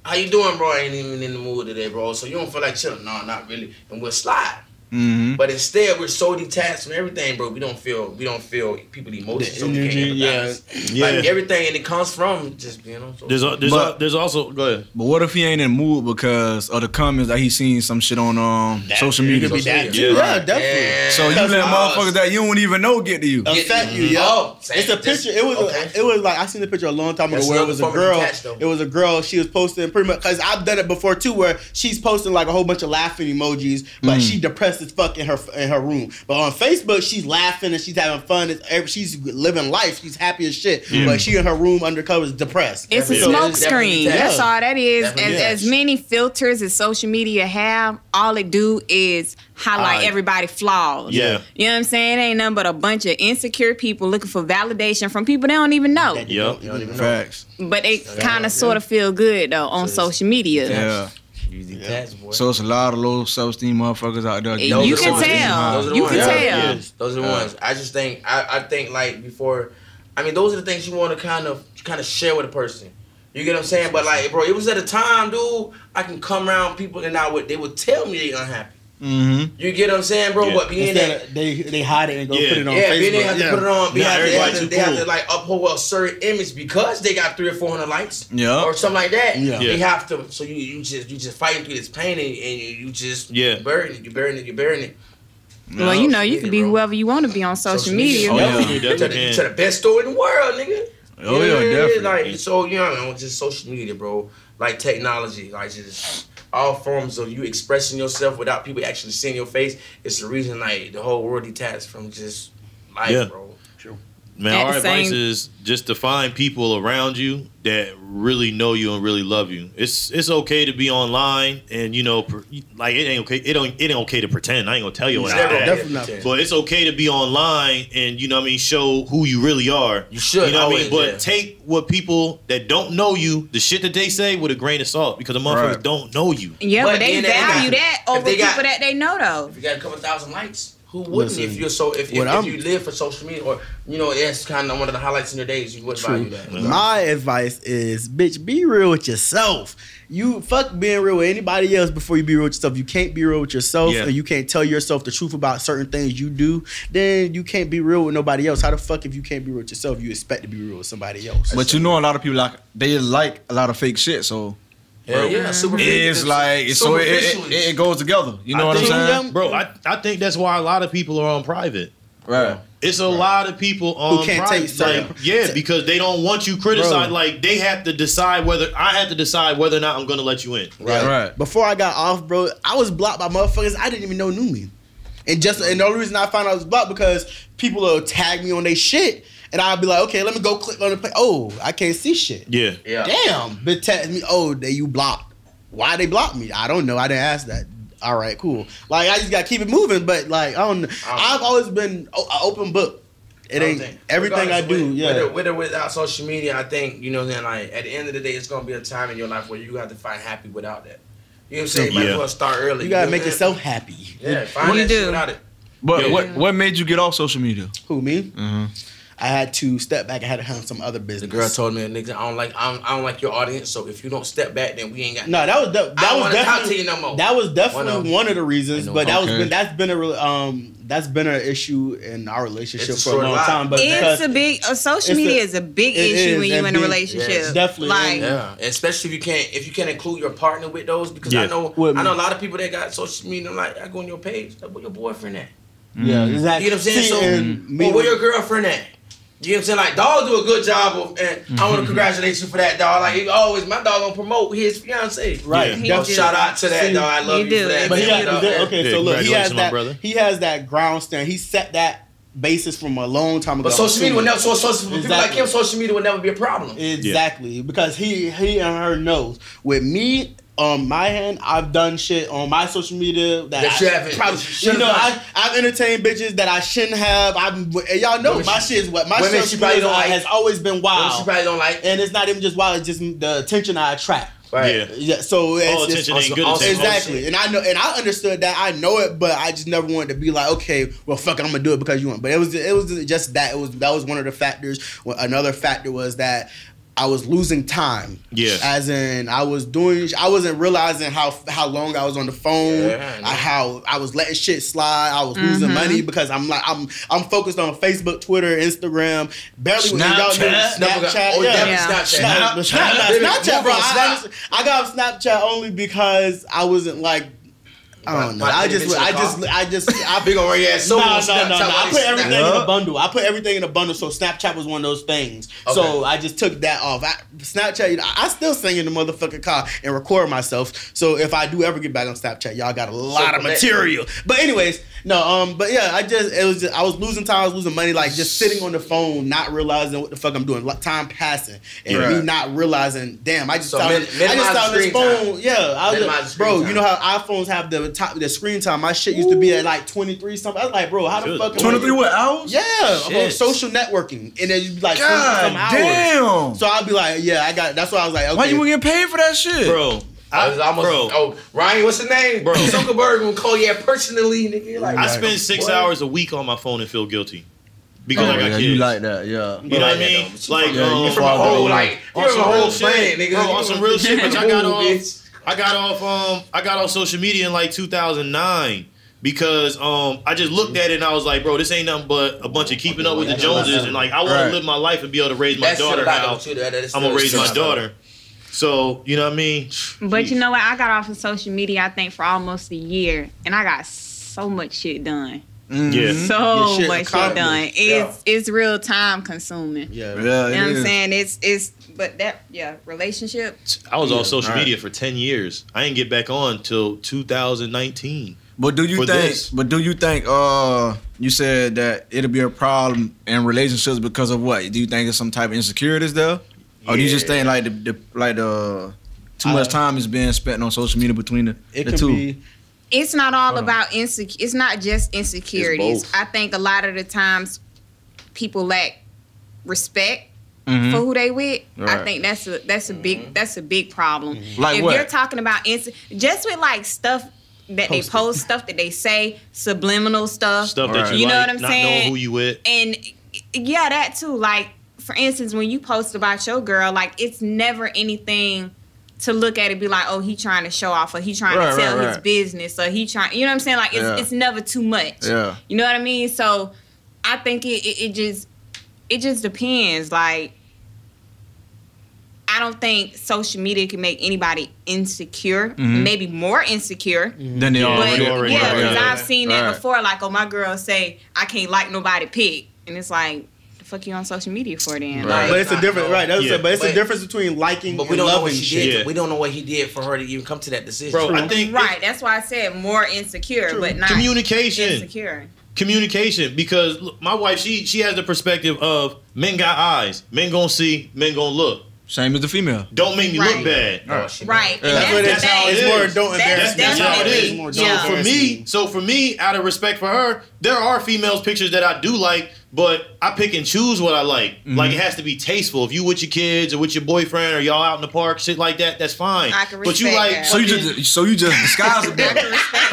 Speaker 3: how you doing, bro? I ain't even in the mood today, bro. So you don't feel like chilling? No, not really. And we'll slide.
Speaker 5: Mm-hmm.
Speaker 3: But instead, we're so detached from everything, bro. We don't feel we don't feel people emotions. so we can't
Speaker 6: energy,
Speaker 3: empathize.
Speaker 2: yeah.
Speaker 3: Like everything, and it comes from just being on social.
Speaker 2: there's a, there's a,
Speaker 5: But-
Speaker 2: there's also go ahead.
Speaker 5: But what if he ain't in the mood because of the comments that he seen some shit on um social media?
Speaker 3: could be that
Speaker 6: Yeah,
Speaker 2: too.
Speaker 6: definitely.
Speaker 3: Yeah.
Speaker 5: So you
Speaker 3: That's
Speaker 5: let
Speaker 3: us.
Speaker 5: motherfuckers that you don't even know get to you.
Speaker 3: Yeah.
Speaker 6: Affect you, yo.
Speaker 3: Oh,
Speaker 6: It's a
Speaker 3: just-
Speaker 6: picture. It was.
Speaker 3: okay.
Speaker 6: it was like I seen the picture a long time ago
Speaker 3: That's
Speaker 6: where it
Speaker 3: another
Speaker 6: was a
Speaker 3: form of
Speaker 6: girl.
Speaker 3: detached, though.
Speaker 6: It was a girl. She was posting pretty much because I've done it before too, where she's posting like a whole bunch of laughing emojis, but
Speaker 2: Mm.
Speaker 6: she depressed as fuck in her in her room. But on Facebook, she's laughing and she's having fun. It's, ev- she's living life. She's happy as shit. But she in her room undercover is depressed.
Speaker 4: It's a
Speaker 3: Yeah.
Speaker 4: smoke
Speaker 3: It's definitely
Speaker 4: screen.
Speaker 3: detached.
Speaker 4: That's all that is. As,
Speaker 3: Definitely
Speaker 6: detached.
Speaker 4: as many filters as social media have, all it do is highlight
Speaker 2: Aye.
Speaker 4: everybody flaws.
Speaker 2: Yeah.
Speaker 4: You know what I'm saying? ain't nothing but a bunch of insecure people looking for validation from people they don't even know.
Speaker 6: That you
Speaker 2: Yep.
Speaker 6: don't- you don't even know.
Speaker 5: Facts.
Speaker 4: But they kind of sort of feel good though on
Speaker 3: So it's-
Speaker 4: social media.
Speaker 5: Yeah.
Speaker 3: You detached, boy.
Speaker 5: So it's a lot of low self esteem motherfuckers out there.
Speaker 4: You
Speaker 5: Those are
Speaker 4: can
Speaker 5: the ones.
Speaker 4: tell.
Speaker 5: Those are the
Speaker 4: You
Speaker 5: ones.
Speaker 4: can
Speaker 5: Yeah.
Speaker 4: tell.
Speaker 2: Yeah.
Speaker 3: Those are the
Speaker 5: Uh,
Speaker 3: ones. I just think I, I think like before I mean those are the things you want to kind of kind of share with a person. You get what I'm saying? But like bro, it was at a time, dude, I can come around people and I would they would tell me they unhappy.
Speaker 5: Mm-hmm.
Speaker 3: You get what I'm saying, bro?
Speaker 2: Yeah.
Speaker 3: But being
Speaker 6: Instead
Speaker 3: that
Speaker 6: of, they they hide it and go
Speaker 2: Yeah.
Speaker 6: put it on
Speaker 3: yeah,
Speaker 6: Facebook.
Speaker 3: being they have to
Speaker 6: Yeah.
Speaker 3: put it on, they,
Speaker 2: Nah,
Speaker 3: have to, they, have
Speaker 2: everybody
Speaker 3: to,
Speaker 2: too
Speaker 3: they have to
Speaker 2: cool.
Speaker 3: like uphold a certain image because they got three or four hundred likes
Speaker 5: Yeah.
Speaker 3: or something like that.
Speaker 6: Yeah.
Speaker 3: They
Speaker 2: Yeah.
Speaker 3: have to. So you you just you just fighting through this pain and, and you, you just
Speaker 2: Yeah.
Speaker 3: burying it, you burying it, you burying it.
Speaker 4: Well, you know, you
Speaker 3: Social
Speaker 4: can be
Speaker 3: media, bro.
Speaker 4: whoever you want to be on social, media.
Speaker 5: Oh,
Speaker 3: Yo,
Speaker 5: yeah.
Speaker 2: You
Speaker 3: to,
Speaker 2: definitely
Speaker 3: the,
Speaker 2: can.
Speaker 3: to the best store in the world, nigga.
Speaker 5: Oh yeah, definitely.
Speaker 3: Like so, you know, I mean, just social media, bro. Like technology, like just all forms of you expressing yourself without people actually seeing your face. It's the reason like the whole world detached from just life,
Speaker 2: Yeah.
Speaker 3: bro.
Speaker 2: Man,
Speaker 4: At
Speaker 2: our
Speaker 4: the
Speaker 2: advice
Speaker 4: same-
Speaker 2: is just to find people around you that really know you and really love you. It's it's okay to be online and you know per, like it ain't okay. It don't it ain't okay to pretend. I ain't gonna tell you what
Speaker 3: Never
Speaker 2: I am.
Speaker 6: definitely not.
Speaker 3: pretend.
Speaker 2: But it's okay to be online and you know what I mean show who you really are.
Speaker 3: You should
Speaker 2: You know what I
Speaker 3: always,
Speaker 2: mean? But
Speaker 3: yeah.
Speaker 2: take what people that don't know you, the shit that they say with a grain of salt because the motherfuckers
Speaker 5: Right.
Speaker 2: don't know you.
Speaker 4: Yeah,
Speaker 3: But
Speaker 4: but, they
Speaker 3: then they got-
Speaker 4: value that
Speaker 3: if
Speaker 4: over
Speaker 3: they
Speaker 4: people
Speaker 3: got-
Speaker 4: that they know though.
Speaker 3: If you got a couple thousand likes, who wouldn't?
Speaker 6: Listen,
Speaker 3: if you're so, if, if,
Speaker 6: what
Speaker 3: if
Speaker 6: I'm-
Speaker 3: you live for social media, or you know, that's kind of one of the highlights in your days, you would value that.
Speaker 6: My advice is, bitch, be real with yourself. You fuck being real with anybody else before you be real with yourself. You can't be real with yourself,
Speaker 5: Yeah.
Speaker 6: and you can't tell yourself the truth about certain things you do. Then you can't be real with nobody else. How the fuck if you can't be real with yourself, you expect to be real with somebody else?
Speaker 5: But you know, a lot of people like they like a lot of fake shit. So
Speaker 3: Yeah, yeah, super.
Speaker 5: it's like so it, it, it, it goes together. You know
Speaker 2: I
Speaker 5: what I'm
Speaker 2: think-
Speaker 5: saying?
Speaker 2: Bro, I, I think that's why a lot of people are on private.
Speaker 5: Right.
Speaker 2: It's a lot of people on
Speaker 6: can't
Speaker 2: private-
Speaker 6: take certain-
Speaker 2: like, yeah, because they don't want you criticized.
Speaker 6: Bro.
Speaker 2: Like they have to decide whether I have to decide whether or not I'm gonna let you in.
Speaker 5: Right. Right.
Speaker 6: Before I got off, bro, I was blocked by motherfuckers I didn't even know knew me. And just and the only reason I found out I was blocked because people will tag me on their shit, and I'll be like, okay, let me go click on the play. Oh, I can't see shit.
Speaker 2: Yeah.
Speaker 3: Yeah.
Speaker 6: Damn, but tag me. Oh, they you blocked. Why they blocked me? I don't know. I didn't ask that. All right, cool. Like I just gotta keep it moving, but like I don't. I've always been o- a open book. It
Speaker 3: I
Speaker 6: ain't
Speaker 3: don't think-
Speaker 6: everything I
Speaker 3: regardless,
Speaker 6: do.
Speaker 3: with-
Speaker 6: yeah,
Speaker 3: With or, with or without social media, I think, you know what I'm saying? Like, at the end of the day, it's going to be a time in your life where you have to find happy without that. You know what I'm saying? You might as
Speaker 2: Yeah.
Speaker 3: well start early.
Speaker 6: you gotta
Speaker 3: know
Speaker 6: make
Speaker 3: what I'm
Speaker 6: yourself happy.
Speaker 3: saying? Yeah, find
Speaker 4: What
Speaker 3: what
Speaker 4: do
Speaker 3: that
Speaker 4: you
Speaker 3: shit
Speaker 4: do?
Speaker 3: without it.
Speaker 5: But
Speaker 2: Yeah.
Speaker 5: what what made you get off social media?
Speaker 6: Who me? I had to step back. I had to handle some other
Speaker 3: Mm-hmm. The
Speaker 6: business.
Speaker 3: girl told me, nigga, I don't like I don't, I don't like your audience, so if you don't step back, then we ain't got
Speaker 6: No, that was de- that
Speaker 3: I don't
Speaker 6: was
Speaker 3: wanna talk
Speaker 6: definitely
Speaker 3: to you no more.
Speaker 6: that was
Speaker 3: One of
Speaker 6: definitely
Speaker 3: them.
Speaker 6: one of the reasons,
Speaker 3: I know.
Speaker 6: but that was
Speaker 5: Okay.
Speaker 6: been that's been a re- um that's been an issue in our relationship
Speaker 3: It's a
Speaker 6: for a
Speaker 3: short
Speaker 6: long
Speaker 3: life.
Speaker 6: time. But because
Speaker 4: It's a big uh,
Speaker 6: it's
Speaker 4: social
Speaker 6: a-
Speaker 4: media is a big
Speaker 6: it
Speaker 4: issue
Speaker 6: is,
Speaker 4: when
Speaker 6: and
Speaker 4: you in a
Speaker 6: big-
Speaker 4: relationship.
Speaker 3: Yes,
Speaker 6: definitely,
Speaker 4: Like,
Speaker 3: Yeah, especially if you can't if you can't include your partner with those because I
Speaker 2: Yeah.
Speaker 3: know
Speaker 6: With
Speaker 3: I know
Speaker 6: me.
Speaker 3: a lot of people that got social media. I'm like, I go on your page, like, where your boyfriend at?
Speaker 6: yeah, exactly.
Speaker 3: You know what I'm saying?
Speaker 6: See,
Speaker 3: so,
Speaker 6: and me
Speaker 3: well, where
Speaker 6: with-
Speaker 3: your girlfriend at? You know what I'm saying? Like, dog do a good job of, and I
Speaker 6: Mm-hmm.
Speaker 3: want to congratulate you for that, dog. Like, he always my dog gonna promote his fiance.
Speaker 6: right?
Speaker 2: Yeah.
Speaker 6: that's-
Speaker 4: He
Speaker 3: Yo,
Speaker 4: do.
Speaker 3: shout out to that,
Speaker 6: See,
Speaker 3: dog. I love
Speaker 4: he
Speaker 3: you,
Speaker 4: do.
Speaker 3: for that.
Speaker 6: But he
Speaker 3: man,
Speaker 6: has,
Speaker 3: dog.
Speaker 6: okay,
Speaker 2: Yeah,
Speaker 6: so look, he has
Speaker 2: congratulations, my
Speaker 6: that
Speaker 2: brother.
Speaker 6: he has that ground stand. He set that basis from a long time ago.
Speaker 3: But social media will never. So social for people like
Speaker 6: Exactly.
Speaker 3: him, social media will never be a problem.
Speaker 6: Exactly, because he he and her knows. With me on my hand, I've done shit on my social media that,
Speaker 3: That
Speaker 6: I
Speaker 3: you haven't-
Speaker 6: Probably,
Speaker 3: that you
Speaker 6: you
Speaker 3: should've
Speaker 6: know,
Speaker 3: done.
Speaker 6: I, I've entertained bitches that I shouldn't have. I'm and y'all know
Speaker 3: Women
Speaker 6: my
Speaker 3: she-
Speaker 6: shit is what my
Speaker 3: women
Speaker 6: social
Speaker 3: she probably
Speaker 6: media
Speaker 3: don't like.
Speaker 6: has always been
Speaker 3: She
Speaker 6: wild,
Speaker 3: probably don't like.
Speaker 6: and it's not even just wild. It's just the attention I attract.
Speaker 2: Yeah.
Speaker 6: Yeah, so it's,
Speaker 2: All
Speaker 6: it's-
Speaker 2: attention ain't
Speaker 3: also-
Speaker 2: good
Speaker 3: also-
Speaker 2: attention.
Speaker 6: Exactly, and I know, and I understood that. I know it, but I just never wanted to be like, okay, well, fuck, it, I'm gonna do it because you want. But it was, it was just that. It was that was one of the factors. Well, Another factor was that I was losing time.
Speaker 2: Yeah.
Speaker 6: as in I was doing. I wasn't realizing how how long I was on the phone.
Speaker 3: Yeah, I know.
Speaker 6: I- how I was letting shit slide. I was losing money because I'm like, I'm I'm focused on Facebook, Twitter, Instagram, barely was- y'all doing
Speaker 5: Snapchat?
Speaker 3: Never got-
Speaker 6: Snapchat.
Speaker 3: oh,
Speaker 6: yeah.
Speaker 3: definitely
Speaker 4: Yeah.
Speaker 3: Snapchat.
Speaker 6: Snap-
Speaker 5: Snapchat?
Speaker 6: Snapchat,
Speaker 3: Baby,
Speaker 6: Snapchat,
Speaker 3: move
Speaker 6: bro.
Speaker 3: on,
Speaker 6: I,
Speaker 3: Snap.
Speaker 6: I got off Snapchat only because I wasn't like, I don't know.
Speaker 3: Bought- bought
Speaker 6: I
Speaker 3: the
Speaker 6: just,
Speaker 3: bitch in
Speaker 6: I
Speaker 3: the
Speaker 6: just,
Speaker 3: car.
Speaker 6: I just,
Speaker 3: <laughs>
Speaker 6: I
Speaker 3: Big old yeah. So
Speaker 6: no, no, no, no. I put everything in a
Speaker 5: Snapchat.
Speaker 6: bundle. I put everything in a bundle. So Snapchat was one of those things. So
Speaker 3: Okay.
Speaker 6: I just took that off. I, Snapchat, you know, I I still sing in the motherfucking car and record myself. So if I do ever get back on Snapchat, y'all got a lot of
Speaker 3: that-
Speaker 6: material. But anyways, no, um, but yeah, I just it was just, I was losing time, I was losing money, like just sitting on the phone, not realizing what the fuck I'm doing, like, time passing, and
Speaker 5: Right.
Speaker 6: me not realizing, damn, I just
Speaker 3: So
Speaker 6: saw
Speaker 3: min-
Speaker 6: I just
Speaker 3: minimize
Speaker 6: saw this
Speaker 3: screen
Speaker 6: phone, yeah, I
Speaker 3: Minimize
Speaker 6: was,
Speaker 3: screen
Speaker 6: bro,
Speaker 3: time.
Speaker 6: you know how iPhones have the top the screen time. My shit used to be at like 23 something. I was like, bro, how the
Speaker 2: Good
Speaker 6: fuck? am I-
Speaker 5: Twenty three what hours?
Speaker 6: Yeah, I'm on
Speaker 2: Shit.
Speaker 6: social networking, and then you'd be like, 20
Speaker 5: God
Speaker 6: some hours.
Speaker 5: damn.
Speaker 6: So I'd be like, yeah, I got. That's why I was like, okay.
Speaker 5: Why you gonna get paid for that shit?
Speaker 2: Bro,
Speaker 3: I was almost.
Speaker 2: bro,
Speaker 3: Oh, Ryan, what's the name?
Speaker 2: Bro.
Speaker 3: Zuckerberg gonna call you personally, nigga. Like,
Speaker 2: I spend six
Speaker 3: what?
Speaker 2: hours a week on my phone and feel guilty because
Speaker 5: Oh,
Speaker 2: I got
Speaker 5: yeah,
Speaker 2: kids.
Speaker 5: you like that, yeah.
Speaker 2: You know what I
Speaker 3: Yeah, though,
Speaker 2: mean?
Speaker 3: but you
Speaker 2: Like,
Speaker 3: fucking-
Speaker 5: yeah, you
Speaker 2: um,
Speaker 3: From a
Speaker 5: Bro,
Speaker 3: whole like,
Speaker 2: on
Speaker 3: you're a
Speaker 2: some
Speaker 3: whole
Speaker 2: real
Speaker 3: plan,
Speaker 2: shit.
Speaker 3: nigga.
Speaker 2: Bro, on some
Speaker 3: <laughs>
Speaker 2: real shit, bitch, I got
Speaker 3: Ooh,
Speaker 2: off-
Speaker 3: bitch.
Speaker 2: I got off um I got off social media in like 2009 because um I just looked at it and I was like, bro, this ain't nothing but a bunch of keeping up with the Joneses and like I want
Speaker 5: Right.
Speaker 2: to live my life and be able to raise my
Speaker 3: That's
Speaker 2: daughter
Speaker 3: shit about
Speaker 2: how
Speaker 3: them too. That, that's
Speaker 2: I'm gonna
Speaker 3: still
Speaker 2: raise my
Speaker 3: shit about
Speaker 2: daughter. So you know what I mean?
Speaker 4: But you know what? I got off of social media, I think, for almost a year, and I got so much shit done.
Speaker 5: Mm-hmm.
Speaker 2: yeah,
Speaker 4: So
Speaker 6: Your shit
Speaker 4: much shit
Speaker 6: accomplished.
Speaker 4: done. It's it's real time consuming.
Speaker 5: Yeah,
Speaker 6: Yeah.
Speaker 4: You
Speaker 5: it
Speaker 4: know what I'm
Speaker 5: is.
Speaker 4: saying? It's it's but that yeah relationship.
Speaker 2: I was off social
Speaker 5: All right.
Speaker 2: media for 10 years. I didn't get back on till 2019.
Speaker 5: But do you
Speaker 2: for
Speaker 5: think?
Speaker 2: this.
Speaker 5: But do you think? Uh, you said that it'll be a problem in relationships because of what? Do you think it's some type of insecurities there, or do you just
Speaker 2: Yeah.
Speaker 5: think like the, the like the too
Speaker 6: I-
Speaker 5: much time is being spent on social media between the,
Speaker 6: It
Speaker 5: the
Speaker 6: can
Speaker 5: two?
Speaker 6: be.
Speaker 4: It's not all
Speaker 5: Hold on.
Speaker 4: about insecure. It's not just insecurities.
Speaker 2: both.
Speaker 4: I think a lot of the times people lack respect
Speaker 5: Mhm.
Speaker 4: for who they with. I
Speaker 5: Right.
Speaker 4: think that's a that's a big that's a big problem.
Speaker 5: Mm-hmm. Like
Speaker 4: if
Speaker 5: what?
Speaker 4: you're talking about ins- just with like stuff that they
Speaker 6: Post it.
Speaker 4: post, stuff that they say, subliminal stuff,
Speaker 2: Stuff
Speaker 5: Right.
Speaker 2: that you,
Speaker 4: You know
Speaker 2: like,
Speaker 4: what I'm
Speaker 2: not
Speaker 4: saying?
Speaker 2: knowing who you with.
Speaker 4: and yeah, that too. Like for instance, when you post about your girl, like it's never anything to look at it be like, oh, he trying to show off, or he trying
Speaker 5: Right,
Speaker 4: to tell
Speaker 5: right,
Speaker 4: his
Speaker 5: right.
Speaker 4: business, or he trying, you know what I'm saying? Like it's
Speaker 5: Yeah.
Speaker 4: it's never too much.
Speaker 5: Yeah.
Speaker 4: You know what I mean? So I think it, it, it just it just depends. Like I I don't think social media can make anybody insecure,
Speaker 5: Mm-hmm.
Speaker 4: maybe more insecure.
Speaker 5: Then they
Speaker 2: Yeah,
Speaker 4: But
Speaker 5: already.
Speaker 2: you already
Speaker 4: yeah,
Speaker 2: know,
Speaker 4: because
Speaker 2: yeah.
Speaker 4: I've seen that
Speaker 5: Right.
Speaker 4: before. Like, oh, my girl say I can't like nobody pig, and it's like, the fuck you on social media for then?
Speaker 3: Right.
Speaker 6: But it's a
Speaker 3: Nah,
Speaker 6: different
Speaker 3: no.
Speaker 6: right. That's what I'm
Speaker 2: Yeah.
Speaker 6: saying, but it's
Speaker 3: But-
Speaker 6: the difference between liking
Speaker 3: But we
Speaker 6: and
Speaker 3: don't know what
Speaker 6: loving
Speaker 3: she
Speaker 6: shit.
Speaker 3: did.
Speaker 2: shit.
Speaker 3: We don't know what he did for her to even come to that decision.
Speaker 2: bro. I think
Speaker 4: Right, that's why I said more insecure,
Speaker 6: True.
Speaker 4: but not
Speaker 2: communication,
Speaker 4: insecure.
Speaker 2: communication. Because look, my wife, she she has the perspective of men got eyes, men gonna see, men gonna look.
Speaker 5: Same as the female.
Speaker 2: Don't make me
Speaker 4: Right.
Speaker 2: look bad.
Speaker 3: Oh, she-
Speaker 4: Right,
Speaker 5: Yeah.
Speaker 4: and that's,
Speaker 6: But
Speaker 2: That's
Speaker 4: the
Speaker 2: how
Speaker 4: thing.
Speaker 2: it is.
Speaker 6: Don't
Speaker 4: That's-
Speaker 6: embarrass me.
Speaker 2: That's how it
Speaker 4: definitely-
Speaker 2: is.
Speaker 4: yeah.
Speaker 2: So for me, so for me, out of respect for her, there are females pictures that I do like, but I pick and choose what I like.
Speaker 5: Mm-hmm.
Speaker 2: Like it has to be tasteful. If you with your kids or with your boyfriend or y'all out in the park, shit like that, that's fine.
Speaker 4: I can
Speaker 2: but you
Speaker 4: respect
Speaker 2: like
Speaker 4: that.
Speaker 5: So
Speaker 2: <laughs>
Speaker 5: you just so you just disguise it.
Speaker 4: I can respect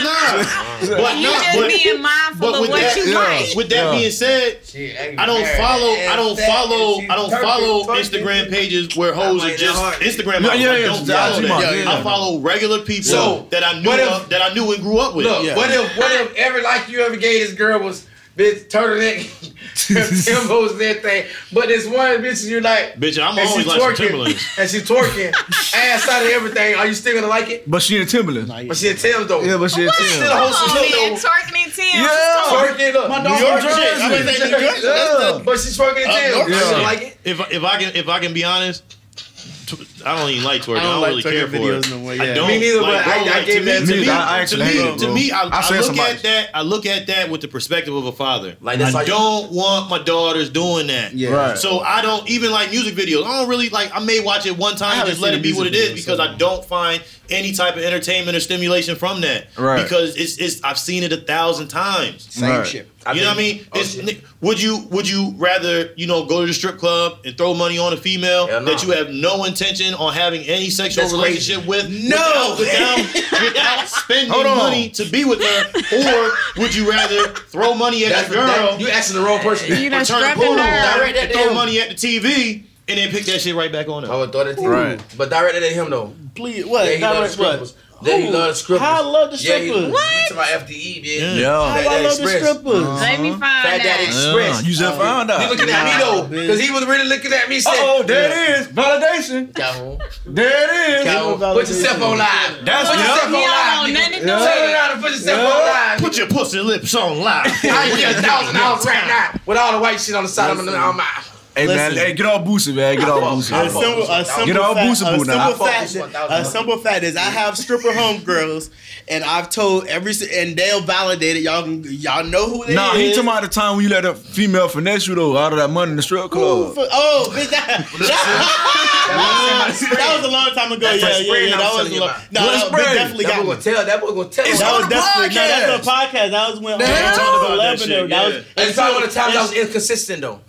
Speaker 4: that.
Speaker 5: <laughs>
Speaker 2: nah, but
Speaker 4: You
Speaker 2: nah,
Speaker 4: just
Speaker 2: but,
Speaker 4: being mindful
Speaker 2: but
Speaker 4: of
Speaker 2: with
Speaker 4: what
Speaker 2: that,
Speaker 4: you
Speaker 5: yeah.
Speaker 4: like.
Speaker 2: with that
Speaker 5: Yeah.
Speaker 2: being said,
Speaker 3: She ain't
Speaker 2: I don't
Speaker 3: married.
Speaker 2: follow. I don't
Speaker 3: It's that,
Speaker 2: follow.
Speaker 3: and
Speaker 2: I don't
Speaker 3: she's
Speaker 2: follow
Speaker 3: twerking,
Speaker 2: Instagram
Speaker 3: twerking.
Speaker 2: pages where hoes
Speaker 3: I'm
Speaker 2: are
Speaker 3: like,
Speaker 2: just
Speaker 3: that hard.
Speaker 2: Instagram.
Speaker 5: Yeah,
Speaker 2: models.
Speaker 5: yeah,
Speaker 2: I
Speaker 5: yeah,
Speaker 2: don't
Speaker 5: yeah,
Speaker 2: follow
Speaker 5: yeah,
Speaker 2: that.
Speaker 5: yeah,
Speaker 2: I
Speaker 5: yeah.
Speaker 2: follow regular people
Speaker 3: So,
Speaker 2: that I knew
Speaker 3: what if-
Speaker 2: of, that I knew and grew up with.
Speaker 3: Look,
Speaker 5: Yeah.
Speaker 3: what if what if every like you ever gave this girl was bitch <laughs> turtleneck, Timbo's that thing, but this one bitch you like,
Speaker 2: Bitch, I'm
Speaker 3: and
Speaker 2: always
Speaker 3: she
Speaker 2: like some
Speaker 3: twerking,
Speaker 2: Timberlands.
Speaker 3: and she twerking, ass out of everything. Are you still gonna like it?
Speaker 5: <laughs> But she in Timberland.
Speaker 3: But she a Tim's though.
Speaker 5: Yeah, but she in
Speaker 3: Still a
Speaker 5: Timberland.
Speaker 3: whole
Speaker 4: Oh, man, twerking and Tim's.
Speaker 5: Yeah.
Speaker 3: twerking. Look,
Speaker 2: New York chick. I mean, they- they-
Speaker 5: Jersey. Yeah.
Speaker 3: But she's twerking
Speaker 2: Up
Speaker 3: the
Speaker 2: north
Speaker 3: Tim's.
Speaker 5: shit.
Speaker 3: Yeah. like it.
Speaker 2: If if I can if I can be honest, tw- I don't even like twerking. I don't,
Speaker 6: I don't
Speaker 2: really
Speaker 6: like
Speaker 2: care
Speaker 6: twerking
Speaker 2: for it.
Speaker 6: videos no more,
Speaker 2: I
Speaker 6: yeah.
Speaker 2: don't.
Speaker 3: Me neither,
Speaker 2: like,
Speaker 3: but I-
Speaker 2: bro,
Speaker 3: I
Speaker 2: like,
Speaker 3: gave
Speaker 2: to
Speaker 3: that-
Speaker 2: me, to
Speaker 5: Me
Speaker 2: me,
Speaker 5: neither. I actually
Speaker 2: to
Speaker 5: hate
Speaker 2: me,
Speaker 5: it,
Speaker 2: to
Speaker 5: bro.
Speaker 2: me, I,
Speaker 5: I
Speaker 2: I
Speaker 5: said
Speaker 2: look
Speaker 5: somebody-
Speaker 2: at that. I look at that with the perspective of a father.
Speaker 3: Like,
Speaker 2: Like
Speaker 3: that's how
Speaker 2: I
Speaker 3: you-
Speaker 2: don't want my daughters doing that.
Speaker 6: Yeah.
Speaker 5: Right.
Speaker 2: So I don't even like music videos. I don't really like. I may watch it one
Speaker 6: I
Speaker 2: time and
Speaker 6: haven't
Speaker 2: just let
Speaker 6: seen
Speaker 2: it
Speaker 6: a
Speaker 2: be what it
Speaker 6: music
Speaker 2: is
Speaker 6: video
Speaker 2: because
Speaker 6: so
Speaker 2: I
Speaker 6: long.
Speaker 2: don't find any type of entertainment or stimulation from that.
Speaker 5: Right.
Speaker 2: Because it's it's I've seen it a thousand times.
Speaker 6: Same
Speaker 5: Right.
Speaker 6: shit.
Speaker 2: you know what I mean?
Speaker 3: Oh,
Speaker 2: It's-
Speaker 3: shit.
Speaker 2: would you would you rather you know go to the strip club and throw money on a female
Speaker 3: Hell no.
Speaker 2: that you have no intention on having any sexual
Speaker 3: That's crazy.
Speaker 2: relationship with? No, without,
Speaker 3: <laughs>
Speaker 2: without, without spending
Speaker 5: Hold on.
Speaker 2: money to be with her, or would you rather throw money at
Speaker 3: That's
Speaker 2: your girl?
Speaker 3: that, you asking the wrong person.
Speaker 4: You
Speaker 2: Or
Speaker 4: done
Speaker 2: turn the
Speaker 4: struck
Speaker 2: pool
Speaker 4: a
Speaker 2: on,
Speaker 4: nerve.
Speaker 3: Direct
Speaker 2: direct
Speaker 3: that Oh.
Speaker 2: it, throw
Speaker 3: damn-
Speaker 2: money at the TV, and then pick that shit right back on
Speaker 3: I
Speaker 2: up.
Speaker 3: would throw that to
Speaker 5: Right.
Speaker 3: him. But direct it at him though.
Speaker 6: Please, what?
Speaker 3: Yeah, he
Speaker 6: Not
Speaker 3: loves
Speaker 6: like what?
Speaker 3: strippers. That he
Speaker 6: Who?
Speaker 3: loves strippers.
Speaker 6: How I love the
Speaker 3: Yeah, he-
Speaker 6: strippers.
Speaker 3: he to my FDE, bitch.
Speaker 2: Yeah.
Speaker 6: How
Speaker 3: That- that
Speaker 6: I love the
Speaker 3: express. Uh-huh.
Speaker 6: strippers.
Speaker 4: Let me find
Speaker 3: Fat Daddy
Speaker 4: that.
Speaker 5: Yeah,
Speaker 3: Express.
Speaker 5: you just found
Speaker 3: He
Speaker 5: out.
Speaker 3: looking at me though,
Speaker 6: man.
Speaker 3: because he was really looking at me. Said,
Speaker 5: <laughs> Oh, there it is. Validation.
Speaker 3: Calhoun,
Speaker 5: There it is.
Speaker 3: Calhoun, put yourself on live.
Speaker 5: That's
Speaker 3: put
Speaker 5: yeah.
Speaker 3: yourself on
Speaker 4: You
Speaker 3: live.
Speaker 4: don't know
Speaker 3: nigga.
Speaker 4: nothing to
Speaker 5: Yeah.
Speaker 3: Turn
Speaker 4: do.
Speaker 3: around and put yourself
Speaker 5: Yeah.
Speaker 3: on live.
Speaker 2: Put your pussy lips on
Speaker 3: <laughs>
Speaker 2: live.
Speaker 3: I get a thousand dollars right now with all the white shit on the side of my on my.
Speaker 5: Hey man,
Speaker 6: Listen.
Speaker 5: hey, get all boosted, man. Get all boosted.
Speaker 3: I
Speaker 6: A
Speaker 5: man.
Speaker 3: fuck-
Speaker 6: simple, a simple
Speaker 5: Get all
Speaker 6: fact,
Speaker 5: boostable
Speaker 6: a simple
Speaker 5: now.
Speaker 6: fact,
Speaker 3: I fuck with
Speaker 6: a simple fact is I have stripper homegirls, and I've told every si- and they'll validate it. Y'all can, y'all know who they
Speaker 5: Nah,
Speaker 6: is.
Speaker 5: he talking about the time when you let a female finesse you though out of that money in the strip
Speaker 6: Ooh,
Speaker 5: club.
Speaker 6: for- oh, <laughs> bitch, that, that, that was a long time ago.
Speaker 3: That's
Speaker 6: yeah,
Speaker 3: a
Speaker 6: yeah,
Speaker 3: spread
Speaker 6: yeah,
Speaker 3: I'm
Speaker 6: that was
Speaker 3: telling
Speaker 6: a
Speaker 3: you
Speaker 6: long.
Speaker 3: about.
Speaker 6: No,
Speaker 5: What
Speaker 6: that
Speaker 5: spread?
Speaker 6: bitch definitely
Speaker 3: That
Speaker 6: got
Speaker 3: boy
Speaker 6: me.
Speaker 3: gonna tell. That boy gonna tell.
Speaker 5: It's
Speaker 6: That
Speaker 5: on
Speaker 6: was
Speaker 5: the
Speaker 6: definitely no, that's on the podcast. That was when
Speaker 5: Damn.
Speaker 6: I talked about
Speaker 2: That shit,
Speaker 6: Lebanon. That was
Speaker 2: yeah.
Speaker 3: And it's probably one of the times I was inconsistent though.
Speaker 5: <laughs>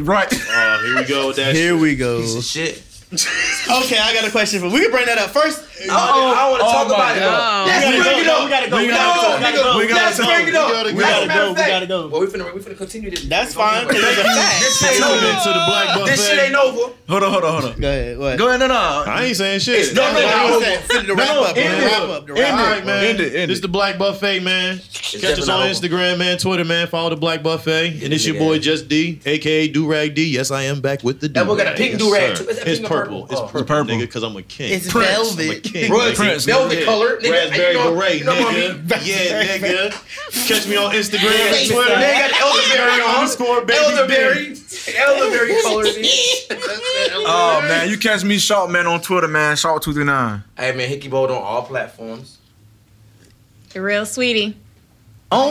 Speaker 5: right.
Speaker 2: Oh, here we go with that.
Speaker 6: Here
Speaker 2: shit.
Speaker 6: we go.
Speaker 3: Piece of shit.
Speaker 6: Okay, I got a question for. We can bring that up first.
Speaker 3: I don't- I don't want to
Speaker 5: Oh
Speaker 3: talk
Speaker 5: my
Speaker 3: about it.
Speaker 4: God.
Speaker 3: Let's
Speaker 6: We gotta
Speaker 3: bring
Speaker 6: go,
Speaker 3: it up.
Speaker 6: we gotta go,
Speaker 3: No, nigga,
Speaker 5: we gotta
Speaker 6: go, we gotta
Speaker 3: Let's
Speaker 5: go,
Speaker 3: bring it up.
Speaker 2: we gotta go,
Speaker 3: As a
Speaker 6: we
Speaker 3: matter of
Speaker 6: gotta
Speaker 3: fact-
Speaker 6: go.
Speaker 3: Well, we finna we finna continue this.
Speaker 6: That's
Speaker 3: We gonna
Speaker 6: fine,
Speaker 3: do it.
Speaker 6: 'cause it's a fact.
Speaker 3: This shit ain't
Speaker 2: Tune
Speaker 3: over.
Speaker 2: in to the black buffet.
Speaker 3: This shit ain't over.
Speaker 5: Hold on, hold on, hold on.
Speaker 6: Go ahead. What?
Speaker 5: Go ahead, no, no.
Speaker 2: I ain't saying shit.
Speaker 3: It's not
Speaker 6: That's what I
Speaker 3: No,
Speaker 6: was saying. Fit the wrap
Speaker 5: end
Speaker 6: up. The
Speaker 5: it.
Speaker 6: wrap up. The
Speaker 5: End
Speaker 2: All
Speaker 6: wrap
Speaker 2: right,
Speaker 6: up.
Speaker 2: man.
Speaker 5: End it, end
Speaker 2: this
Speaker 5: it.
Speaker 2: the Black Buffet, man. Catch us
Speaker 3: definitely
Speaker 2: on
Speaker 3: over.
Speaker 2: Instagram, man, Twitter, man. Follow the Black Buffet, and it's your
Speaker 3: Nigga.
Speaker 2: boy Just D, aka Durag D. Yes, I am back with the
Speaker 3: That
Speaker 2: durag.
Speaker 3: boy got a pink
Speaker 2: Yes,
Speaker 3: durag,
Speaker 2: sir.
Speaker 3: too. Is that
Speaker 2: It's
Speaker 3: pink or
Speaker 2: purple.
Speaker 3: purple?
Speaker 2: It's
Speaker 3: Oh.
Speaker 2: purple,
Speaker 5: purple.
Speaker 2: nigga, because I'm a king.
Speaker 6: It's
Speaker 5: Prince.
Speaker 2: I'm a
Speaker 6: velvet.
Speaker 2: king.
Speaker 3: Royalty,
Speaker 5: Prince,
Speaker 3: velvet
Speaker 2: Yeah.
Speaker 3: color, nigga.
Speaker 2: Raspberry
Speaker 3: you know,
Speaker 2: beret,
Speaker 3: you know what I mean? <laughs>
Speaker 2: nigga. Yeah, nigga. Catch me on Instagram,
Speaker 3: They
Speaker 2: Twitter.
Speaker 3: got elderberry on.
Speaker 2: Underscore baby
Speaker 3: elderberry, elderberry color.
Speaker 5: Oh man, you catch me Short Man on Twitter, man. Short two three nine.
Speaker 3: Hey man, Hickey Bold on all platforms.
Speaker 4: The real sweetie.
Speaker 5: On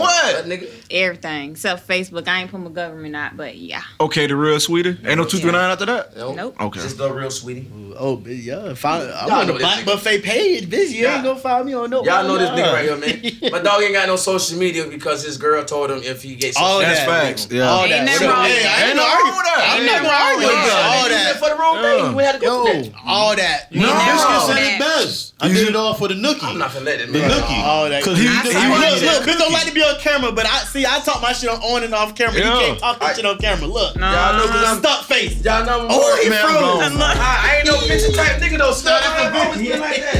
Speaker 3: That
Speaker 5: what?
Speaker 3: nigga.
Speaker 4: Everything except Facebook. I ain't put my government out, but yeah.
Speaker 5: Okay, the real sweetie. Ain't no two three nine after that.
Speaker 3: Nope.
Speaker 4: Nope.
Speaker 5: Okay.
Speaker 3: Just the real sweetie.
Speaker 6: Oh, but yeah. if I- I'm
Speaker 3: Y'all
Speaker 6: on the
Speaker 3: know this
Speaker 6: Black
Speaker 3: nigga.
Speaker 6: Buffet page, bitch. You
Speaker 3: Y'all-
Speaker 6: ain't gonna find me on no.
Speaker 3: Y'all know this nigga right here, <laughs>
Speaker 6: <laughs>
Speaker 3: man. My dog ain't got no social media because his girl told him if he gets
Speaker 6: All
Speaker 3: social
Speaker 5: That's
Speaker 6: that.
Speaker 5: facts. Yeah.
Speaker 6: All
Speaker 4: Ain't
Speaker 6: that.
Speaker 4: nothing
Speaker 6: What up?
Speaker 4: wrong with
Speaker 6: Hey,
Speaker 4: that.
Speaker 6: I ain't
Speaker 5: Ain't
Speaker 6: no
Speaker 5: nothing
Speaker 6: arguing.
Speaker 5: wrong with that.
Speaker 6: I'm not
Speaker 5: Ain't
Speaker 6: gonna
Speaker 5: nothing
Speaker 6: argue with
Speaker 5: wrong with
Speaker 6: that.
Speaker 5: that.
Speaker 6: All that.
Speaker 3: for the wrong
Speaker 5: Yeah.
Speaker 3: thing. We had to go through
Speaker 6: Yo,
Speaker 3: that.
Speaker 6: all that.
Speaker 2: No,
Speaker 4: No.
Speaker 2: Biscuit said
Speaker 4: That-
Speaker 2: it best. I
Speaker 5: You-
Speaker 2: did it all for the nookie.
Speaker 3: I'm not gonna let it.
Speaker 2: the
Speaker 3: man.
Speaker 2: nookie.
Speaker 6: All that.
Speaker 2: Cause he,
Speaker 4: I-
Speaker 2: he,
Speaker 4: I-
Speaker 2: was-
Speaker 6: Look, look, bitch don't like to be on camera, but I see I talk my shit on, on and off camera.
Speaker 5: Yeah.
Speaker 6: You can't talk that
Speaker 3: I-
Speaker 6: shit on camera. Look.
Speaker 4: No.
Speaker 3: Y'all know 'cause I'm-
Speaker 6: Stuck face.
Speaker 3: Y'all know.
Speaker 6: Oh, he
Speaker 5: Man, I'm
Speaker 6: froze.
Speaker 5: gone.
Speaker 3: I, I ain't no bitch type nigga though. Stop. I always been like that.